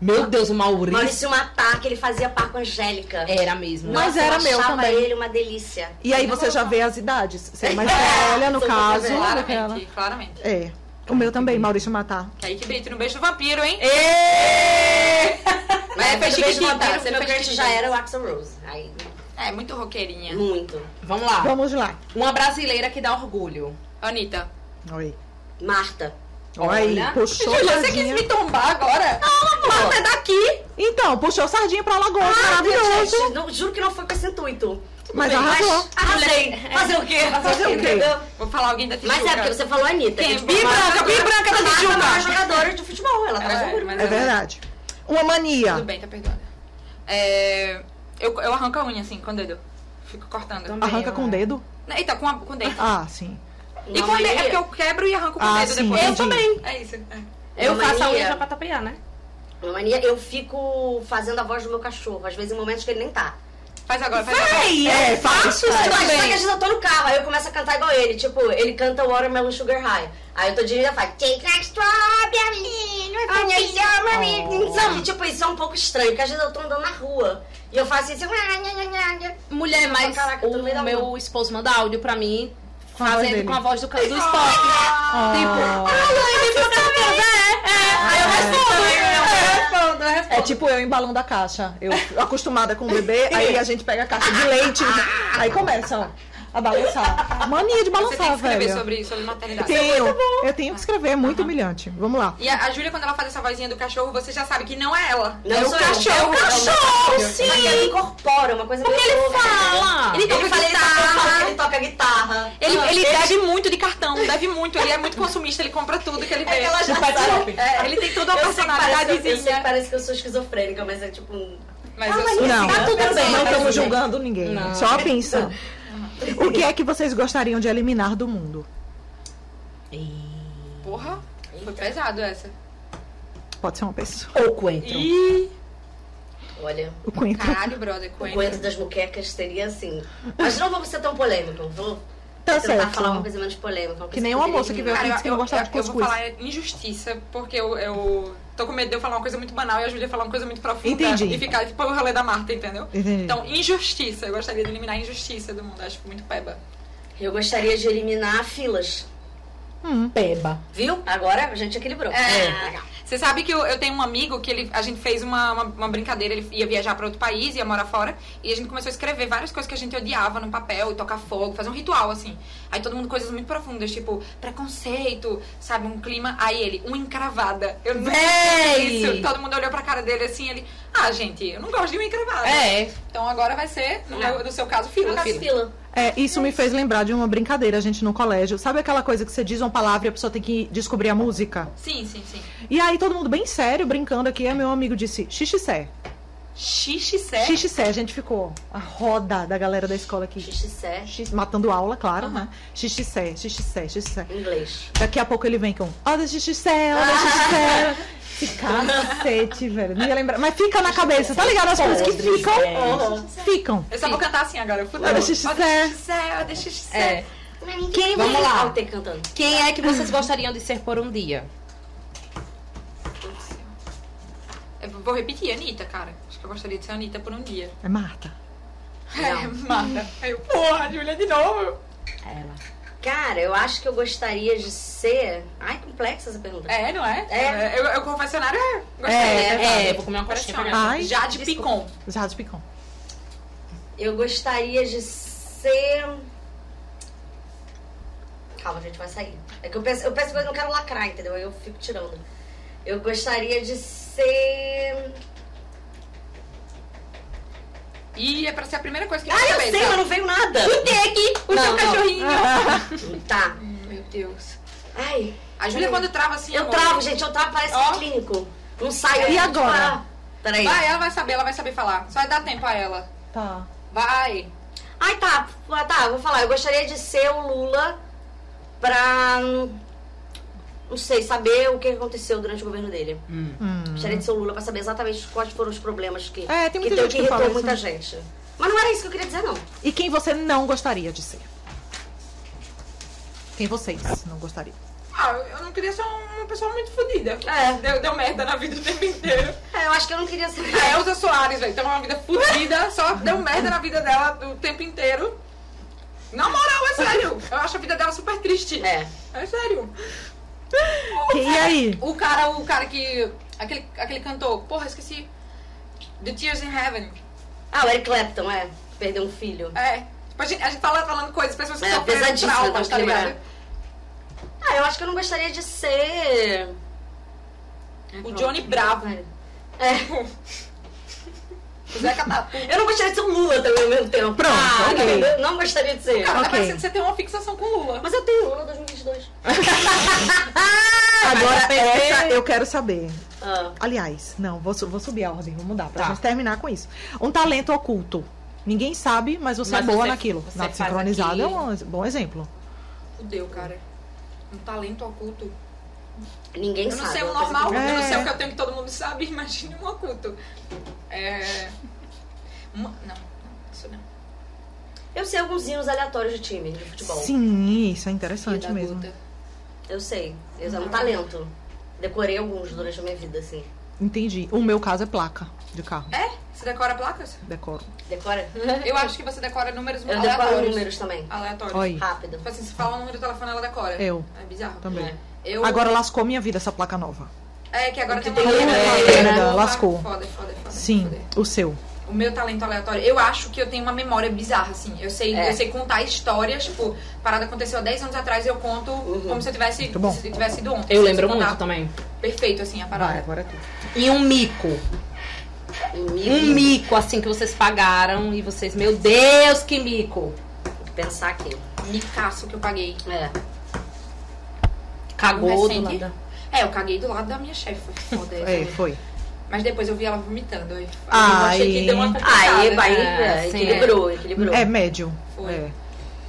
[SPEAKER 2] Meu Deus, o Maurício.
[SPEAKER 5] Maurício Matar, que ele fazia par com a Angélica.
[SPEAKER 2] É, Era mesmo. né?
[SPEAKER 1] Mas
[SPEAKER 5] Nossa, eu
[SPEAKER 1] era meu
[SPEAKER 5] achava
[SPEAKER 1] também.
[SPEAKER 5] ele uma delícia.
[SPEAKER 1] E aí você já vê as idades. Você é mais velha, no
[SPEAKER 5] Sou
[SPEAKER 1] caso.
[SPEAKER 5] mais
[SPEAKER 4] né?
[SPEAKER 5] velha,
[SPEAKER 1] daquela.
[SPEAKER 4] Claramente, claramente.
[SPEAKER 1] É. O meu também, Maurício Matar.
[SPEAKER 4] Kaique Brito no beijo do vampiro, hein?
[SPEAKER 2] É,
[SPEAKER 5] Mas
[SPEAKER 4] fez
[SPEAKER 5] depois de
[SPEAKER 4] chiquitita,
[SPEAKER 5] Matar,
[SPEAKER 4] você
[SPEAKER 5] meu
[SPEAKER 4] fez
[SPEAKER 5] crush
[SPEAKER 4] chiquitita.
[SPEAKER 5] já era o Axel Rose. Aí,
[SPEAKER 4] É, muito roqueirinha.
[SPEAKER 5] muito.
[SPEAKER 2] Vamos lá.
[SPEAKER 1] Vamos lá.
[SPEAKER 2] Uma brasileira que dá orgulho.
[SPEAKER 4] Anitta.
[SPEAKER 1] Oi.
[SPEAKER 5] Marta.
[SPEAKER 1] Oi.
[SPEAKER 2] Olha.
[SPEAKER 1] Puxou
[SPEAKER 5] é.
[SPEAKER 1] sardinha.
[SPEAKER 4] tombar agora?
[SPEAKER 5] Marta é daqui! Ah,
[SPEAKER 1] Então, puxou sardinha pra Lagoa. maravilhoso.
[SPEAKER 5] Gente, não, juro que não foi com esse intuito.
[SPEAKER 1] Mas
[SPEAKER 5] bem,
[SPEAKER 1] arrasou.
[SPEAKER 5] Arrasei. Fazer o quê?
[SPEAKER 1] Fazer o quê?
[SPEAKER 5] Entendeu?
[SPEAKER 4] Vou falar alguém da Tijuca.
[SPEAKER 5] Mas é porque você falou a Anitta.
[SPEAKER 4] Quem?
[SPEAKER 5] que, tipo,
[SPEAKER 4] Bi
[SPEAKER 5] uma
[SPEAKER 4] branca, Bi
[SPEAKER 5] jogadora-
[SPEAKER 4] branca da
[SPEAKER 5] Marta
[SPEAKER 4] Tijuca.
[SPEAKER 5] é uma jogadora de futebol, ela faz um
[SPEAKER 4] É,
[SPEAKER 5] orgulho.
[SPEAKER 4] mas
[SPEAKER 1] É verdade. Uma
[SPEAKER 4] Tudo
[SPEAKER 1] mania.
[SPEAKER 4] bem, tá perdoada. É, eu, eu arranco a unha assim, com o dedo. Fico cortando.
[SPEAKER 1] Arranca com o dedo?
[SPEAKER 4] Eita, com, a, com o dedo.
[SPEAKER 1] Ah, sim.
[SPEAKER 4] E com o dedo, é porque eu quebro e arranco com o
[SPEAKER 1] Ah,
[SPEAKER 4] dedo
[SPEAKER 1] sim,
[SPEAKER 4] depois.
[SPEAKER 1] entendi.
[SPEAKER 4] É isso. é.
[SPEAKER 2] Eu
[SPEAKER 5] Uma
[SPEAKER 2] faço a
[SPEAKER 5] mania.
[SPEAKER 2] unha já pra tapear, né?
[SPEAKER 5] Uma mania, eu fico fazendo a voz do meu cachorro, às vezes em momentos que ele nem tá.
[SPEAKER 4] Faz agora, faz agora.
[SPEAKER 1] É, fácil.
[SPEAKER 5] Tipo,
[SPEAKER 4] também.
[SPEAKER 5] imagina que às vezes eu tô no carro, aí eu começo a cantar igual ele. Tipo, ele canta Watermelon Sugar High. Aí eu tô dirigindo e faz Take like strawberry, oh. Sabe, tipo, isso é um pouco estranho, porque às vezes eu tô andando na rua e eu faço isso.
[SPEAKER 2] Mulher, mas
[SPEAKER 5] Caraca, tu
[SPEAKER 2] o
[SPEAKER 5] no meio da
[SPEAKER 2] meu
[SPEAKER 5] rua.
[SPEAKER 2] esposo manda áudio pra mim,
[SPEAKER 1] Com a voz
[SPEAKER 2] fazendo
[SPEAKER 1] dele.
[SPEAKER 2] com a voz do canto do Spock. né? Tipo,
[SPEAKER 1] Ah.
[SPEAKER 5] é,
[SPEAKER 2] Aí eu respondo.
[SPEAKER 1] É tipo eu embalando a caixa. Eu *laughs* acostumada com o bebê, aí a gente pega a caixa de leite. Aí começa, ó, a balançar. Mania de
[SPEAKER 4] Você tem que
[SPEAKER 1] balançar,
[SPEAKER 4] escrever
[SPEAKER 1] velho.
[SPEAKER 4] sobre isso, sobre maternidade.
[SPEAKER 1] Tenho. Eu tenho que escrever, é muito humilhante. Vamos lá.
[SPEAKER 4] E a, a Júlia, quando ela faz essa vozinha do cachorro, você já sabe que não é ela.
[SPEAKER 5] Não
[SPEAKER 4] é o
[SPEAKER 5] sou eu.
[SPEAKER 4] cachorro.
[SPEAKER 5] É o
[SPEAKER 4] cachorro,
[SPEAKER 5] Mas ele incorpora uma coisa Porque ele
[SPEAKER 2] Fala!
[SPEAKER 5] Ele toca,
[SPEAKER 4] Ele
[SPEAKER 5] fala, ele toca-
[SPEAKER 4] guitarra.
[SPEAKER 5] ele toca guitarra.
[SPEAKER 4] Ele, ele deve muito de cartão,
[SPEAKER 2] né?
[SPEAKER 4] deve muito. Ele é muito consumista, ele compra tudo que ele vê.
[SPEAKER 5] Aquela já sabe.
[SPEAKER 4] É, ele tem toda uma
[SPEAKER 5] Ah. Eu sei, que parece, eu sei que
[SPEAKER 4] personalidadezinha.
[SPEAKER 5] parece que eu sou esquizofrênica, mas é tipo um.
[SPEAKER 4] Mas eu sou.
[SPEAKER 1] Ah, Não,
[SPEAKER 5] Tá tudo
[SPEAKER 1] não
[SPEAKER 5] bem. tá tudo bem.
[SPEAKER 1] estamos julgando ninguém.
[SPEAKER 2] Não.
[SPEAKER 1] Só pensando. O que é que vocês gostariam de eliminar do mundo?
[SPEAKER 4] Porra, foi pesado essa.
[SPEAKER 1] Pode ser uma pessoa.
[SPEAKER 2] Ou coentro.
[SPEAKER 4] Ih,
[SPEAKER 5] Olha,
[SPEAKER 1] O Quinto.
[SPEAKER 4] caralho, brother, é
[SPEAKER 5] o
[SPEAKER 4] Coen.
[SPEAKER 5] coentro das muquecas seria assim. Mas não vamos ser tão polêmico. Vou
[SPEAKER 1] Tá
[SPEAKER 5] tentar
[SPEAKER 1] certo.
[SPEAKER 5] falar uma coisa menos polêmica. uma coisa
[SPEAKER 1] nem
[SPEAKER 5] eu
[SPEAKER 1] uma
[SPEAKER 5] queria
[SPEAKER 1] moça que
[SPEAKER 5] eliminar.
[SPEAKER 1] Eu disse que não gostava de
[SPEAKER 4] eu vou
[SPEAKER 1] cuscuz.
[SPEAKER 4] falar injustiça, porque eu, eu tô com medo de eu falar uma coisa muito banal e a Júlia falar uma coisa muito profunda.
[SPEAKER 1] Entendi.
[SPEAKER 4] E ficar tipo o rolê da Marta, entendeu?
[SPEAKER 1] Entendi.
[SPEAKER 4] Então, injustiça. Eu gostaria de eliminar a injustiça do mundo. Acho muito peba.
[SPEAKER 5] Eu gostaria de eliminar filas.
[SPEAKER 1] Hum.
[SPEAKER 2] Peba.
[SPEAKER 5] Viu? Agora a gente equilibrou.
[SPEAKER 4] É. Você sabe que eu, eu tenho um amigo que ele, a gente fez uma, uma, uma brincadeira, ele ia viajar pra outro país, ia morar fora, e a gente começou a escrever várias coisas que a gente odiava no papel, e tocar fogo, fazer um ritual, assim. Aí todo mundo coisas muito profundas, tipo, preconceito, sabe, um clima. Aí ele, uma encravada. Eu não
[SPEAKER 2] Véi!
[SPEAKER 4] isso. Todo mundo olhou pra cara dele assim, ele, ah, gente, eu não gosto de uma encravada.
[SPEAKER 2] É.
[SPEAKER 4] Então agora vai ser, no, meu- no seu caso, fila.
[SPEAKER 5] Colocar
[SPEAKER 4] fila.
[SPEAKER 5] fila.
[SPEAKER 1] É, isso me fez lembrar de uma brincadeira, a gente no colégio. Sabe aquela coisa que você diz uma palavra e a pessoa tem que descobrir a música?
[SPEAKER 4] Sim, sim, sim.
[SPEAKER 1] E aí todo mundo bem sério, brincando aqui, aí meu amigo disse, xixicé.
[SPEAKER 4] Xixi
[SPEAKER 8] É?
[SPEAKER 4] sério.
[SPEAKER 1] Xixicé, a gente ficou a roda da galera da escola aqui.
[SPEAKER 5] Xixicé.
[SPEAKER 1] Xixi- Matando aula, claro, né? Xixicé, xixicé, xixicé.
[SPEAKER 5] Inglês.
[SPEAKER 1] Daqui a pouco ele vem com Olha xixicé,
[SPEAKER 8] *laughs*
[SPEAKER 1] olha xixicé. Que cacete, velho. Não ia lembrar. Mas fica na cabeça, tá ligado? As coisas que ficam. Ficam.
[SPEAKER 4] Eu só vou cantar assim agora. fudeu.
[SPEAKER 1] Olha xixi
[SPEAKER 4] Olha
[SPEAKER 1] sé.
[SPEAKER 4] xixi sé, olha xixi sé.
[SPEAKER 2] É.
[SPEAKER 5] Quem
[SPEAKER 2] Vamos
[SPEAKER 5] vai
[SPEAKER 2] lá.
[SPEAKER 5] Ah, o T cantando?
[SPEAKER 2] Quem é que vocês gostariam de ser por um dia?
[SPEAKER 4] Eu vou repetir, Anitta, cara. Acho que eu gostaria de ser a Anitta por um dia.
[SPEAKER 8] É Marta.
[SPEAKER 4] É, mata. Aí eu, porra, Julia de novo.
[SPEAKER 2] Ela.
[SPEAKER 5] Cara, eu acho que eu gostaria de ser. Ai, complexa essa pergunta.
[SPEAKER 4] É, não é?
[SPEAKER 5] É.
[SPEAKER 4] Eu, eu confessionário, é. Gostaria.
[SPEAKER 2] É, é, vou comer uma coxinha pra
[SPEAKER 4] Impressionante.
[SPEAKER 2] minha.
[SPEAKER 8] Ai.
[SPEAKER 4] Já de picom.
[SPEAKER 8] Jade Picon.
[SPEAKER 5] Eu gostaria de ser. Calma, a gente vai sair. É que eu penso, eu penso que eu não quero lacrar, entendeu? Aí Eu fico tirando. Eu gostaria de ser.
[SPEAKER 4] E é pra ser a primeira coisa que
[SPEAKER 5] Ah,
[SPEAKER 4] vem
[SPEAKER 5] eu
[SPEAKER 4] na cabeça.
[SPEAKER 5] sei, mas não veio nada!
[SPEAKER 4] O
[SPEAKER 5] Não,
[SPEAKER 4] seu
[SPEAKER 5] não.
[SPEAKER 4] cachorrinho.
[SPEAKER 5] Tá.
[SPEAKER 4] Meu Deus.
[SPEAKER 5] Ai,
[SPEAKER 4] A Júlia, quando trava assim.
[SPEAKER 5] eu
[SPEAKER 4] amor,
[SPEAKER 5] travo, gente, eu travo, parece é
[SPEAKER 4] Ó.
[SPEAKER 5] clínico. Não saio.
[SPEAKER 8] E
[SPEAKER 5] eu tenho que
[SPEAKER 8] agora?
[SPEAKER 5] parar. Peraí.
[SPEAKER 4] Vai, ela vai saber, ela vai saber falar. Só dá tempo a ela.
[SPEAKER 8] Tá.
[SPEAKER 4] Vai.
[SPEAKER 5] Ai, tá. Ah, Tá, eu vou falar. Eu gostaria de ser o Lula pra. hum, Não sei, saber o que aconteceu durante o governo dele. Gostaria de ser o Lula pra saber exatamente quais foram os problemas que.
[SPEAKER 8] Hum. É, tem muita
[SPEAKER 5] que deu,
[SPEAKER 8] gente
[SPEAKER 5] que
[SPEAKER 8] que
[SPEAKER 5] irritou
[SPEAKER 8] fala isso,
[SPEAKER 5] muita
[SPEAKER 8] né?
[SPEAKER 5] gente. Mas não era isso que eu queria dizer, não.
[SPEAKER 8] E quem você não gostaria de ser? Quem vocês não gostariam?
[SPEAKER 4] Ah, eu não queria ser uma pessoa muito fodida.
[SPEAKER 5] É.
[SPEAKER 4] Deu, deu merda na vida o tempo inteiro.
[SPEAKER 5] É, eu acho que eu não queria ser.
[SPEAKER 4] A Elza Soares, velho, tem uma vida fodida, só deu merda na vida dela o tempo inteiro. Na moral, é sério. Eu acho a vida dela super triste.
[SPEAKER 5] É.
[SPEAKER 4] É sério.
[SPEAKER 8] Quem *laughs* aí?
[SPEAKER 4] O cara, o cara que. Aquele, aquele cantor, porra, esqueci. The Tears in Heaven.
[SPEAKER 5] Ah, o Eric Clapton, é. Perdeu um filho.
[SPEAKER 4] É. Tipo, a gente, a gente fala falando coisas, pessoas que
[SPEAKER 5] É,
[SPEAKER 4] sofreram
[SPEAKER 5] pesadíssimo,
[SPEAKER 4] traumas, tá
[SPEAKER 5] eu tenho que
[SPEAKER 4] ligado?
[SPEAKER 5] lembrar. Ah, eu acho que eu não gostaria de
[SPEAKER 4] É
[SPEAKER 5] ser.
[SPEAKER 4] O Johnny Bravo.
[SPEAKER 5] É.
[SPEAKER 4] *laughs* O Zeca tá.
[SPEAKER 5] Eu não gostaria de ser o Lula também ao mesmo tempo.
[SPEAKER 8] Pronto,
[SPEAKER 5] ah,
[SPEAKER 8] ok.
[SPEAKER 5] entendeu? Não gostaria de ser.
[SPEAKER 4] Cara,
[SPEAKER 8] Ok.
[SPEAKER 4] tá parecendo que você tem uma fixação com o Lula.
[SPEAKER 5] Mas eu tenho Lula 2022.
[SPEAKER 8] Agora, essa eu quero saber.
[SPEAKER 5] Ah.
[SPEAKER 8] Aliás, não, vou, su- vou subir a ordem, vou mudar pra
[SPEAKER 2] Tá.
[SPEAKER 8] gente terminar com isso. Um talento oculto. Ninguém sabe, mas você
[SPEAKER 2] Mas
[SPEAKER 8] é boa
[SPEAKER 2] você-
[SPEAKER 8] naquilo.
[SPEAKER 2] você
[SPEAKER 8] Nada
[SPEAKER 2] faz
[SPEAKER 8] sincronizado é
[SPEAKER 2] aquilo.
[SPEAKER 8] um bom exemplo.
[SPEAKER 4] Fudeu, cara. Um talento oculto.
[SPEAKER 5] Ah, Ninguém
[SPEAKER 4] Eu
[SPEAKER 5] sabe.
[SPEAKER 4] não sei o
[SPEAKER 5] uma coisa
[SPEAKER 4] normal,
[SPEAKER 5] que-
[SPEAKER 4] eu não
[SPEAKER 8] É.
[SPEAKER 4] sei o que eu tenho que todo mundo sabe, *laughs* imagine um oculto. É. Uma- Não, não, isso não.
[SPEAKER 5] Eu sei alguns hinos aleatórios de time de futebol.
[SPEAKER 8] Sim, isso é interessante mesmo.
[SPEAKER 4] Guta.
[SPEAKER 5] Eu sei. Eu
[SPEAKER 4] Uhum.
[SPEAKER 5] é um talento. Decorei alguns durante a minha vida, assim.
[SPEAKER 8] Entendi. O meu caso é placa de carro.
[SPEAKER 4] É? Você decora placas?
[SPEAKER 8] Decoro.
[SPEAKER 5] Decora?
[SPEAKER 4] Eu acho que você decora números
[SPEAKER 5] Eu decoro
[SPEAKER 4] Uhum. aleatórios.
[SPEAKER 5] números também.
[SPEAKER 4] Aleatórios.
[SPEAKER 8] Olha aí.
[SPEAKER 5] Rápido.
[SPEAKER 4] Tipo assim, se fala o número do telefone, ela decora.
[SPEAKER 8] Eu.
[SPEAKER 4] É bizarro.
[SPEAKER 8] Também.
[SPEAKER 4] É. Eu...
[SPEAKER 8] Agora lascou minha vida essa placa nova.
[SPEAKER 4] É, que agora tem
[SPEAKER 5] tem
[SPEAKER 4] uma
[SPEAKER 5] letra,
[SPEAKER 4] letra,
[SPEAKER 8] né?
[SPEAKER 4] Opa,
[SPEAKER 8] Lascou.
[SPEAKER 4] Foda, foda, foda.
[SPEAKER 8] Sim,
[SPEAKER 4] foda.
[SPEAKER 8] o seu.
[SPEAKER 4] O meu talento aleatório, eu acho que eu tenho uma memória bizarra, assim. Eu sei,
[SPEAKER 5] É.
[SPEAKER 4] eu sei contar histórias, tipo, a parada aconteceu há 10 anos atrás, eu conto como se eu tivesse,
[SPEAKER 8] bom.
[SPEAKER 4] se eu tivesse sido ontem.
[SPEAKER 2] Eu lembro
[SPEAKER 4] Sei
[SPEAKER 2] muito
[SPEAKER 4] contar
[SPEAKER 2] também.
[SPEAKER 4] Perfeito, assim, a parada.
[SPEAKER 8] agora é tu.
[SPEAKER 2] E um mico. Um mico, assim, que vocês pagaram e vocês, meu Deus, que mico.
[SPEAKER 5] Pensar aqui.
[SPEAKER 4] Micaço que eu paguei.
[SPEAKER 5] É.
[SPEAKER 2] Cagou do lado.
[SPEAKER 4] Recente.
[SPEAKER 2] da-
[SPEAKER 4] É, eu caguei do lado da minha chefe. Foda
[SPEAKER 8] É,
[SPEAKER 4] essa.
[SPEAKER 8] foi.
[SPEAKER 4] Mas depois eu vi ela vomitando. Aí, eu
[SPEAKER 8] Ai.
[SPEAKER 4] achei que deu uma complicada,
[SPEAKER 5] Ah, Aí,
[SPEAKER 4] né?
[SPEAKER 5] vai,
[SPEAKER 2] né?
[SPEAKER 5] é,
[SPEAKER 2] Sim,
[SPEAKER 5] equilibrou, equilibrou.
[SPEAKER 8] É médio.
[SPEAKER 4] Foi.
[SPEAKER 8] É.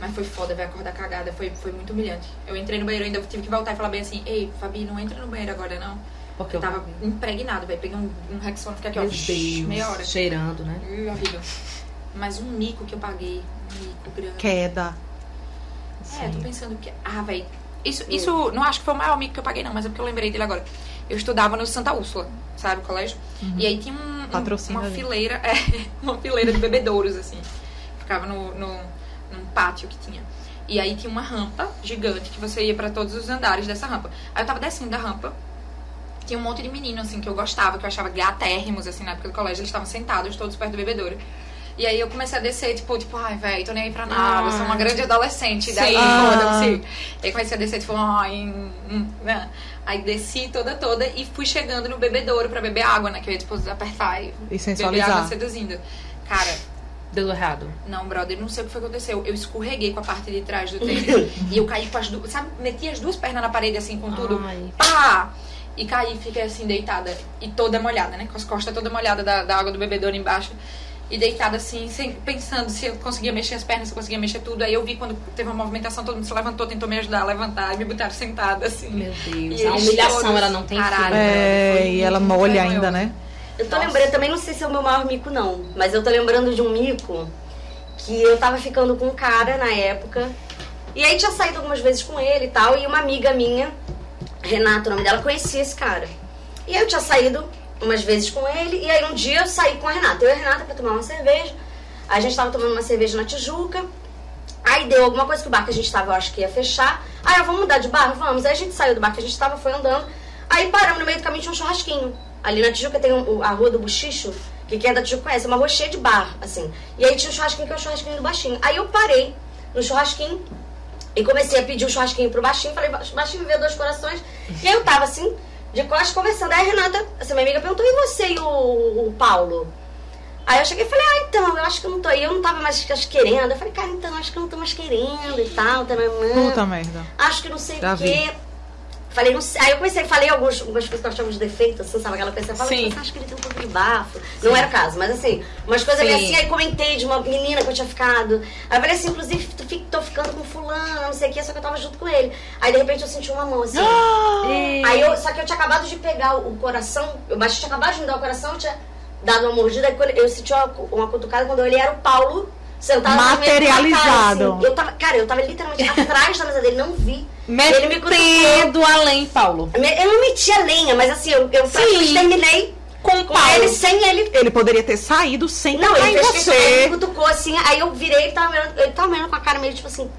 [SPEAKER 4] Mas foi foda, vai acordar cagada. Foi, foi muito humilhante. Eu entrei no banheiro ainda, tive que voltar e falar bem assim, ei, Fabi, não entra no banheiro agora, não.
[SPEAKER 2] Porque
[SPEAKER 4] Eu
[SPEAKER 2] eu
[SPEAKER 4] tava impregnado, velho. Peguei um, um Rexona, fiquei aqui, ó,
[SPEAKER 2] Meu Deus,
[SPEAKER 4] meia hora.
[SPEAKER 2] cheirando, né?
[SPEAKER 4] Ih, horrível. Mas um mico que eu paguei. Um mico grande.
[SPEAKER 8] Queda.
[SPEAKER 4] É, tô pensando que. Ah, velho. Isso, isso não acho que foi o maior mico que eu paguei, não, mas é porque eu lembrei dele agora. Eu estudava no Santa Úrsula, sabe, o colégio? E aí tinha um, um-
[SPEAKER 8] Patrocina
[SPEAKER 4] uma
[SPEAKER 8] ali.
[SPEAKER 4] fileira, *laughs* é, uma fileira de bebedouros, assim. Ficava no, no, num pátio que tinha. E aí tinha uma rampa gigante que você ia pra todos os andares dessa rampa. Aí eu tava descendo da rampa, tinha um monte de menino, assim, que eu gostava, que eu achava gatérrimos, assim, na época do colégio. Eles estavam sentados, todos perto do bebedouro. E aí eu comecei a descer, tipo, tipo, ai, velho, tô nem aí pra nada, eu sou uma grande adolescente. Daí, foda-se. Aí comecei a descer, tipo, ai, hum, hum, né? Aí desci toda, toda e fui chegando no bebedouro pra beber água, né? Que eu ia, tipo, apertar e
[SPEAKER 8] E
[SPEAKER 4] beber água tá
[SPEAKER 8] sensualizar.
[SPEAKER 4] seduzindo. Cara,
[SPEAKER 2] Deu errado.
[SPEAKER 4] não, brother, não sei o que foi que aconteceu. Eu escorreguei com a parte de trás do tênis e eu caí com as duas. Sabe, meti as duas pernas na parede assim com tudo.
[SPEAKER 2] Ai.
[SPEAKER 4] Pá! Ah! E caí, fiquei assim, deitada. E toda molhada, né? Com as costas toda molhada da, da água do bebedouro embaixo. E deitada assim, sem- pensando se eu conseguia mexer as pernas, se eu conseguia mexer tudo. Aí eu vi quando teve uma movimentação, todo mundo se levantou, tentou me ajudar a levantar. E me botaram sentada, assim.
[SPEAKER 2] Meu Deus.
[SPEAKER 4] E
[SPEAKER 2] a
[SPEAKER 4] eles
[SPEAKER 2] humilhação,
[SPEAKER 4] todos-
[SPEAKER 2] ela não tem
[SPEAKER 4] Caralho.
[SPEAKER 2] fim. né?
[SPEAKER 8] É, e ela molha ainda, né?
[SPEAKER 5] Eu tô
[SPEAKER 4] Nossa.
[SPEAKER 5] lembrando, também não sei se é o meu maior mico, não, mas eu tô lembrando de um mico que eu tava ficando com um cara na época. E aí tinha saído algumas vezes com ele e tal, e uma amiga minha, Renata, o nome dela, conhecia esse cara. E aí eu tinha saído umas vezes com ele, e aí um dia eu saí com a Renata, eu e a Renata pra tomar uma cerveja. A gente tava tomando uma cerveja na Tijuca, aí deu alguma coisa que o bar que a gente tava, eu acho que ia fechar. Aí eu, vamos mudar de bar? Vamos. Aí a gente saiu do bar que a gente tava, foi andando, aí paramos no meio do caminho tinha um churrasquinho. Ali na Tijuca tem um- o- a rua do Buchicho, que quem é da Tijuca conhece, é uma rua cheia de bar, assim. E aí tinha um churrasquinho que é o churrasquinho do baixinho. Aí eu parei no churrasquinho, e comecei a pedir um churrasquinho pro baixinho, falei, "Ba- baixinho, vê dois corações. E aí eu tava assim, de costas, conversando. Aí a Renata, essa minha amiga, perguntou, e você e o, o Paulo? Aí eu cheguei e falei, ah, então, eu acho que eu não tô. E eu não tava mais acho, querendo. Eu falei, cara, então, acho que eu não tô mais querendo e tal. Taranã.
[SPEAKER 1] Puta merda.
[SPEAKER 5] Acho que não sei
[SPEAKER 1] Já
[SPEAKER 5] o quê. Falei, não sei. Aí eu comecei, falei alguns, algumas coisas que eu achava de defeito, assim, sabe? Aquela coisa que você fala,
[SPEAKER 2] Sim.
[SPEAKER 5] você acha que ele tem um pouco de bafo? Não era o caso, mas assim, umas coisas meio
[SPEAKER 2] Sim.
[SPEAKER 5] assim, aí comentei de uma menina que eu tinha ficado. Aí eu falei assim, inclusive, tu fi- tô ficando com fulano, não sei o quê, só que eu tava junto com ele. Aí de repente eu senti uma
[SPEAKER 2] *gasps*
[SPEAKER 5] mão assim. aí eu, só que eu tinha acabado de pegar o coração, eu baixo tinha acabado de me dar o coração, eu tinha dado uma mordida, aí quando eu senti uma, uma cutucada quando eu olhei era o Paulo. Sentado na minha
[SPEAKER 1] Materializado.
[SPEAKER 5] cara, assim. Eu tava, cara, eu tava literalmente atrás da mesa dele, não vi. Ele me cutucou.
[SPEAKER 2] Metendo além, Paulo.
[SPEAKER 5] Me- Eu não meti a lenha, mas assim, eu, eu praticamente terminei
[SPEAKER 2] Com
[SPEAKER 5] com ele sem ele.
[SPEAKER 1] Ele poderia ter saído sem
[SPEAKER 5] Não,
[SPEAKER 1] tocar
[SPEAKER 5] ele
[SPEAKER 1] em
[SPEAKER 5] fez questão, ele me
[SPEAKER 1] você.
[SPEAKER 5] cutucou assim, aí eu virei, ele tava, olhando- ele tava olhando com a cara meio tipo assim,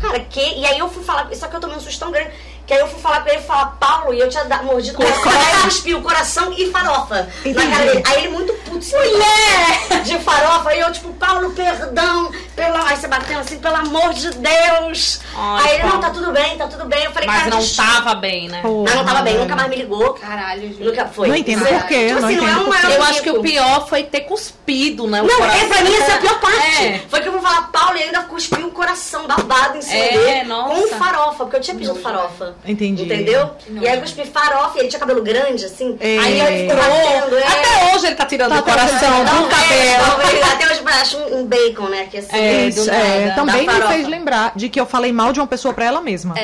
[SPEAKER 5] cara, que? E aí eu fui falar, só que eu tomei um susto tão grande, que aí eu fui falar pra ele, falar Paulo, e eu tinha dado- mordido o coração, aí eu cuspi o coração e farofa na cara dele. Aí ele muito puto, assim, mulher de farofa, e eu tipo, Paulo, perdão, pelo, aí você batendo assim, pelo amor de Deus.
[SPEAKER 2] Ai,
[SPEAKER 5] aí ele, não,
[SPEAKER 2] Paulo.
[SPEAKER 5] tá tudo bem, tá tudo bem. Eu falei,
[SPEAKER 2] Mas
[SPEAKER 5] cara,
[SPEAKER 2] não
[SPEAKER 5] desculpa.
[SPEAKER 2] tava bem, né?
[SPEAKER 5] Mas não tava bem,
[SPEAKER 1] Porra,
[SPEAKER 5] nunca mais me ligou.
[SPEAKER 3] Caralho, Ju.
[SPEAKER 5] Nunca foi.
[SPEAKER 1] Não entendo
[SPEAKER 5] Sabe?
[SPEAKER 1] por quê,
[SPEAKER 5] Tipo
[SPEAKER 1] não
[SPEAKER 5] assim, não é
[SPEAKER 1] entendo
[SPEAKER 5] um
[SPEAKER 1] por
[SPEAKER 5] maior
[SPEAKER 2] Eu acho que o
[SPEAKER 5] mico.
[SPEAKER 2] pior foi ter cuspido, né? O
[SPEAKER 5] Não,
[SPEAKER 2] coração.
[SPEAKER 5] é, pra mim essa é a pior parte.
[SPEAKER 2] É.
[SPEAKER 5] Foi que eu vou falar, Paulo, e ainda cuspiu um coração babado em cima
[SPEAKER 2] É,
[SPEAKER 5] dele.
[SPEAKER 2] nossa.
[SPEAKER 5] Com farofa, porque eu tinha pedido farofa.
[SPEAKER 1] Entendi.
[SPEAKER 5] Entendeu? E aí eu cuspi farofa e ele tinha cabelo grande, assim.
[SPEAKER 1] É.
[SPEAKER 5] Aí ele ficou batendo, é.
[SPEAKER 2] Até hoje ele tá tirando o coração
[SPEAKER 5] Talvez,
[SPEAKER 2] do *laughs* cabelo.
[SPEAKER 5] é, Talvez, até hoje parece um um bacon, né? Que assim,
[SPEAKER 2] É,
[SPEAKER 1] Isso,
[SPEAKER 2] do
[SPEAKER 1] é,
[SPEAKER 2] nada,
[SPEAKER 1] também
[SPEAKER 5] da
[SPEAKER 1] me
[SPEAKER 5] farofa. É.
[SPEAKER 1] fez lembrar de que eu falei mal de uma pessoa pra ela mesma.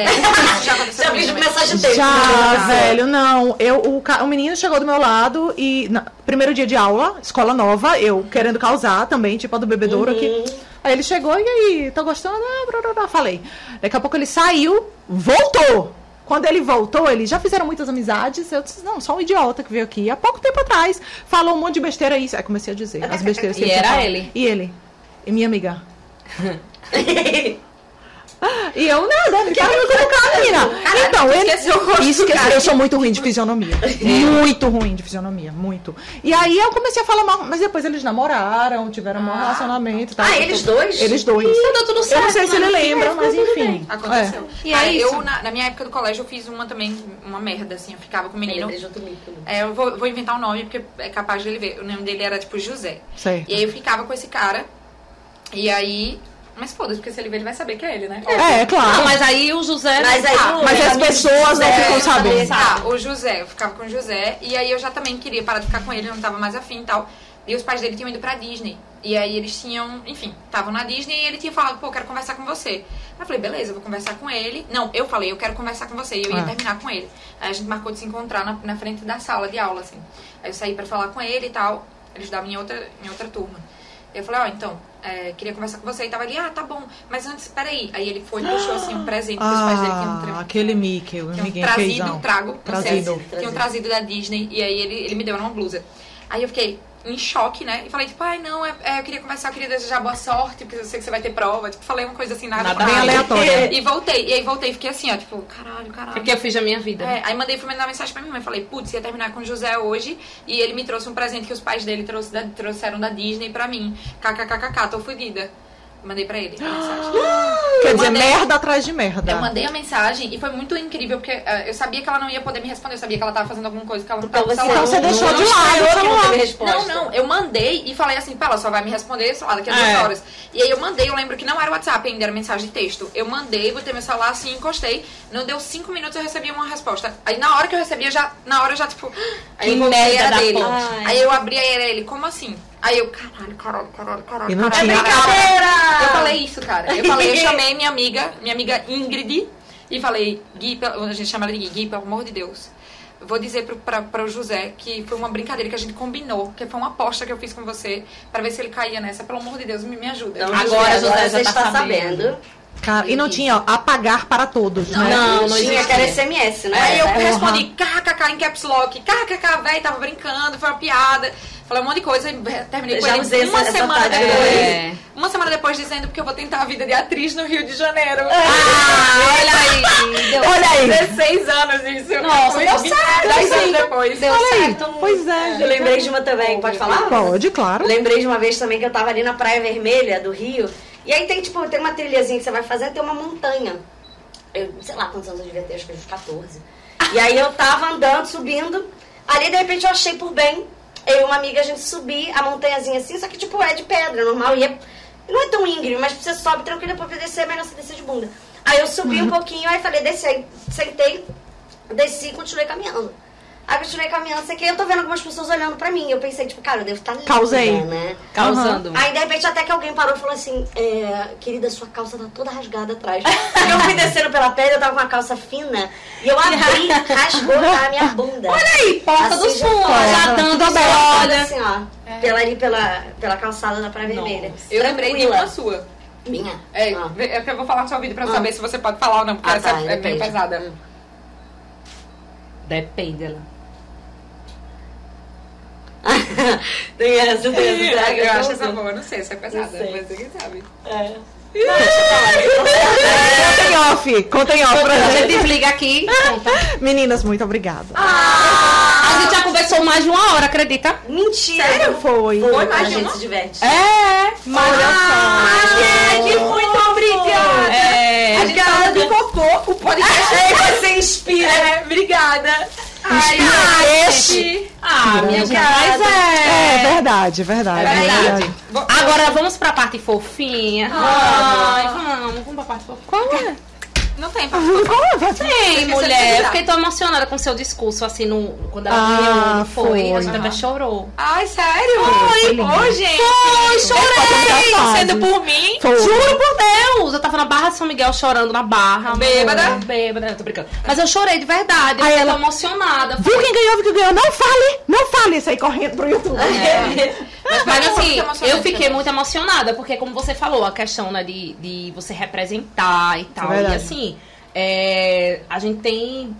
[SPEAKER 5] já aconteceu comigo, mas- mensagem de texto.
[SPEAKER 1] Já,
[SPEAKER 5] né?
[SPEAKER 1] velho, não. Eu, o, ca- o menino chegou do meu lado e. na- primeiro dia de aula, escola nova, eu querendo causar também, tipo a do bebedouro aqui.
[SPEAKER 2] Uhum.
[SPEAKER 1] Aí ele chegou e aí, tá gostando? Ah, blá, blá, blá, falei. Daqui a pouco ele saiu, voltou. Quando ele voltou, ele já fizeram muitas amizades. Eu disse, não, só um idiota que veio aqui há pouco tempo atrás. Falou um monte de besteira isso. Aí comecei a dizer as besteiras que
[SPEAKER 2] *laughs* E
[SPEAKER 1] tinha
[SPEAKER 2] era
[SPEAKER 1] falado.
[SPEAKER 2] ele?
[SPEAKER 1] E ele. E minha amiga. E eu nada, me para me colocar, menina. Então, ele. Isso que eu sou muito ruim de fisionomia.
[SPEAKER 4] É.
[SPEAKER 1] Muito ruim de fisionomia, muito. E aí eu comecei a falar mal, mas depois eles namoraram, tiveram um mau relacionamento.
[SPEAKER 4] tá.
[SPEAKER 1] e Tal,
[SPEAKER 5] Ah, eles dois?
[SPEAKER 1] Eles dois.
[SPEAKER 2] Então deu tudo
[SPEAKER 1] Eu
[SPEAKER 2] certo.
[SPEAKER 1] não sei se
[SPEAKER 2] né?
[SPEAKER 1] ele lembra, mas enfim. É.
[SPEAKER 4] Aconteceu.
[SPEAKER 2] E é
[SPEAKER 4] Aí
[SPEAKER 2] isso.
[SPEAKER 4] Eu, na, na minha época do colégio, eu fiz uma também, uma merda, assim. Eu ficava com o
[SPEAKER 5] Ele
[SPEAKER 4] menino.
[SPEAKER 5] beijou outro mico, né?
[SPEAKER 4] É, eu vou, eu vou inventar um nome, porque é capaz de ele ver. O nome dele era, tipo, José.
[SPEAKER 1] É, Certo.
[SPEAKER 4] E aí eu ficava com esse cara. E aí... Mas foda-se, porque se ele ver, ele vai saber que é ele, né?
[SPEAKER 1] É, é
[SPEAKER 2] Ah,
[SPEAKER 1] claro.
[SPEAKER 2] mas aí o José.
[SPEAKER 5] Mas aí, né?
[SPEAKER 4] Ah,
[SPEAKER 5] o-
[SPEAKER 1] Mas as pessoas não
[SPEAKER 5] É,
[SPEAKER 1] ficam sabendo.
[SPEAKER 4] Ah, o José, eu ficava com o José, e aí eu já também queria parar de ficar com ele, eu não tava mais afim e tal. E os pais dele tinham ido pra Disney. E aí eles tinham, enfim, estavam na Disney e ele tinha falado, pô, eu quero conversar com você. Aí eu falei, beleza, eu vou conversar com ele. Não, eu falei, eu quero conversar com você, e eu ia
[SPEAKER 1] Ah.
[SPEAKER 4] terminar com ele. Aí a gente marcou de se encontrar na, na frente da sala de aula, assim. Aí eu saí pra falar com ele e tal. Ele estudava em outra, em outra turma. Eu falei, ó, então, é, queria conversar com você. E tava ali, ah, tá bom, mas antes, peraí. Aí ele foi e puxou, assim, um presente que os pais dele tinham
[SPEAKER 1] Ah,
[SPEAKER 4] tra-
[SPEAKER 1] aquele Mickey, o
[SPEAKER 4] tinham
[SPEAKER 1] Miguel
[SPEAKER 4] trazido
[SPEAKER 1] Feijão.
[SPEAKER 4] um trago,
[SPEAKER 1] Trazido.
[SPEAKER 4] trazido. Tinham trazido da Disney e aí ele, ele me deu uma blusa. Aí eu fiquei em choque, né? E falei, tipo, ai, não, é, é, eu queria conversar, eu queria desejar boa sorte, porque eu sei que você vai ter prova. Tipo, falei uma coisa assim, nada,
[SPEAKER 2] Nada
[SPEAKER 4] com
[SPEAKER 1] Bem
[SPEAKER 4] nada.
[SPEAKER 1] aleatório.
[SPEAKER 4] E voltei, e aí voltei, fiquei assim, ó, tipo, caralho, caralho.
[SPEAKER 2] É Porque eu fiz a minha vida.
[SPEAKER 4] É, aí mandei fui mandar mensagem pra minha mãe. Falei, putz, ia terminar com o José hoje. E ele me trouxe um presente que os pais dele trouxe da- trouxeram da Disney pra mim. KKKKK, tô fodida. Mandei pra ele a mensagem.
[SPEAKER 1] Quer dizer,
[SPEAKER 4] mandei-
[SPEAKER 1] merda atrás de merda.
[SPEAKER 4] Eu mandei a mensagem e foi muito incrível, porque eh, eu sabia que ela não ia poder me responder, eu sabia que ela tava fazendo alguma coisa que ela não
[SPEAKER 5] Então
[SPEAKER 4] tava no
[SPEAKER 1] Então
[SPEAKER 4] celular.
[SPEAKER 5] você,
[SPEAKER 1] você
[SPEAKER 5] não-
[SPEAKER 1] deixou
[SPEAKER 5] não
[SPEAKER 1] de lado o
[SPEAKER 5] estranhou que não
[SPEAKER 1] celular.
[SPEAKER 5] teve resposta.
[SPEAKER 4] Não, não, eu mandei e falei assim, pá, ela só vai me responder, sei lá, daqui a
[SPEAKER 2] É.
[SPEAKER 4] duas horas. E aí eu mandei, eu lembro que não era WhatsApp ainda, era mensagem de texto. Eu mandei, botei meu celular assim, encostei, não deu cinco minutos eu recebi uma resposta. Aí na hora que eu recebia, já, na hora eu já, tipo, aí eu
[SPEAKER 2] Que
[SPEAKER 4] voltei,
[SPEAKER 2] merda
[SPEAKER 4] era
[SPEAKER 2] da
[SPEAKER 4] dele.
[SPEAKER 2] porra.
[SPEAKER 4] Aí eu abri, aí era ele, como assim? Aí eu, caralho, caralho, caralho, caralho.
[SPEAKER 1] E não
[SPEAKER 4] caralho,
[SPEAKER 1] tinha-
[SPEAKER 4] caralho. Eu falei isso, cara. Eu falei, eu chamei minha amiga, minha amiga Ingrid, e falei, Gui, pelo- a gente chama ela de Gui, Gui, pelo amor de Deus. Vou dizer pro, pra, pro José que foi uma brincadeira que a gente combinou, que foi uma aposta que eu fiz com você, pra ver se ele caía nessa. Pelo amor de Deus, me, me ajuda.
[SPEAKER 5] Então,
[SPEAKER 2] Agora, José, já
[SPEAKER 5] você
[SPEAKER 2] tá
[SPEAKER 5] está
[SPEAKER 2] sabendo.
[SPEAKER 5] sabendo.
[SPEAKER 1] Cara, e não tinha, ó, apagar para todos, né?
[SPEAKER 2] Não, não
[SPEAKER 5] Tinha
[SPEAKER 2] existia.
[SPEAKER 5] que era SMS, né?
[SPEAKER 4] Aí eu
[SPEAKER 5] Era.
[SPEAKER 4] respondi, kkk em caps lock, kkk, véi, tava brincando, foi uma piada. Falei um monte de coisa e terminei com
[SPEAKER 5] Já
[SPEAKER 4] ele
[SPEAKER 5] usei essa-
[SPEAKER 4] uma
[SPEAKER 5] essa
[SPEAKER 4] semana
[SPEAKER 5] tática.
[SPEAKER 4] depois.
[SPEAKER 2] É.
[SPEAKER 4] Uma semana depois dizendo porque eu vou tentar a vida de atriz no Rio de Janeiro.
[SPEAKER 5] É,
[SPEAKER 2] Ah, olha aí. Deu,
[SPEAKER 1] Olha aí.
[SPEAKER 4] 16 anos isso.
[SPEAKER 2] Nossa,
[SPEAKER 5] assim.
[SPEAKER 2] deu certo,
[SPEAKER 4] 10 anos
[SPEAKER 2] sim.
[SPEAKER 4] depois.
[SPEAKER 2] deu
[SPEAKER 1] Olha aí.
[SPEAKER 2] certo.
[SPEAKER 1] Pois é, gente.
[SPEAKER 5] Eu lembrei de uma também, pode falar?
[SPEAKER 1] Pode, claro.
[SPEAKER 5] Lembrei de uma vez também que eu tava ali na Praia Vermelha do Rio. E aí tem, tipo, tem uma trilhazinha que você vai fazer, tem uma montanha. Eu, sei lá quantos anos eu devia ter, acho que uns 14. E aí eu tava andando, subindo. Ali, de repente, eu achei por bem. Eu e uma amiga, a gente subir a montanhazinha assim, só que, tipo, é de pedra, normal. E é- não é tão íngreme, mas você sobe tranquilo, depois pra descer, é melhor você descer de bunda. Aí eu subi um pouquinho, aí falei, desci, aí sentei. Desci e continuei caminhando. Aí continuei caminhando, sei que eu tô vendo algumas pessoas olhando pra mim. Eu pensei, tipo, cara, eu devo estar linda,
[SPEAKER 1] Causei.
[SPEAKER 5] né?
[SPEAKER 2] Causando.
[SPEAKER 5] Aí, de repente, até que alguém parou e falou assim, é, querida, sua calça tá toda rasgada
[SPEAKER 4] *laughs*
[SPEAKER 5] atrás. Porque eu fui descendo pela pedra, eu tava com uma calça fina, e
[SPEAKER 4] *laughs*
[SPEAKER 5] eu abri, rasgou tá, a minha bunda. Olha
[SPEAKER 2] aí, porta
[SPEAKER 5] Assim
[SPEAKER 2] dos
[SPEAKER 5] já
[SPEAKER 2] fundos,
[SPEAKER 5] foi.
[SPEAKER 2] já dando a
[SPEAKER 5] Olha
[SPEAKER 2] bola.
[SPEAKER 5] assim, ó, pela, ali pela, pela calçada da Praia Vermelha.
[SPEAKER 4] É. Eu lembrei de
[SPEAKER 5] é Tranquila.
[SPEAKER 4] uma sua.
[SPEAKER 5] Minha?
[SPEAKER 4] É,
[SPEAKER 5] Ah.
[SPEAKER 4] é porque eu vou falar no seu vídeo pra eu
[SPEAKER 5] Ah.
[SPEAKER 4] saber se você pode falar ou não, porque
[SPEAKER 5] Ah,
[SPEAKER 4] essa
[SPEAKER 5] tá,
[SPEAKER 4] é meio
[SPEAKER 5] depende.
[SPEAKER 4] pesada.
[SPEAKER 2] Depende dela.
[SPEAKER 5] *laughs* tem essa, tem essa.
[SPEAKER 4] Eu acho essa
[SPEAKER 5] essa
[SPEAKER 4] boa, não sei se é pesada,
[SPEAKER 5] sei.
[SPEAKER 4] mas ninguém sabe.
[SPEAKER 1] Conta em off, conta em off pra
[SPEAKER 2] A
[SPEAKER 1] gente.
[SPEAKER 2] gente desliga aqui. Pronto.
[SPEAKER 1] Meninas, muito obrigada.
[SPEAKER 2] A gente já conversou mais de uma hora, acredita?
[SPEAKER 5] Mentira!
[SPEAKER 1] Foi.
[SPEAKER 5] Foi,
[SPEAKER 4] É. mais
[SPEAKER 5] a
[SPEAKER 4] de
[SPEAKER 5] gente
[SPEAKER 4] uma?
[SPEAKER 5] se diverte.
[SPEAKER 2] É, mas. Ah,
[SPEAKER 5] gente, muito obrigada!
[SPEAKER 2] É.
[SPEAKER 4] A gente fala do cocô, o podcast.
[SPEAKER 5] Você inspira!
[SPEAKER 4] É, obrigada. Ai,
[SPEAKER 1] Inspira este.
[SPEAKER 4] gente.
[SPEAKER 2] Ah, minha gente. Mas
[SPEAKER 1] É
[SPEAKER 2] é.
[SPEAKER 1] verdade, verdade.
[SPEAKER 4] É verdade. Vou-
[SPEAKER 2] Agora vamos pra parte fofinha. Ai, vamos, vamos pra parte fofinha. Qual é?
[SPEAKER 4] Não tem pra
[SPEAKER 2] Ei,
[SPEAKER 4] Esqueceu de
[SPEAKER 2] mulher,
[SPEAKER 4] avisar.
[SPEAKER 2] fiquei tão emocionada com seu discurso, assim, no, quando ela
[SPEAKER 1] Ah,
[SPEAKER 2] viu, não foi, a
[SPEAKER 1] foi.
[SPEAKER 2] gente até chorou.
[SPEAKER 4] Ai, sério?
[SPEAKER 1] foi
[SPEAKER 4] Oi,
[SPEAKER 1] lindo.
[SPEAKER 4] Ô, gente.
[SPEAKER 2] Foi,
[SPEAKER 1] Capaz.
[SPEAKER 2] chorei! Sendo por mim.
[SPEAKER 1] Foi.
[SPEAKER 2] Juro por Deus! Eu tava na Barra de São Miguel chorando na barra.
[SPEAKER 4] Bêbada?
[SPEAKER 2] mano. Bêbada, tô brincando. Mas eu chorei de verdade, eu
[SPEAKER 1] Aí
[SPEAKER 2] fiquei
[SPEAKER 1] ela-
[SPEAKER 2] tão emocionada.
[SPEAKER 1] Viu quem ganhou, viu quem ganhou. Não fale, não fale isso aí correndo pro YouTube.
[SPEAKER 2] *laughs* É. Mas,
[SPEAKER 4] Mas eu
[SPEAKER 2] assim,
[SPEAKER 4] fiquei
[SPEAKER 2] eu
[SPEAKER 4] emocionada
[SPEAKER 2] fiquei
[SPEAKER 4] também.
[SPEAKER 2] muito emocionada, porque como você falou, a questão né, de, de você representar e tal. e
[SPEAKER 1] verdade.
[SPEAKER 2] assim, é, a gente tem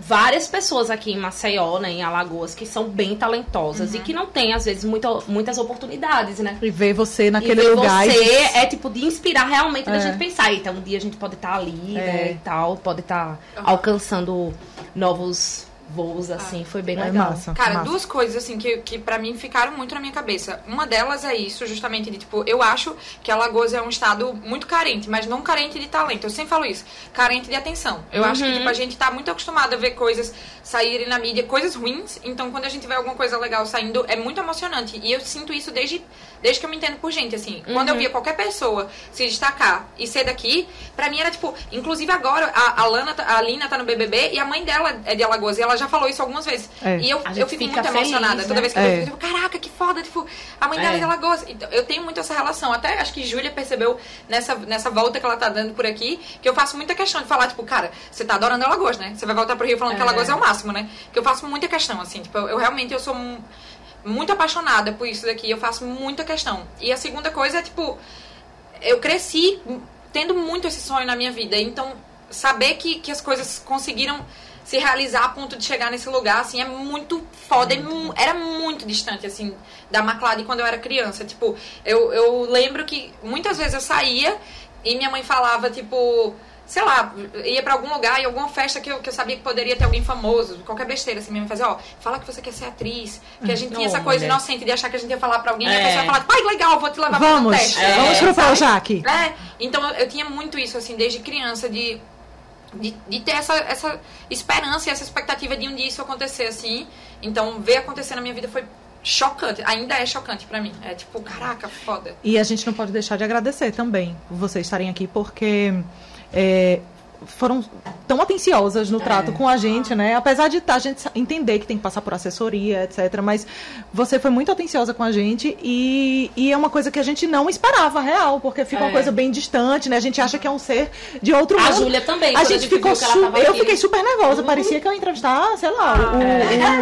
[SPEAKER 2] várias pessoas aqui em Maceió, né, em Alagoas, que são bem talentosas
[SPEAKER 4] Uhum.
[SPEAKER 2] e que não têm, às vezes, muito, muitas oportunidades, né?
[SPEAKER 1] E ver você
[SPEAKER 2] E
[SPEAKER 1] naquele
[SPEAKER 2] ver
[SPEAKER 1] lugar. e-
[SPEAKER 2] você é tipo de inspirar realmente da
[SPEAKER 1] É.
[SPEAKER 2] gente pensar, então um dia a gente pode estar ali,
[SPEAKER 1] É.
[SPEAKER 2] né, e tal, pode estar
[SPEAKER 4] Uhum.
[SPEAKER 2] alcançando novos
[SPEAKER 4] Ah.
[SPEAKER 2] voos, assim, foi bem
[SPEAKER 1] É
[SPEAKER 2] legal.
[SPEAKER 1] massa.
[SPEAKER 4] Cara,
[SPEAKER 1] massa.
[SPEAKER 4] duas coisas assim que, que para mim ficaram muito na minha cabeça. Uma delas é isso, justamente de tipo, eu acho que Alagoas é um estado muito carente, mas não carente de talento. Eu sempre falo isso, carente de atenção. Eu acho
[SPEAKER 1] Uhum.
[SPEAKER 4] que tipo, a gente tá muito acostumado a ver coisas saírem na mídia, coisas ruins. Então, quando a gente vê alguma coisa legal saindo, é muito emocionante. E eu sinto isso desde, desde que eu me entendo por gente, assim. Quando eu
[SPEAKER 1] Uhum.
[SPEAKER 4] via qualquer pessoa se destacar e ser daqui, pra mim era tipo, inclusive agora, a, a, Lana, tá- a Lina tá no BBB e a mãe dela é de Alagoas. E ela já falou isso algumas vezes.
[SPEAKER 1] É.
[SPEAKER 4] E eu,
[SPEAKER 2] A gente
[SPEAKER 4] eu fico
[SPEAKER 2] fica
[SPEAKER 4] muito
[SPEAKER 2] feliz,
[SPEAKER 4] emocionada
[SPEAKER 2] né?
[SPEAKER 4] toda vez que
[SPEAKER 1] É.
[SPEAKER 4] eu fico, tipo, caraca, que foda, tipo, a mãe dela
[SPEAKER 2] É.
[SPEAKER 4] é de Alagoas. Então, eu tenho muito essa relação. Até acho que Júlia percebeu nessa, nessa volta que ela tá dando por aqui, que eu faço muita questão de falar, tipo, cara, você tá adorando Alagoas, né? Você vai voltar pro Rio falando que Alagoas é o máximo, né? Que eu faço muita questão, assim, tipo, eu, eu realmente eu sou mu- muito apaixonada por isso daqui, eu faço muita questão. E a segunda coisa é, tipo, eu cresci tendo muito esse sonho na minha vida. Então, saber que, que as coisas conseguiram se realizar a ponto de chegar nesse lugar, assim, é muito foda. e mu- era muito distante, assim, da McLaren quando eu era criança. Tipo, eu, eu lembro que muitas vezes eu saía e minha mãe falava, tipo... Sei lá, ia pra algum lugar, em alguma festa que eu, que eu sabia que poderia ter alguém famoso, qualquer besteira assim, minha mãe fazia, ó, fala que você quer ser atriz. Porque a gente tinha essa
[SPEAKER 2] Olha.
[SPEAKER 4] coisa inocente de achar que a gente ia falar pra alguém e
[SPEAKER 2] É.
[SPEAKER 4] a pessoa ia falar, pai, legal, vou te levar pra um
[SPEAKER 1] Vamos, é.
[SPEAKER 4] teste.
[SPEAKER 1] vamos pro Projac.
[SPEAKER 4] É, então eu, eu tinha muito isso, assim, desde criança, de, de, de ter essa, essa esperança e essa expectativa de um dia isso acontecer, assim. Então, ver acontecer na minha vida foi chocante. Ainda é chocante pra mim. É tipo, caraca, foda.
[SPEAKER 1] E a gente não pode deixar de agradecer também vocês estarem aqui, porque é, foram tão atenciosas no
[SPEAKER 2] É.
[SPEAKER 1] trato com a gente, né? Apesar de tá, a gente sa- entender que tem que passar por assessoria, etc. Mas você foi muito atenciosa com a gente e, e é uma coisa que a gente não esperava, real, porque fica uma
[SPEAKER 2] É.
[SPEAKER 1] coisa bem distante, né? A gente acha que é um ser de outro
[SPEAKER 2] A
[SPEAKER 1] mundo.
[SPEAKER 2] Júlia também,
[SPEAKER 1] A
[SPEAKER 2] quando
[SPEAKER 1] gente ficou.
[SPEAKER 2] viu que ela
[SPEAKER 1] su-
[SPEAKER 2] tava
[SPEAKER 1] Eu
[SPEAKER 2] aqui.
[SPEAKER 1] fiquei super nervosa. Parecia que eu ia entrevistar, sei lá,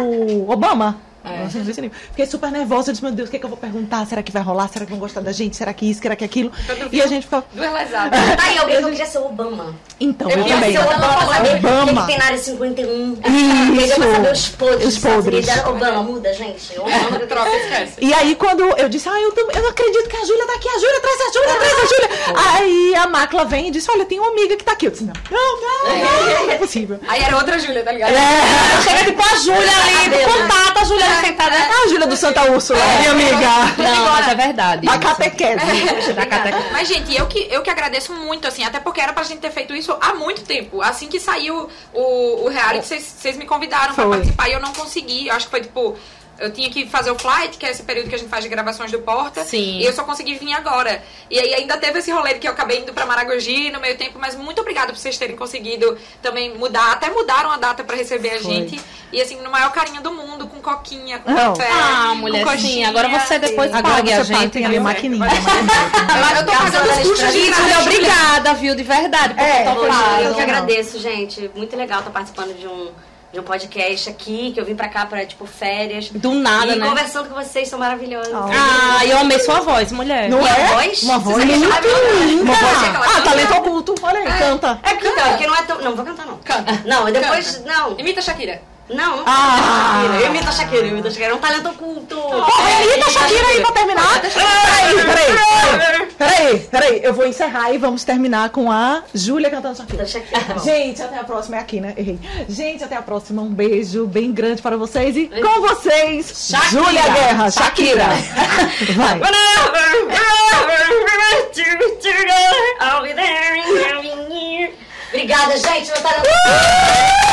[SPEAKER 1] o, o Obama.
[SPEAKER 2] É.
[SPEAKER 1] Nossa, não disse nenhum. Fiquei super nervosa, eu disse, meu Deus, o que, é que eu vou perguntar? Será que vai rolar? Será que vão gostar da gente? Será que isso? Será que aquilo? E a gente ficou,
[SPEAKER 4] Duas lesadas.
[SPEAKER 5] *laughs* Tá aí alguém que eu queria ser o Obama.
[SPEAKER 1] então,
[SPEAKER 4] Eu
[SPEAKER 1] eu,
[SPEAKER 5] Eu
[SPEAKER 4] ia
[SPEAKER 5] queria
[SPEAKER 1] também.
[SPEAKER 5] ser o Obama pra saber
[SPEAKER 1] Obama.
[SPEAKER 5] o que, que tem na área 51. Eu queria
[SPEAKER 1] Isso.
[SPEAKER 5] pra saber os podres.
[SPEAKER 1] Os
[SPEAKER 5] um sabe?
[SPEAKER 1] podres.
[SPEAKER 5] Queria- Obama, muda,
[SPEAKER 1] *laughs*
[SPEAKER 5] gente. Obama, eu
[SPEAKER 4] Troca, esquece.
[SPEAKER 1] E aí, quando eu disse, ah, eu, tam- eu não acredito que a Júlia tá aqui, a Júlia, traz a Júlia, traz a Júlia. Aí a Macla vem e disse, olha, tem uma amiga que tá aqui. Eu disse, não, não, não, não é possível.
[SPEAKER 4] Aí era outra Júlia, tá ligado?
[SPEAKER 1] É,
[SPEAKER 2] Chega tipo a Júlia ali,
[SPEAKER 5] Cabelo, né?
[SPEAKER 2] contata a Júlia ali sentada.
[SPEAKER 1] a Júlia do Santa Úrsula, minha amiga.
[SPEAKER 2] Não, mas é verdade.
[SPEAKER 1] A catequese.
[SPEAKER 2] Da catequese.
[SPEAKER 4] Mas, gente, eu que, eu que agradeço muito, assim, até porque era pra gente ter feito isso há muito tempo. Assim que saiu o, o reality, vocês- vocês me convidaram pra
[SPEAKER 1] Oh. Foi.
[SPEAKER 4] participar e eu não consegui. Eu acho que foi tipo. Eu tinha que fazer o flight, que é esse período que a gente faz de gravações do Porta.
[SPEAKER 2] Sim.
[SPEAKER 4] E eu só consegui vir agora. E aí ainda teve esse rolê que eu acabei indo pra Maragogi no meio tempo, mas muito obrigada por vocês terem conseguido também mudar. Até mudaram a data pra receber
[SPEAKER 2] Foi.
[SPEAKER 4] a gente. E assim, no maior carinho do mundo, com coquinha, com
[SPEAKER 1] Não.
[SPEAKER 4] café.
[SPEAKER 2] Ah,
[SPEAKER 4] com
[SPEAKER 2] mulher, sim.
[SPEAKER 4] coxinha.
[SPEAKER 2] Agora você depois
[SPEAKER 1] Agora
[SPEAKER 2] pague a
[SPEAKER 1] você paga, né?
[SPEAKER 2] gente.
[SPEAKER 1] tem ali a
[SPEAKER 4] é?
[SPEAKER 2] viu?
[SPEAKER 1] maquininha. a maquininha.
[SPEAKER 4] Eu tô pagando os custos de ir
[SPEAKER 2] Gente,
[SPEAKER 4] na
[SPEAKER 2] Júlia,
[SPEAKER 4] Júlia.
[SPEAKER 2] obrigada, viu? De verdade, por
[SPEAKER 1] É,
[SPEAKER 2] ter
[SPEAKER 5] Poxa, eu
[SPEAKER 2] topado.
[SPEAKER 5] que agradeço, gente. Muito legal estar participando de um, de um podcast aqui, que eu vim pra cá pra, tipo, férias.
[SPEAKER 2] Do nada,
[SPEAKER 5] e
[SPEAKER 2] né?
[SPEAKER 5] conversando com vocês, são maravilhosos.
[SPEAKER 2] Ah, eu amei sua voz, mulher.
[SPEAKER 1] Não
[SPEAKER 5] E
[SPEAKER 1] é?
[SPEAKER 5] a voz?
[SPEAKER 1] Uma voz
[SPEAKER 5] Vocês
[SPEAKER 1] muito
[SPEAKER 5] acharam maravilhosa?
[SPEAKER 1] linda.
[SPEAKER 4] Uma voz que ela
[SPEAKER 1] Ah,
[SPEAKER 4] canta.
[SPEAKER 1] talento oculto. Olha aí, canta.
[SPEAKER 5] É porque, então, porque não é tão... Não, vou cantar não.
[SPEAKER 4] Canta.
[SPEAKER 5] Não, e depois... Não,
[SPEAKER 4] Imita a Shakira.
[SPEAKER 5] não. não
[SPEAKER 1] Ah.
[SPEAKER 5] Shakira. Eu imito a Shakira, eu imito a Shakira. É um talento oculto.
[SPEAKER 1] Porra, imita a Shakira aí pra terminar. Peraí, peraí. Peraí, peraí. Eu vou encerrar e vamos terminar com a Júlia cantando Shakira.
[SPEAKER 5] Da Shakira, tá bom.
[SPEAKER 1] Gente, até a próxima. É aqui, né? Errei. Gente, até a próxima. Um beijo bem grande para vocês e com vocês, Júlia Guerra, Shakira. Vai.
[SPEAKER 5] I'll be there in a year. Obrigada, gente. Meu talento